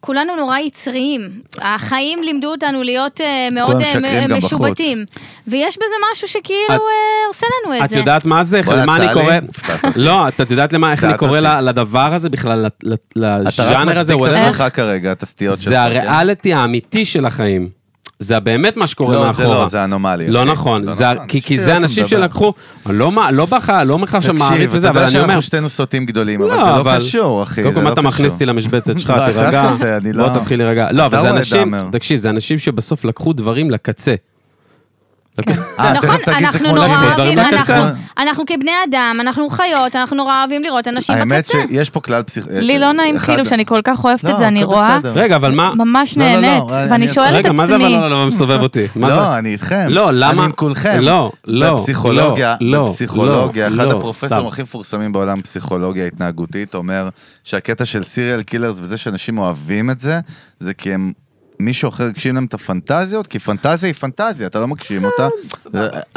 S2: כולנו נורא יצריים, החיים לימדו אותנו להיות אה, מאוד אה, מ-
S1: משקרים גם בחוץ.
S2: משובטים, ויש בזה משהו שכאילו
S3: את-
S2: אה, עושה לנו את
S3: את
S2: זה.
S3: יודעת מה זה?
S1: בואנה,
S3: מה אני
S1: טלי,
S3: קורא?
S1: הפתעת אותי.
S3: לא, את את יודעת למה, איך אני
S1: הפתעת
S3: קורא
S1: אותי.
S3: ל- לדבר הזה בכלל, ל- ל-
S1: אתה רק
S3: לז'אנר הזה,
S1: מצדיק את
S3: whatever?
S1: עצמך כרגע, את הסטיות שלך. כן.
S3: זה הריאליטי האמיתי של החיים. זה באמת מה שקורה
S1: לא, זה
S3: מאחורה.
S1: לא, זה אנומליה.
S3: לא
S1: אחי.
S3: נכון,
S1: לא
S3: זה-
S1: נכון,
S3: כי- כי
S1: שטויות
S3: זה
S1: אתה
S3: אנשים
S1: מדבר.
S3: שלקחו, אני לא מה- לא בח- לא בהכרח עכשיו מעריץ
S1: תקשיב,
S3: וזה,
S1: אתה
S3: אבל
S1: יודע
S3: אני אומר,
S1: שאנחנו שתינו סוטים גדולים, אבל
S3: לא,
S1: זה לא
S3: אבל-
S1: קשור, אחי.
S3: קודם
S1: זה
S3: כל מה
S1: לא
S3: אתה
S1: קשור.
S3: מכניס אותי למשבצת שלך,
S1: לא, אתה
S3: תירגע,
S1: סוטה, אני
S3: בוא
S1: לא-
S3: תתחיל להירגע. לא, אבל
S1: אתה
S3: זה
S1: וורד
S3: אנשים,
S1: דאמר.
S3: תקשיב, זה אנשים שבסוף לקחו דברים לקצה. אוקיי?
S1: אה,
S2: זה
S1: תכף
S2: נכון,
S1: תגיד, זה
S2: אנחנו
S1: כמו
S4: לא
S2: נורא
S1: ללמוד.
S2: אוהבים,
S3: דברים
S2: אנחנו-
S1: בקצה.
S2: אנחנו כבני אדם, אנחנו חיות, אנחנו נורא אוהבים לראות אנשים
S1: האמת
S2: בקצה.
S1: שיש פה כלל פסיכ... אה,
S4: לי לא נעים
S1: אחד-
S4: כאילו שאני כל כך אוהבת
S1: לא,
S4: את זה, אני
S1: הכל
S4: רואה,
S1: בסדר.
S3: רגע, אבל מה...
S4: ממש
S1: לא, לא, לא,
S4: נהנית,
S1: אני-
S4: ואני
S1: אני
S4: שואלת את
S3: אה, רגע, מה זה אבל
S4: עצמי,
S3: לא, לא, לא, מסובב אותי? מה זה?
S1: לא, אני איתכם.
S3: לא, למה-
S1: אני עם כולכם.
S3: לא, לא,
S1: בפסיכולוגיה,
S3: לא, לא,
S1: בפסיכולוגיה,
S3: לא,
S1: אחד
S3: לא,
S1: הפרופסורים
S3: סתם.
S1: הכי מפורסמים בעולם בפסיכולוגיה התנהגותית אומר שהקטע של סיריאל קילרס וזה שאנשים אוהבים את זה, זה כי הם... מישהו אחר הגשים להם את הפנטזיות, כי פנטזיה היא פנטזיה, אתה לא מגשים אותה.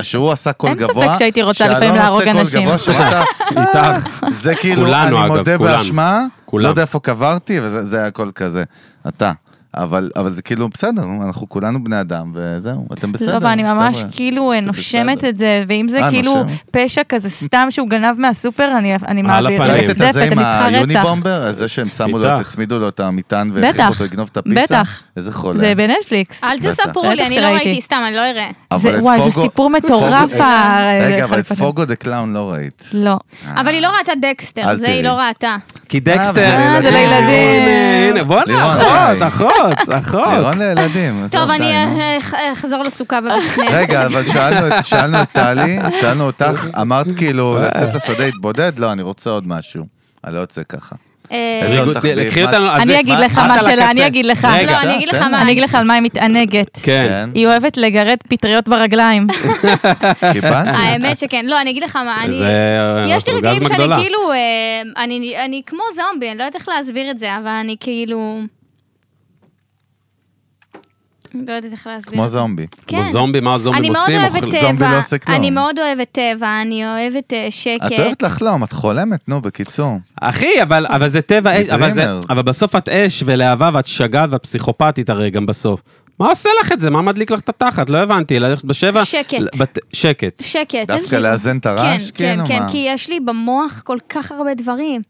S1: שהוא עשה קול
S4: אה, אין ספק
S1: גבוה,
S4: שהייתי רוצה
S1: שאלון
S4: לפעמים
S1: עושה
S4: להרוג
S1: קול
S4: אנשים.
S1: גבוה, שמעת,
S3: איתך.
S1: זה כאילו,
S3: כולנו,
S1: אני
S3: אגב,
S1: מודה
S3: כולנו.
S1: באשמה,
S3: כולם.
S1: לא יודע איפה קברתי, וזה זה היה הכל כזה. אתה. אבל, אבל זה כאילו, בסדר, אנחנו כולנו בני אדם, וזהו, אתם בסדר.
S4: לא, ואני ממש
S1: חבר'ה.
S4: כאילו אה, נושמת
S1: בסדר.
S4: את זה, ואם זה
S1: אה,
S4: כאילו
S1: נושמת.
S4: פשע כזה סתם שהוא גנב מהסופר, אני- אני
S3: על
S4: מעבירה.
S3: הפנים.
S1: ראית את הזה
S4: נפדפת,
S1: עם
S4: אני צריכה רצח.
S1: היוניבומבר? זה שהם שמו לו,
S3: איתך.
S1: הצמידו לו את המטען והכריחו
S4: בטח.
S1: אותו לגנוב את הפיצה?
S4: בטח.
S1: איזה חולה.
S4: זה בנטפליקס.
S2: אל
S1: בטח.
S2: תספרו לי,
S4: בטח
S2: אני לא
S4: שראיתי.
S2: ראיתי, סתם, אני לא אראה.
S1: אבל
S4: זה-
S1: את
S4: וואי, זה
S1: פוגו-
S4: סיפור מטורף.
S1: פוגו-
S4: ה-
S1: רגע, אבל את
S4: חלפנים.
S1: פוגו דה קלאון לא ראית.
S4: לא.
S2: אבל היא לא ראתה דקסטר,
S1: אה. אל
S2: זה היא
S1: תראי.
S2: לא ראתה.
S3: כי
S1: אה,
S3: דקסטר...
S1: זה
S4: אה, זה
S1: לילדים.
S4: לילדים.
S3: הנה, הנה, בואנה,
S1: לירון,
S3: אחות,
S1: היי.
S3: אחות, אחות.
S4: לא.
S1: לירון לילדים. עזוב,
S2: טוב,
S1: די,
S2: אני
S1: נו.
S2: אה, אח- אחזור לסוכה בבית כנסת.
S1: רגע, אבל שאלנו את- שאלנו את טלי, שאלנו אותך, אמרת כאילו לצאת לשדה התבודד? לא, אני רוצה עוד משהו. אני לא יוצא ככה.
S2: אה,
S1: איזה עוד
S3: ריגוד-
S1: תחביב?
S3: קחי
S1: מה-
S3: אותנו- אז זה-
S4: אני אגיד
S1: מה-
S4: לך
S1: מה
S4: מה
S3: אתה
S4: שלה,
S3: לקצה?
S4: אני אגיד לך.
S3: רגע.
S2: לא, אני אגיד לך
S1: כן.
S2: מה,
S4: אני אגיד לך על מה היא מתענגת.
S3: כן.
S1: כן,
S4: היא אוהבת לגרד פטריות ברגליים.
S1: קיבלתי.
S2: האמת שכן, לא, אני אגיד לך מה, אני...
S3: זה, אה,
S2: יש לי רגעים
S3: אורגזמה
S2: שאני
S3: גדולה.
S2: כאילו, אה, אני, אני כמו זומבי, אני לא יודעת איך להסביר את זה, אבל אני כאילו... לא יודעת איך להסביר.
S1: כמו זומבי.
S2: כן.
S3: כמו זומבי, מה הזומבים
S2: אני מאוד
S3: עושים?
S2: אוהבת אה,
S3: אוכל-
S1: זומבי
S2: טבע,
S1: לא עושה כלום.
S2: אני מאוד אוהבת טבע, אני אוהבת אה,
S1: את
S2: שקט.
S1: אוהבת לחלום, את חולמת, נו, בקיצור.
S3: אחי, אבל, אבל זה טבע אש, אבל, זה,
S1: בדרימר.
S3: אבל בסוף את אש ולהבה ואת שגעת ואת פסיכופתית הרי גם בסוף. מה עושה לך את זה? מה מדליק לך את התחת? לא הבנתי, ללכת בשבע?
S2: שקט.
S3: ל- בת, שקט.
S2: שקט.
S1: דווקא
S2: איזה-
S1: לאזן את הרעש,
S2: כן,
S1: כאילו,
S2: כן,
S1: מה?
S2: כן, כי יש לי במוח כל כך הרבה דברים.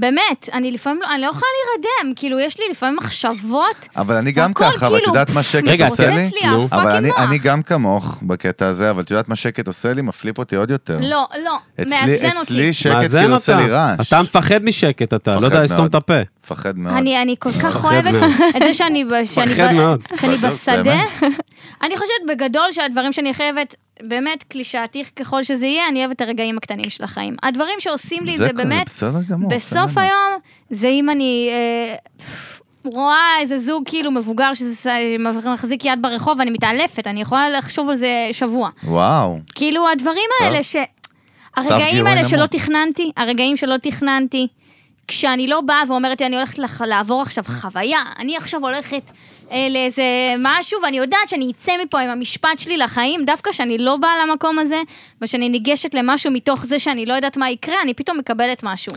S2: באמת, אני לפעמים לא, אני לא יכולה להירדם, כאילו, יש לי לפעמים מחשבות.
S1: אבל אני גם
S2: הכל
S1: ככה, אבל את
S2: כאילו,
S1: יודעת מה
S2: פפפ,
S1: שקט
S3: רגע,
S1: עושה לי?
S2: מתרוצץ לי
S3: נו.
S1: אבל אני-
S2: הפאקינג מוח.
S1: אני גם כמוך בקטע הזה, אבל את יודעת מה שקט עושה לי? מפליפ אותי עוד יותר.
S2: לא, לא,
S1: אצלי-
S2: מאזן אותי.
S1: אצלי שקט
S3: מאזן
S1: כאילו עושה לי
S3: אותה.
S1: רעש.
S3: אתה מפחד משקט, אתה.
S1: מפחד
S3: לא יודע לסתום
S1: מאוד.
S3: את הפה.
S1: מפחד מאוד.
S2: אני, אני כל כך
S3: מפחד
S2: אוהבת
S3: מאוד.
S2: את זה שאני, ב- שאני,
S3: מפחד מאוד.
S2: ב- שאני
S1: בדיוק,
S2: בשדה.
S1: באמת.
S2: אני חושבת בגדול שהדברים שאני חייבת, באמת קלישאתי ככל שזה יהיה, אני אוהבת את הרגעים הקטנים של החיים. הדברים שעושים לי זה
S1: קורה,
S2: באמת,
S1: בסדר גמור.
S2: בסוף
S1: סבבה.
S2: היום, זה אם אני אה, רואה איזה זוג כאילו מבוגר שמחזיק יד ברחוב, אני מתעלפת, אני יכולה לחשוב על זה שבוע.
S1: וואו.
S2: כאילו הדברים האלה ש... הרגעים
S1: אה? גירוי
S2: האלה
S1: נמוך.
S2: שלא תכננתי, הרגעים שלא תכננתי, כשאני לא באה ואומרת לי, אני הולכת לח- לעבור עכשיו חוויה, אני עכשיו הולכת אה, לאיזה משהו, ואני יודעת שאני אצא מפה עם המשפט שלי לחיים, דווקא שאני לא באה למקום הזה, ושאני ניגשת למשהו מתוך זה שאני לא יודעת מה יקרה, אני פתאום מקבלת משהו.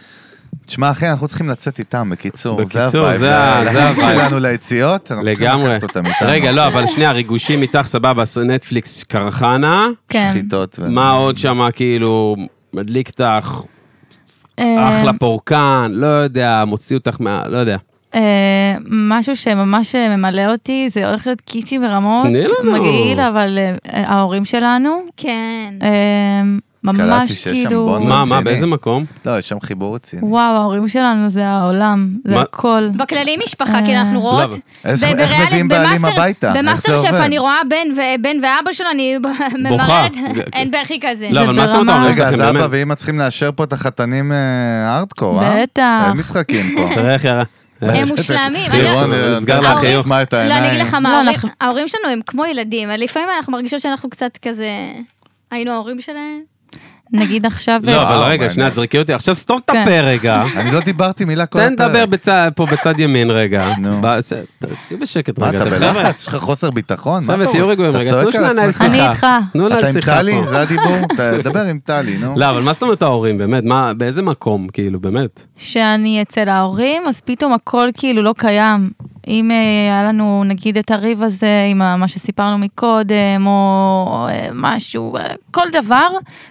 S1: תשמע, אחי, אנחנו צריכים לצאת איתם, בקיצור.
S3: בקיצור, זה ה- זה
S1: הווייב
S3: הווייב.
S1: שלנו ליציאות, אנחנו צריכים
S3: לגמרי.
S1: לקחת אותם איתנו.
S3: רגע, לא, אבל שנייה, ריגושים איתך, סבבה, ס- נטפליקס קרחנה.
S4: כן.
S1: שחיטות. ו-
S3: מה עוד שמה, כאילו, מדליק אותך,
S4: אה,
S3: אחלה פורקן, לא יודע, מוציא אותך מה... לא יודע.
S4: אה, משהו שממש אה, ממלא אותי, זה הולך להיות קיצ'י ברמות,
S3: תני לנו.
S4: מגעיל, אבל אה, ההורים שלנו,
S2: כן.
S4: אה,
S1: קלטתי
S4: ממש
S1: שיש שם
S4: כאילו...
S1: בונד.
S3: מה, מה,
S1: לא רציני.
S3: באיזה מקום?
S2: אה.
S1: לא, יש שם חיבור רציני.
S4: וואו, ההורים שלנו זה העולם,
S3: מה-
S4: זה הכל.
S2: בכללי
S1: אה,
S2: משפחה, כי אנחנו רואות...
S3: למה?
S1: לא, איך-
S2: זה
S1: איך
S2: בריאלי-
S1: מביאים
S2: במאסטר-
S1: בעלים הביתה? איך
S2: במאסטר
S1: זה
S2: שף
S1: עובד?
S2: אני רואה בן ו- בן ואבא שלו, אני ממררת, אין בכי כזה.
S3: לא, אבל מה זאת
S4: ברמה-
S3: אומרת?
S1: רגע, אז
S3: אוקיי, באמת.
S1: אבא ואמא צריכים לאשר פה את החתנים אה, הארדקור, אה?
S4: בטח.
S1: אין משחקים פה.
S3: תראה לא איך ירה.
S2: הם מושלמים. אני-
S3: חיוך,
S1: לירון,
S3: אני-
S1: אה,
S3: נסגר
S1: נתן
S2: להחיוך.
S1: לעצמה את
S2: לא, אני אגיד
S1: העיניים.
S2: לך
S4: לא,
S2: מה, ההורים-
S4: אנחנו-
S2: ההורים שלנו הם כמו ילדים, לפעמים אנחנו מרגישות שאנחנו קצת כזה... היינו ההורים שלהם.
S4: נגיד עכשיו... אה,
S3: לא, אבל
S1: וואו,
S3: רגע,
S1: מעניין.
S3: שנייה, תזרקי אותי. עכשיו סתום את
S4: כן.
S3: הפה רגע.
S1: אני לא דיברתי מילה כל
S3: תן
S1: הפרק.
S3: לדבר בצד- פה בצד ימין רגע.
S1: נו.
S3: ב- ס- ת- תהיו בשקט
S1: מה,
S3: רגע.
S1: אתה
S3: חבר'ה,
S1: בלחץ? יש לך חוסר ביטחון? מה
S3: חבר'ה,
S1: אתה
S3: תהיו
S1: רוצה?
S3: רגועים
S1: אתה
S3: רגע.
S1: צועק
S3: תנו
S1: על
S3: שניה לנהל
S1: עצמך.
S3: שיחה.
S4: אני איתך.
S3: תנו
S1: אתה
S3: לנהל
S1: עם
S3: שיחה
S1: טלי?
S3: פה.
S1: זה הדיבור? ת- דבר עם טלי, נו.
S3: לא, אבל מה זאת אומרת ההורים, באמת? מה, באיזה מקום, כאילו, באמת?
S4: שאני אצל ההורים, אז פתאום הכל כאילו לא קיים. אם אה, היה לנו נגיד את הריב הזה עם ה- מה שסיפרנו מקודם, או אה, משהו, אה, כל דבר,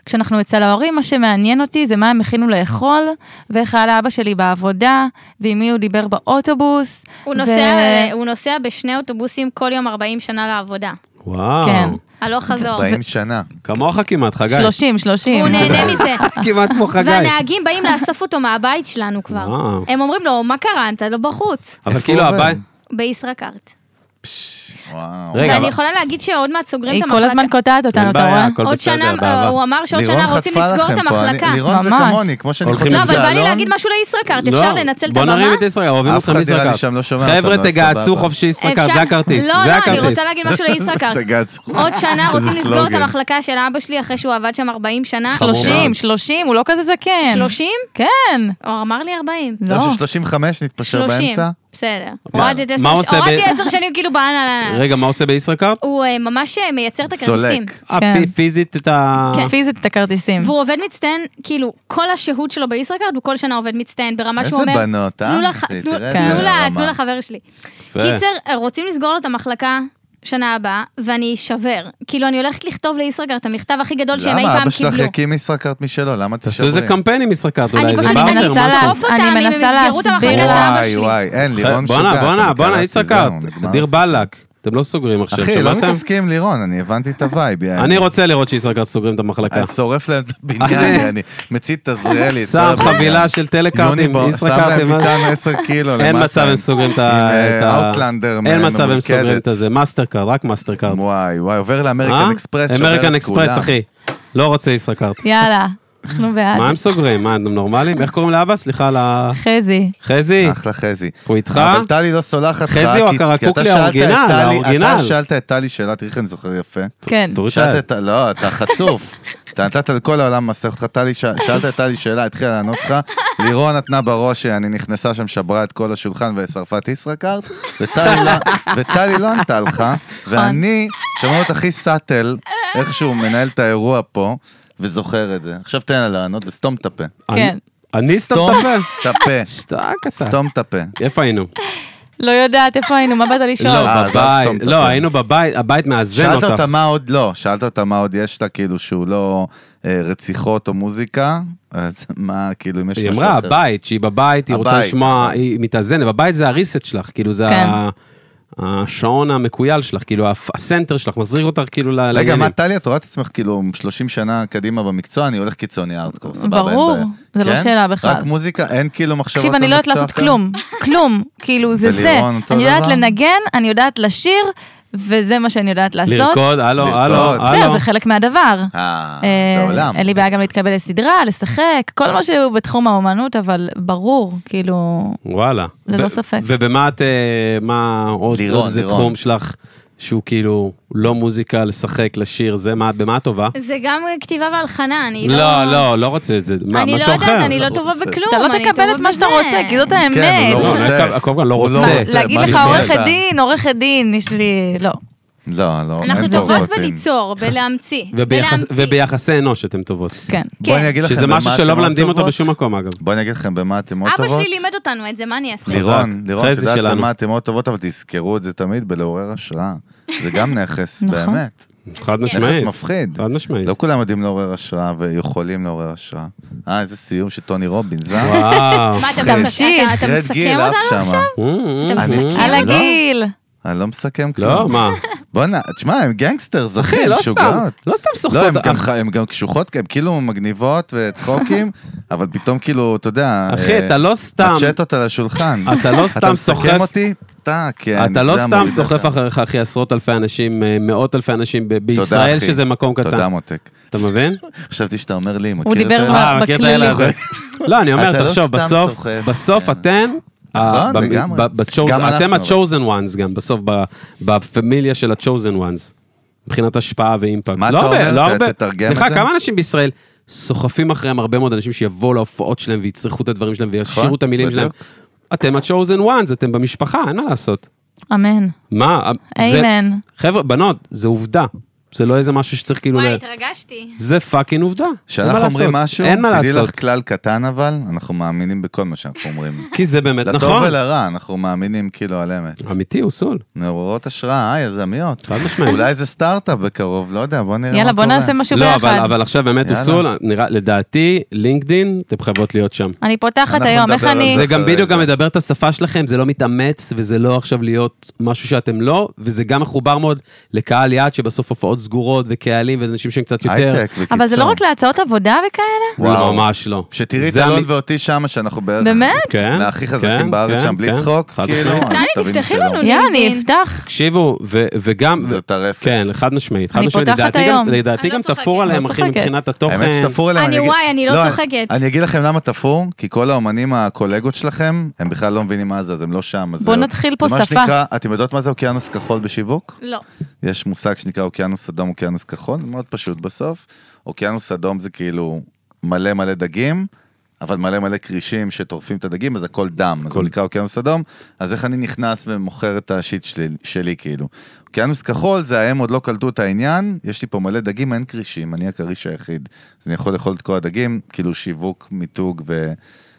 S4: כשאנחנו אצל ההורים, מה שמעניין אותי זה מה הם הכינו לאכול, ואיך היה לאבא שלי בעבודה, ועם מי הוא דיבר באוטובוס.
S2: הוא
S4: ו-
S2: נוסע, אה, הוא נוסע בשני אוטובוסים כל יום 40 שנה לעבודה.
S3: וואו.
S4: כן.
S2: הלוך חזור.
S1: 40 שנה.
S3: כמוך כמעט, חגי.
S4: 30, 30.
S2: הוא נהנה מזה.
S3: כמעט כמו חגי.
S2: והנהגים באים לאסוף אותו מהבית שלנו כבר.
S3: וואו.
S2: הם אומרים לו, מה קרה? אתה לא בחוץ.
S3: אבל
S1: איפה
S3: כאילו
S1: עובד?
S3: הבית...
S2: בישראכרט.
S1: פש, וואו.
S3: רגע,
S2: ואני
S3: אבל-
S2: יכולה להגיד שעוד מעט סוגרים
S4: היא
S2: את המחלקה.
S4: כל הזמן קוטעת אותנו,
S3: אין
S4: אתה
S3: בעיה,
S4: רואה?
S3: הכל
S2: עוד
S3: בסדר,
S2: שנה,
S3: באהבה.
S2: אה, הוא אמר שעוד
S1: לירון
S2: שנה רוצים
S1: חטפה
S2: לסגור את
S1: לכם פה, אני-
S2: המחלקה.
S1: לירון זה
S4: ממש.
S1: כמוני, כמו שאני
S3: הולכים
S1: חוטף
S2: לא,
S3: לסגור.
S2: אבל בא לי
S1: באלון.
S2: להגיד משהו לישראכרט,
S3: לא,
S2: אפשר לנצל את
S3: בוא נרים
S2: הבמה?
S3: את ישראל, אוהבים
S1: אף
S3: אותך
S1: אחד נראה
S3: מישראכרט.
S1: לי שם לא שומע
S3: חבר'ה,
S1: אותנו, אז
S3: תגהצו
S1: סבבה.
S3: חופשי ישראל,
S2: אפשר-
S3: זה הכרטיס,
S2: לא,
S3: זה
S2: לא,
S3: הכרטיס.
S2: אני רוצה להגיד משהו לא. לישראכרט.
S1: תגעצו.
S2: עוד שנה
S1: איזה
S2: רוצים לסגור את
S1: סלוגן.
S2: המחלקה של אבא שלי אחרי שהוא עבד שם 40 שנה.
S3: חמור מאוד.
S4: 30, 30, הוא לא כזה זקן.
S2: 30?
S4: כן.
S2: הוא אמר לי 40.
S1: לא,
S4: לא.
S1: ש-35 נתפשר
S2: 30.
S1: באמצע?
S2: בסדר. הורדתי
S3: מה הוא עושה ב-
S2: 10 שנים כאילו בעננה.
S3: רגע, מה עושה בישראכרט?
S2: הוא אה, ממש אה, מייצר את הכרטיסים.
S1: סולק.
S3: אה,
S4: כן.
S3: פי- פיזית את ה...
S4: פיזית את
S1: כן.
S4: הכרטיסים.
S2: והוא עובד מצטיין, כאילו, כל השהות שלו בישראכרט הוא כל שנה עובד מצטיין, ברמה
S1: איזה
S2: שהוא אומר...
S1: בנות, אה?
S2: "תנו לח-
S1: אחי,
S2: תנו-
S1: תראה
S2: תנו
S1: איזה
S2: לה-
S1: רמה.
S2: תנו לחבר שלי.
S3: יפה.
S2: קיצר, אה, רוצים לסגור לו את המחלקה שנה הבאה, ואני אשבר. כאילו, אני הולכת לכתוב לישראכרט את המכתב הכי גדול לא, שהם אי
S1: למה
S2: פעם
S1: אבא שלך
S2: קיבלו.
S1: יקים ישראכרט משלו? למה
S3: תעשו
S1: תשברים?
S3: איזה קמפיין עם ישראכרט,
S2: אני
S3: אולי איזה
S2: פשוט
S4: אני
S3: בארטר.
S4: מנסה
S3: משהו.
S4: לה-
S2: לעזוב אותם,
S4: אני
S2: אם הם
S4: מנסה
S2: יסגרו את המחלקה
S4: להסביר
S2: של
S4: לה.
S2: אבא
S1: וואי
S2: שלי.
S1: וואי, אין, לירון שוגעת.
S3: בואנה,
S1: אני
S3: בואנה,
S1: קלטתי,
S3: בואנה,
S1: זהו,
S3: ישראכרט.
S1: נגמר
S3: דיר
S1: הסיפור.
S3: בלאק. אתם לא סוגרים עכשיו,
S1: אחי, לא
S3: שמעתם?
S1: מתעסקים עם לירון, אני הבנתי את הווייב. יעני.
S3: אני רוצה לראות שישראכרט סוגרים את המחלקה.
S1: אני שורף להם את הבניין, אני מצית את עזריאלי. את כל
S3: שם
S1: הבניין.
S3: חבילה של
S1: נוני
S3: טלקארטים,
S1: בוא, שם
S3: ישראכרטים.
S1: להם
S3: מה-
S1: מטען 10 קילו למטה.
S3: אין מצב הם סוגרים את
S1: עם,
S3: ה...
S1: אה,
S3: את ה-
S1: Outlander
S3: אין מצב הם
S1: ממולכדת.
S3: סוגרים את הזה, מאסטר קארד, רק מאסטר קארד.
S1: וואי וואי, עובר לאמריקן אקספרס, שובר את
S3: אה? אמריקן אקספרס,
S1: כולם.
S3: אחי. לא רוצה ישראכרט.
S4: יאללה, אנחנו בעד.
S3: מה הם סוגרים? מה, אתם נורמלים? איך קוראים לאבא? סליחה, ל-
S4: חזי.
S3: חזי.
S1: אחלה חזי.
S3: הוא איתך?
S1: אבל טלי לא סולחת לך,
S3: חזי הוא
S1: כי- כי
S3: הקרקוק
S1: אתה שאלת את
S3: לאורגינל,
S1: טלי-
S3: לאורגינל.
S1: אתה שאלת את טלי שאלה, תראי איך אני זוכר יפה.
S4: כן.
S3: תוריד את ה-
S1: שאלת את... לא, אתה חצוף. אתה נתת לכל העולם מסך אותך, טלי, ש- שאלת את טלי שאלה, התחילה לענות לך. לירון נתנה בראש, אה, אני נכנסה שם, שברה את כל השולחן ושרפה את ישראכרט, וטלי לא- וטלי לא ענתה לך, ואני, שמענו את אחי סאטל, איכשהו מנהל את האירוע פה, וזוכר את זה. עכשיו תן לה לענות וסתום את הפה.
S3: אני-
S4: כן.
S3: אני סתום את הפה?
S1: את הפה.
S3: שתק אתה.
S1: סתום את הפה.
S3: איפה היינו?
S4: לא יודעת איפה היינו, מה באת
S3: לא,
S4: לשאול?
S1: אה, אז אל תסתום
S3: בבית.
S1: את
S3: לא,
S1: הפה.
S3: היינו בבית, הבית מאזן
S1: שאלת
S3: אותך.
S1: אותה מה עוד, לא, שאלת אותה מה עוד יש לה, כאילו שהוא לא אה, רציחות או מוזיקה, אז מה, כאילו אם יש
S3: היא
S1: משהו
S3: אמרה,
S1: אחר.
S3: הבית, שהיא בבית, היא רוצה
S1: הבית,
S3: לשמוע,
S1: נכון.
S3: היא מתאזנת, בבית זה הריסט שלך, כאילו זה
S4: כן.
S3: ה- השעון המקוייל שלך, כאילו הפ- הסנטר שלך, מחזיר אותך כאילו ל-
S1: רגע,
S3: לעניינים.
S1: מה, טלי, את רואה את עצמך כאילו 30 שנה קדימה במקצוע, אני הולך קיצוני ארטקור, סבבה,
S4: ברור,
S1: אין
S4: זה
S1: בעיה.
S4: לא
S1: כן?
S4: שאלה בכלל.
S1: רק מוזיקה, אין כאילו מחשבות
S4: תקשיב, אני לא יודעת
S1: למקצוע
S4: לעשות
S1: אחר?
S4: כלום, כלום, כאילו זה זה.
S1: ולירון, אותו
S4: אני יודעת
S1: דבר?
S4: לנגן, אני יודעת לשיר, וזה מה שאני יודעת לעשות.
S3: לרקוד, הלו,
S1: לרקוד.
S3: הלו,
S1: בסדר,
S4: זהו,
S3: הלו.
S4: זה חלק מהדבר.
S1: אה,
S4: אה,
S1: זה עולם.
S4: אין לי בעיה גם להתקבל לסדרה, לשחק, כל מה שהוא בתחום האומנות, אבל ברור, כאילו...
S3: וואלה.
S4: ללא
S3: ו-
S4: ספק.
S3: ובמה את, אה, מה עוד,
S1: לירון,
S3: עוד זה
S1: לירון.
S3: תחום שלך, שהוא כאילו לא מוזיקה, לשחק, לשיר, זה, מה, במה את טובה?
S2: זה גם כתיבה והלחנה, אני לא...
S3: לא, לא, לא רוצה את זה, מה,
S2: אני לא
S3: משהו אחר.
S2: יודעת, אני לא
S1: לא
S2: טובה
S1: רוצה.
S2: בכלום.
S4: אתה לא
S2: אני
S4: תקבל
S2: טובה
S4: את מה שאתה
S2: בזה.
S4: רוצה, כי זאת האמת.
S1: כן, הוא
S3: לא,
S1: לא
S3: אני
S1: רוצה.
S3: קודם כל לא
S1: הוא
S3: רוצה.
S1: רוצה,
S4: להגיד
S1: מה
S4: לך
S1: לשמוע
S4: עורכת
S1: אותה?
S4: דין, עורכת דין, יש לי... לא.
S1: לא, לא,
S2: אנחנו
S1: אין
S2: טובות
S1: פורקוטים.
S2: בליצור, בלהמציא.
S3: וביחס-
S2: בלהמציא.
S3: וביחסי אנוש אתם טובות.
S4: כן.
S1: בואי אני אגיד לכם
S3: שזה
S1: במה
S3: משהו
S1: אתם
S3: שלא
S1: מאוד
S3: מלמדים אותו
S1: טובות.
S3: בשום מקום, אגב.
S1: בואי אני אגיד לכם במה אתם מאוד
S2: אבא
S1: טובות.
S2: שלי לימד אותנו את זה, מה אני אעשה?
S1: לירון,
S3: חזק.
S1: לירון, את
S3: חזי
S1: יודעת
S3: שלנו.
S1: במה אתם מאוד טובות, אבל תזכרו את זה תמיד בלעורר השראה. זה גם נכס,
S2: נכון.
S1: באמת.
S3: חד
S1: נכס
S3: משמעית.
S1: מפחיד.
S3: חד משמעית.
S1: לא כולם יודעים לעורר השראה ויכולים לעורר השראה. אה, איזה סיום של טוני רובינס, אה?
S3: וואו.
S2: מה, אתה
S1: אחי.
S2: מסכם אתה- אתה
S1: רד גיל,
S2: מסכם
S1: עף
S2: אותנו
S1: שמה.
S2: עכשיו?
S3: אה, אה,
S2: אתה
S3: אה.
S2: מסכם?
S4: על
S1: לא?
S4: הגיל.
S1: אני לא מסכם כלום.
S3: לא, מה?
S1: בואנה, תשמע, הם גנגסטרס, אחי,
S3: אחי,
S1: הם
S3: לא סתם,
S1: משוגעות.
S3: לא סתם
S1: לא,
S3: סוחטות.
S1: הם גם, ח- הם גם קשוחות, הם כאילו מגניבות וצחוקים, אבל פתאום כאילו, אתה יודע...
S3: אחי,
S1: אה,
S3: אתה לא סתם,
S1: מצ'טות על השולחן.
S3: אתה לא סתם
S1: אתה
S3: סוחף
S1: מסכם אותי? טאק,
S3: אתה
S1: כן. אני
S3: לא
S1: יודע,
S3: סתם
S1: מוריד
S3: סוחף
S1: אותה.
S3: אחריך, אחי, עשרות אלפי אנשים, אה, מאות אלפי אנשים ב- בישראל,
S1: אחי.
S3: שזה מקום
S1: תודה,
S3: קטן.
S1: מותק.
S3: אתה מבין?
S1: חשבתי שאתה אומר לי, מכיר
S4: הוא
S1: את
S4: דיבר
S1: האלה?
S4: כבר
S3: אה, מכיר את
S4: בכללי.
S3: האלה הזה? לא, אני
S1: אתה
S3: אומר,
S1: לא
S3: תחשוב,
S1: סתם
S3: בסוף,
S1: סוחף,
S3: בסוף
S1: כן. נכון,
S3: אתן... ה- ב-
S1: לגמרי.
S3: ב- ב-chosen-
S1: גם
S3: אתם
S1: אנחנו, אבל.
S3: ה-chosen ones גם, בסוף, ב- בפמיליה של ה-chosen ones, מבחינת השפעה ואימפקט.
S1: מה
S3: לא
S1: אתה
S3: הרבה,
S1: אומר?
S3: לא
S1: ת-
S3: הרבה.
S1: תתרגם את
S3: סליחה,
S1: זה.
S3: כמה אנשים בישראל סוחפים אחריהם הרבה מאוד אנשים שיבואו להופעות שלהם ויצרכו את הדברים שלהם וישירו
S1: נכון,
S3: את המילים שלהם?
S1: בדיוק.
S3: אתם ה-chosen ones, אתם במשפחה, אין מה לעשות.
S4: אמן.
S3: מה? אה, זה-
S4: אמן.
S3: חבר'ה, בנות, זה עובדה. זה לא איזה משהו שצריך כאילו...
S2: וואי,
S3: ל-
S2: התרגשתי.
S3: זה פאקינג עובדה. אין מה
S1: כשאנחנו
S3: לעשות.
S1: אומרים משהו,
S3: אין מה
S1: תדעי
S3: לעשות.
S1: לך כלל קטן אבל, אנחנו מאמינים בכל מה שאנחנו אומרים.
S3: כי זה באמת
S1: לטוב
S3: נכון.
S1: ולרע, אנחנו מאמינים כאילו על אמת.
S3: אמיתי, הוא סול.
S1: נעוררות השראה, אה, יזמיות.
S3: חד משמעית.
S1: אולי זה סטארט-אפ בקרוב, לא יודע, בוא נראה מה
S4: יאללה, בוא
S1: קורה.
S4: נעשה משהו
S3: לא, אבל,
S4: ביחד.
S3: אבל עכשיו באמת הוא
S1: יאללה.
S3: סול, נראה, לדעתי, לינקדין, אתם חייבות להיות שם.
S4: אני פותחת
S1: אנחנו
S4: היום,
S1: נדבר
S4: איך
S1: על
S4: אני...
S1: זה.
S3: זה גם
S1: אחרי
S3: בדיוק גם מדבר את השפה שלכם, זה לא מתאמץ, וזה לא עכשיו להיות משהו שאתם לא, וזה גם מחובר מאוד לקהל יעד, שבסוף הופעות סגורות וקהלים ואנשים שהם קצת יותר.
S1: הייטק, בקיצור.
S4: אבל זה לא רק להצעות עבודה וכאלה?
S3: לא,
S1: וואו.
S3: ממש לא.
S1: שתראי את
S3: זה
S1: אלון
S3: המ-
S1: ואותי שם, שאנחנו בערך...
S4: באמת?
S3: כן,
S1: מהכי
S3: כן,
S1: חזקים בארץ
S3: כן,
S1: שם, בלי
S3: כן.
S1: צחוק,
S3: חד
S1: כאילו,
S3: משמעית.
S1: אז
S2: טלי,
S1: תביני
S2: תפתחי
S1: שלא.
S2: לנו.
S4: יאללה, אני
S2: לינקדאין.
S4: אפתח.
S3: תקשיבו, ו- וגם...
S1: זה טרפת.
S3: כן, חד משמעית, חד
S4: אני
S3: משמעית.
S4: פותחת
S3: לדעתי גם-
S4: היום.
S3: לדעתי
S2: אני
S3: גם
S2: לא צוחקת.
S3: תפור עליהם,
S4: לא
S3: אחי,
S4: צוחקת.
S3: מבחינת
S1: האמת
S3: התוכן.
S1: שתפור אליהם.
S2: אני
S1: אגיד-
S2: וואי, אני לא צוחקת.
S1: אני אגיד לכם למה תפור, כי כל האומנים הקולגות שלכם, הם בכלל לא מבינים מה זה, אז הם לא שם. אז
S4: בוא
S1: זהו.
S4: נתחיל פה
S1: זה
S4: שפה.
S1: מה שנקרא, אתם יודעות מה זה אוקיינוס כחול בשיווק?
S2: לא.
S1: יש מושג שנקרא אוקיינוס אדום, אוקיינוס כחול, מאוד פשוט בסוף. אוקיינוס אדום זה כאילו מלא מלא דגים. אבל מלא מלא כרישים שטורפים את הדגים, אז הכל דם, אז זה נקרא אוקיינוס אדום, אז איך אני נכנס ומוכר את השיט שלי, שלי כאילו. אוקיינוס כחול זה הם עוד לא קלטו את העניין, יש לי פה מלא דגים, אין כרישים, אני הכריש היחיד. אז אני יכול לאכול את כל הדגים, כאילו שיווק, מיתוג ו...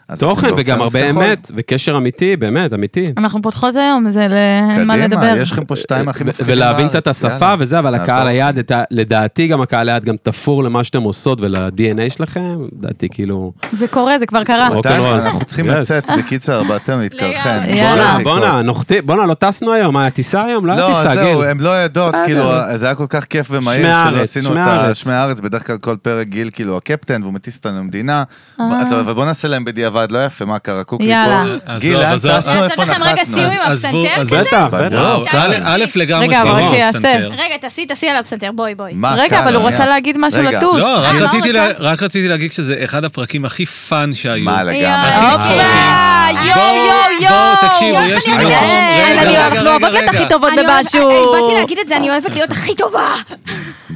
S1: אז כאילו, אתם
S3: תוכן וגם
S1: באוקיינוס
S3: הרבה
S1: כחול.
S3: אמת, וקשר אמיתי, באמת, אמיתי.
S4: אנחנו פותחות היום, זה ל... אין מה לדבר.
S1: קדימה, יש לכם פה שתיים הכי
S3: ו-
S1: מפחידים
S3: ולהבין קצת את
S1: בארץ,
S3: השפה
S1: יאללה.
S3: וזה, אבל
S1: נעזור.
S3: הקהל היעד, לת- לדעתי גם הקהל היעד גם תפור למה שאתם עושות ול-DNA שלכם, לדעתי כאילו...
S4: זה קורה, זה כבר קרה.
S3: אוקיי.
S1: מתן,
S3: רוקנרול.
S1: אנחנו צריכים
S3: Yes.
S1: לצאת, בקיצר, באתם להתקרחן.
S2: לגמרי.
S4: יאללה.
S3: בואנה,
S1: בואו נלך
S3: בואנה,
S1: לקרוא.
S3: נוחתים, בואנה, לא טסנו היום, מה, טיסה היום? לא היה
S1: לא,
S3: טיסה,
S1: זהו,
S3: גיל.
S1: הם לא יודעות,
S3: בסדר.
S1: כאילו, זה היה כל כך כיף ומהיר,
S3: שמי
S1: שלא
S3: הארץ,
S1: עשינו
S3: שמי
S1: את ה-
S3: הארץ.
S1: שמי הארץ, בדרך כלל כל פרק גיל, כאילו, הקפטן, והוא מטיס אותנו למדינה. אתה- אבל בוא נעשה להם בדיעבד, לא יפה, מה קרה, קוקי
S4: אה. יאללה. אה,
S1: פה.
S5: אז
S1: גיל,
S5: לא,
S1: לאן
S5: אז לא.
S1: טסנו,
S2: לעשות
S1: איפה
S2: לכם רגע
S1: נחתנו?
S2: סיום עם
S5: עזבו,
S2: הפסנתר
S5: עזבו.
S2: כזה?
S3: בטח,
S1: לא,
S3: בטח.
S5: וואו, א', א' לגמרי
S4: רגע, אבל
S5: סבבה,
S4: רק שיעשה.
S5: פסנתר.
S2: רגע, תעשי, תעשי על הפסנתר, בואי, בואי.
S1: מה
S4: רגע,
S1: קרה?
S4: אבל הוא
S1: יאללה.
S4: רוצה להגיד משהו
S1: רגע,
S4: לטוס.
S5: לא, רק
S2: אה,
S5: רציתי
S2: מה הוא
S5: לה- רק רציתי להגיד שזה אחד הפרקים הכי פאן שהיו.
S1: מה לגמרי?
S2: יואו, אוקיי.
S5: הכי צחוקים.
S4: יואו,
S5: בואו-
S4: יואו, יואו.
S5: בואו, תקשיבו,
S2: יואו,
S5: יש לי
S2: אני
S5: מקום.
S2: יודעת.
S5: רגע,
S4: יאללה,
S5: רגע,
S4: אנחנו
S5: רגע,
S4: אוהבות להיות
S5: רגע.
S4: הכי טובות
S2: אני אוהבת-
S4: במשהו.
S2: אני באתי להגיד את זה, אני אוהבת להיות הכי טובה.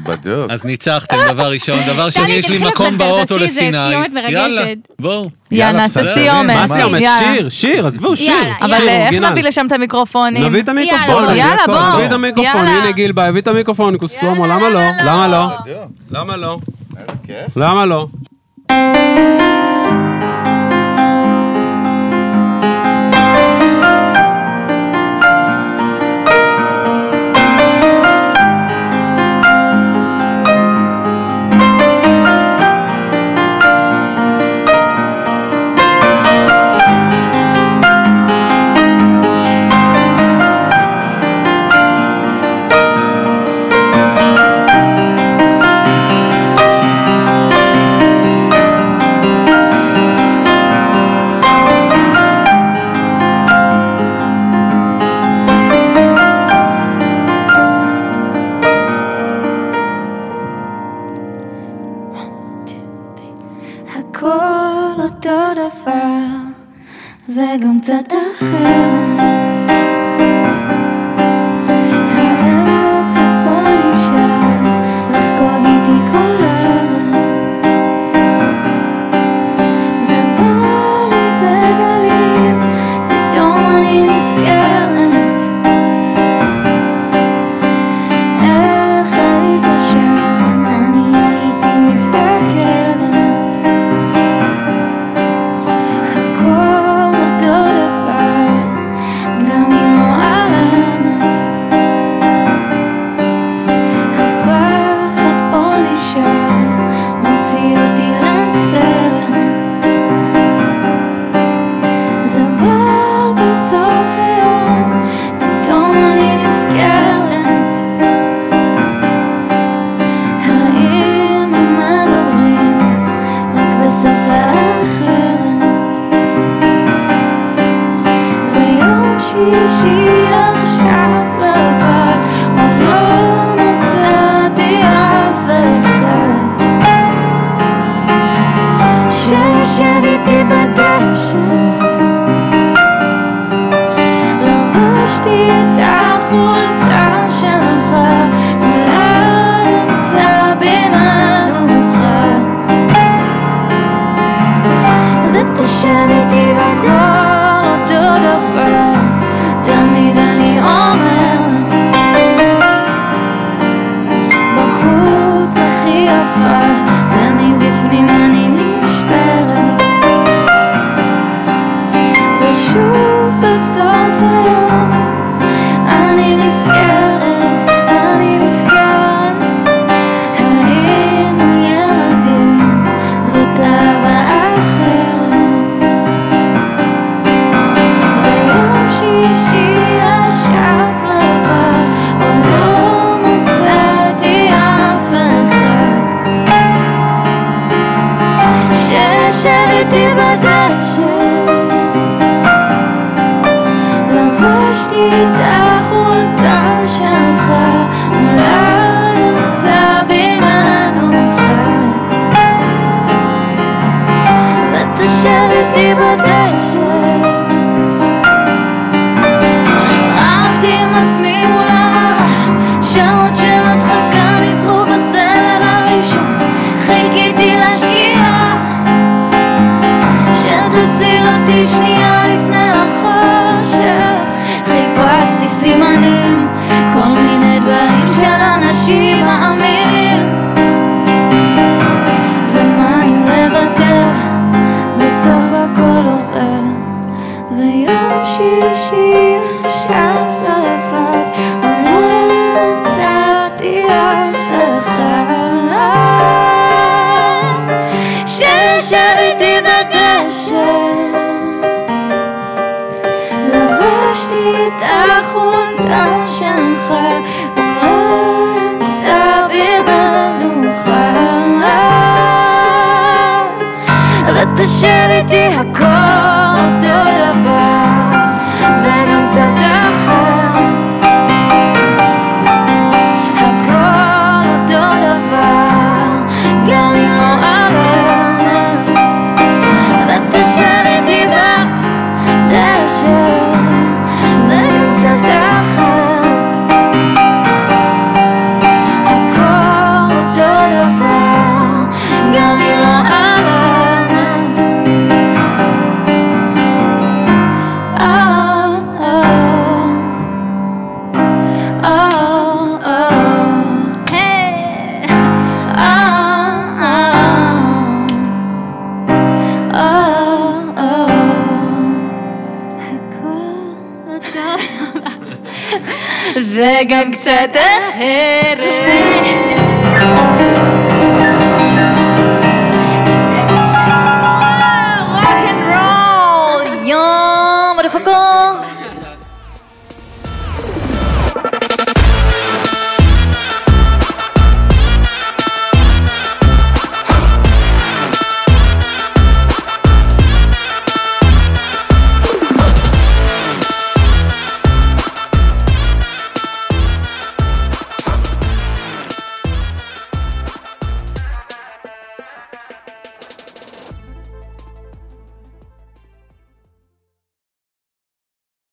S1: בדיוק.
S5: אז ניצחתם, דבר ראשון. דבר
S2: טלי,
S5: שני, יש לי
S2: תלכי
S5: מקום
S2: לפסנתר,
S5: באוטו
S2: תעשי, זה
S5: לסיני.
S2: סיומת מרגשת.
S5: יאללה, בואו.
S4: יאללה, נעשה
S1: בסדר,
S4: סיומת.
S3: מה
S1: מה?
S3: סיומת?
S4: יאללה.
S3: שיר, שיר, עזבו, שיר.
S2: יאללה,
S3: שיר,
S4: אבל אה, איך
S3: אורגינל.
S4: נביא לשם את המיקרופונים?
S3: נביא את המיקרופון.
S2: יאללה,
S1: בואו,
S4: יאללה,
S1: בואו.
S4: בואו.
S3: נביא את המיקרופון,
S4: יאללה.
S3: הנה גיל בא, הביא את המיקרופון, קוסומו, למה לא? למה לא? למה לא?
S1: איזה כיף.
S3: למה לא?
S6: הכל אותו דבר, וגם קצת אחר. הרצף פה נשאר, לחגוג איתי כולם. זה בא לי בגלים, פתאום אני נזכרת. איך היית שם, אני הייתי מסתכלת. הכל אותו דבר, שישי עכשיו לבד, עוד לא מצאתי אף אחד. שישב איתי בדשא. לבשתי את החולצה שלך, אולי אמצא במנוחה. ותשב איתי בכל אותו דבר, תמיד אני אומרת, בחוץ הכי יפה, ומבפנים אני נשברת. ושוב בסוף היום אני נזכרת, אני נזכרת היינו ילדים, זאת אהבה אחרת ויום שישי עכשיו לבד, עוד לא מצאתי אף אחד שישב איתי בדשא לבשתי את החולצה שלך, אולי יצא במנוחה. ותשב איתי בדשא. רבתי עם עצמי מול הרעה, שעות של הדחקה ניצחו בסלל הראשון, חיכיתי להשקיעה. שתציל אותי שנייה לפני החושך חיפשתי סימנים, כל מיני דברים של אנשים מאמינים ומה אם נוותר, בסוף הכל עובר ויום שישי עכשיו לבד, לא מצאתי אף אחד שישב איתי בדשא. לבשתי את החולצה שלך, ובאמצע במנוחה. ותשב איתי הכל אותו דבר, וגם קצת אחת. הכל אותו דבר, גם אם לא ארמת. ותשב איתי בדשא, וגם קצת אחת. הכל אותו דבר, גם אם לא ארמת. אה, אה, אה, אה, היי. אה, אה. Oh, oh, הכל אותו וגם קצת אחרת. רוק אנד רול, יום מודפקות.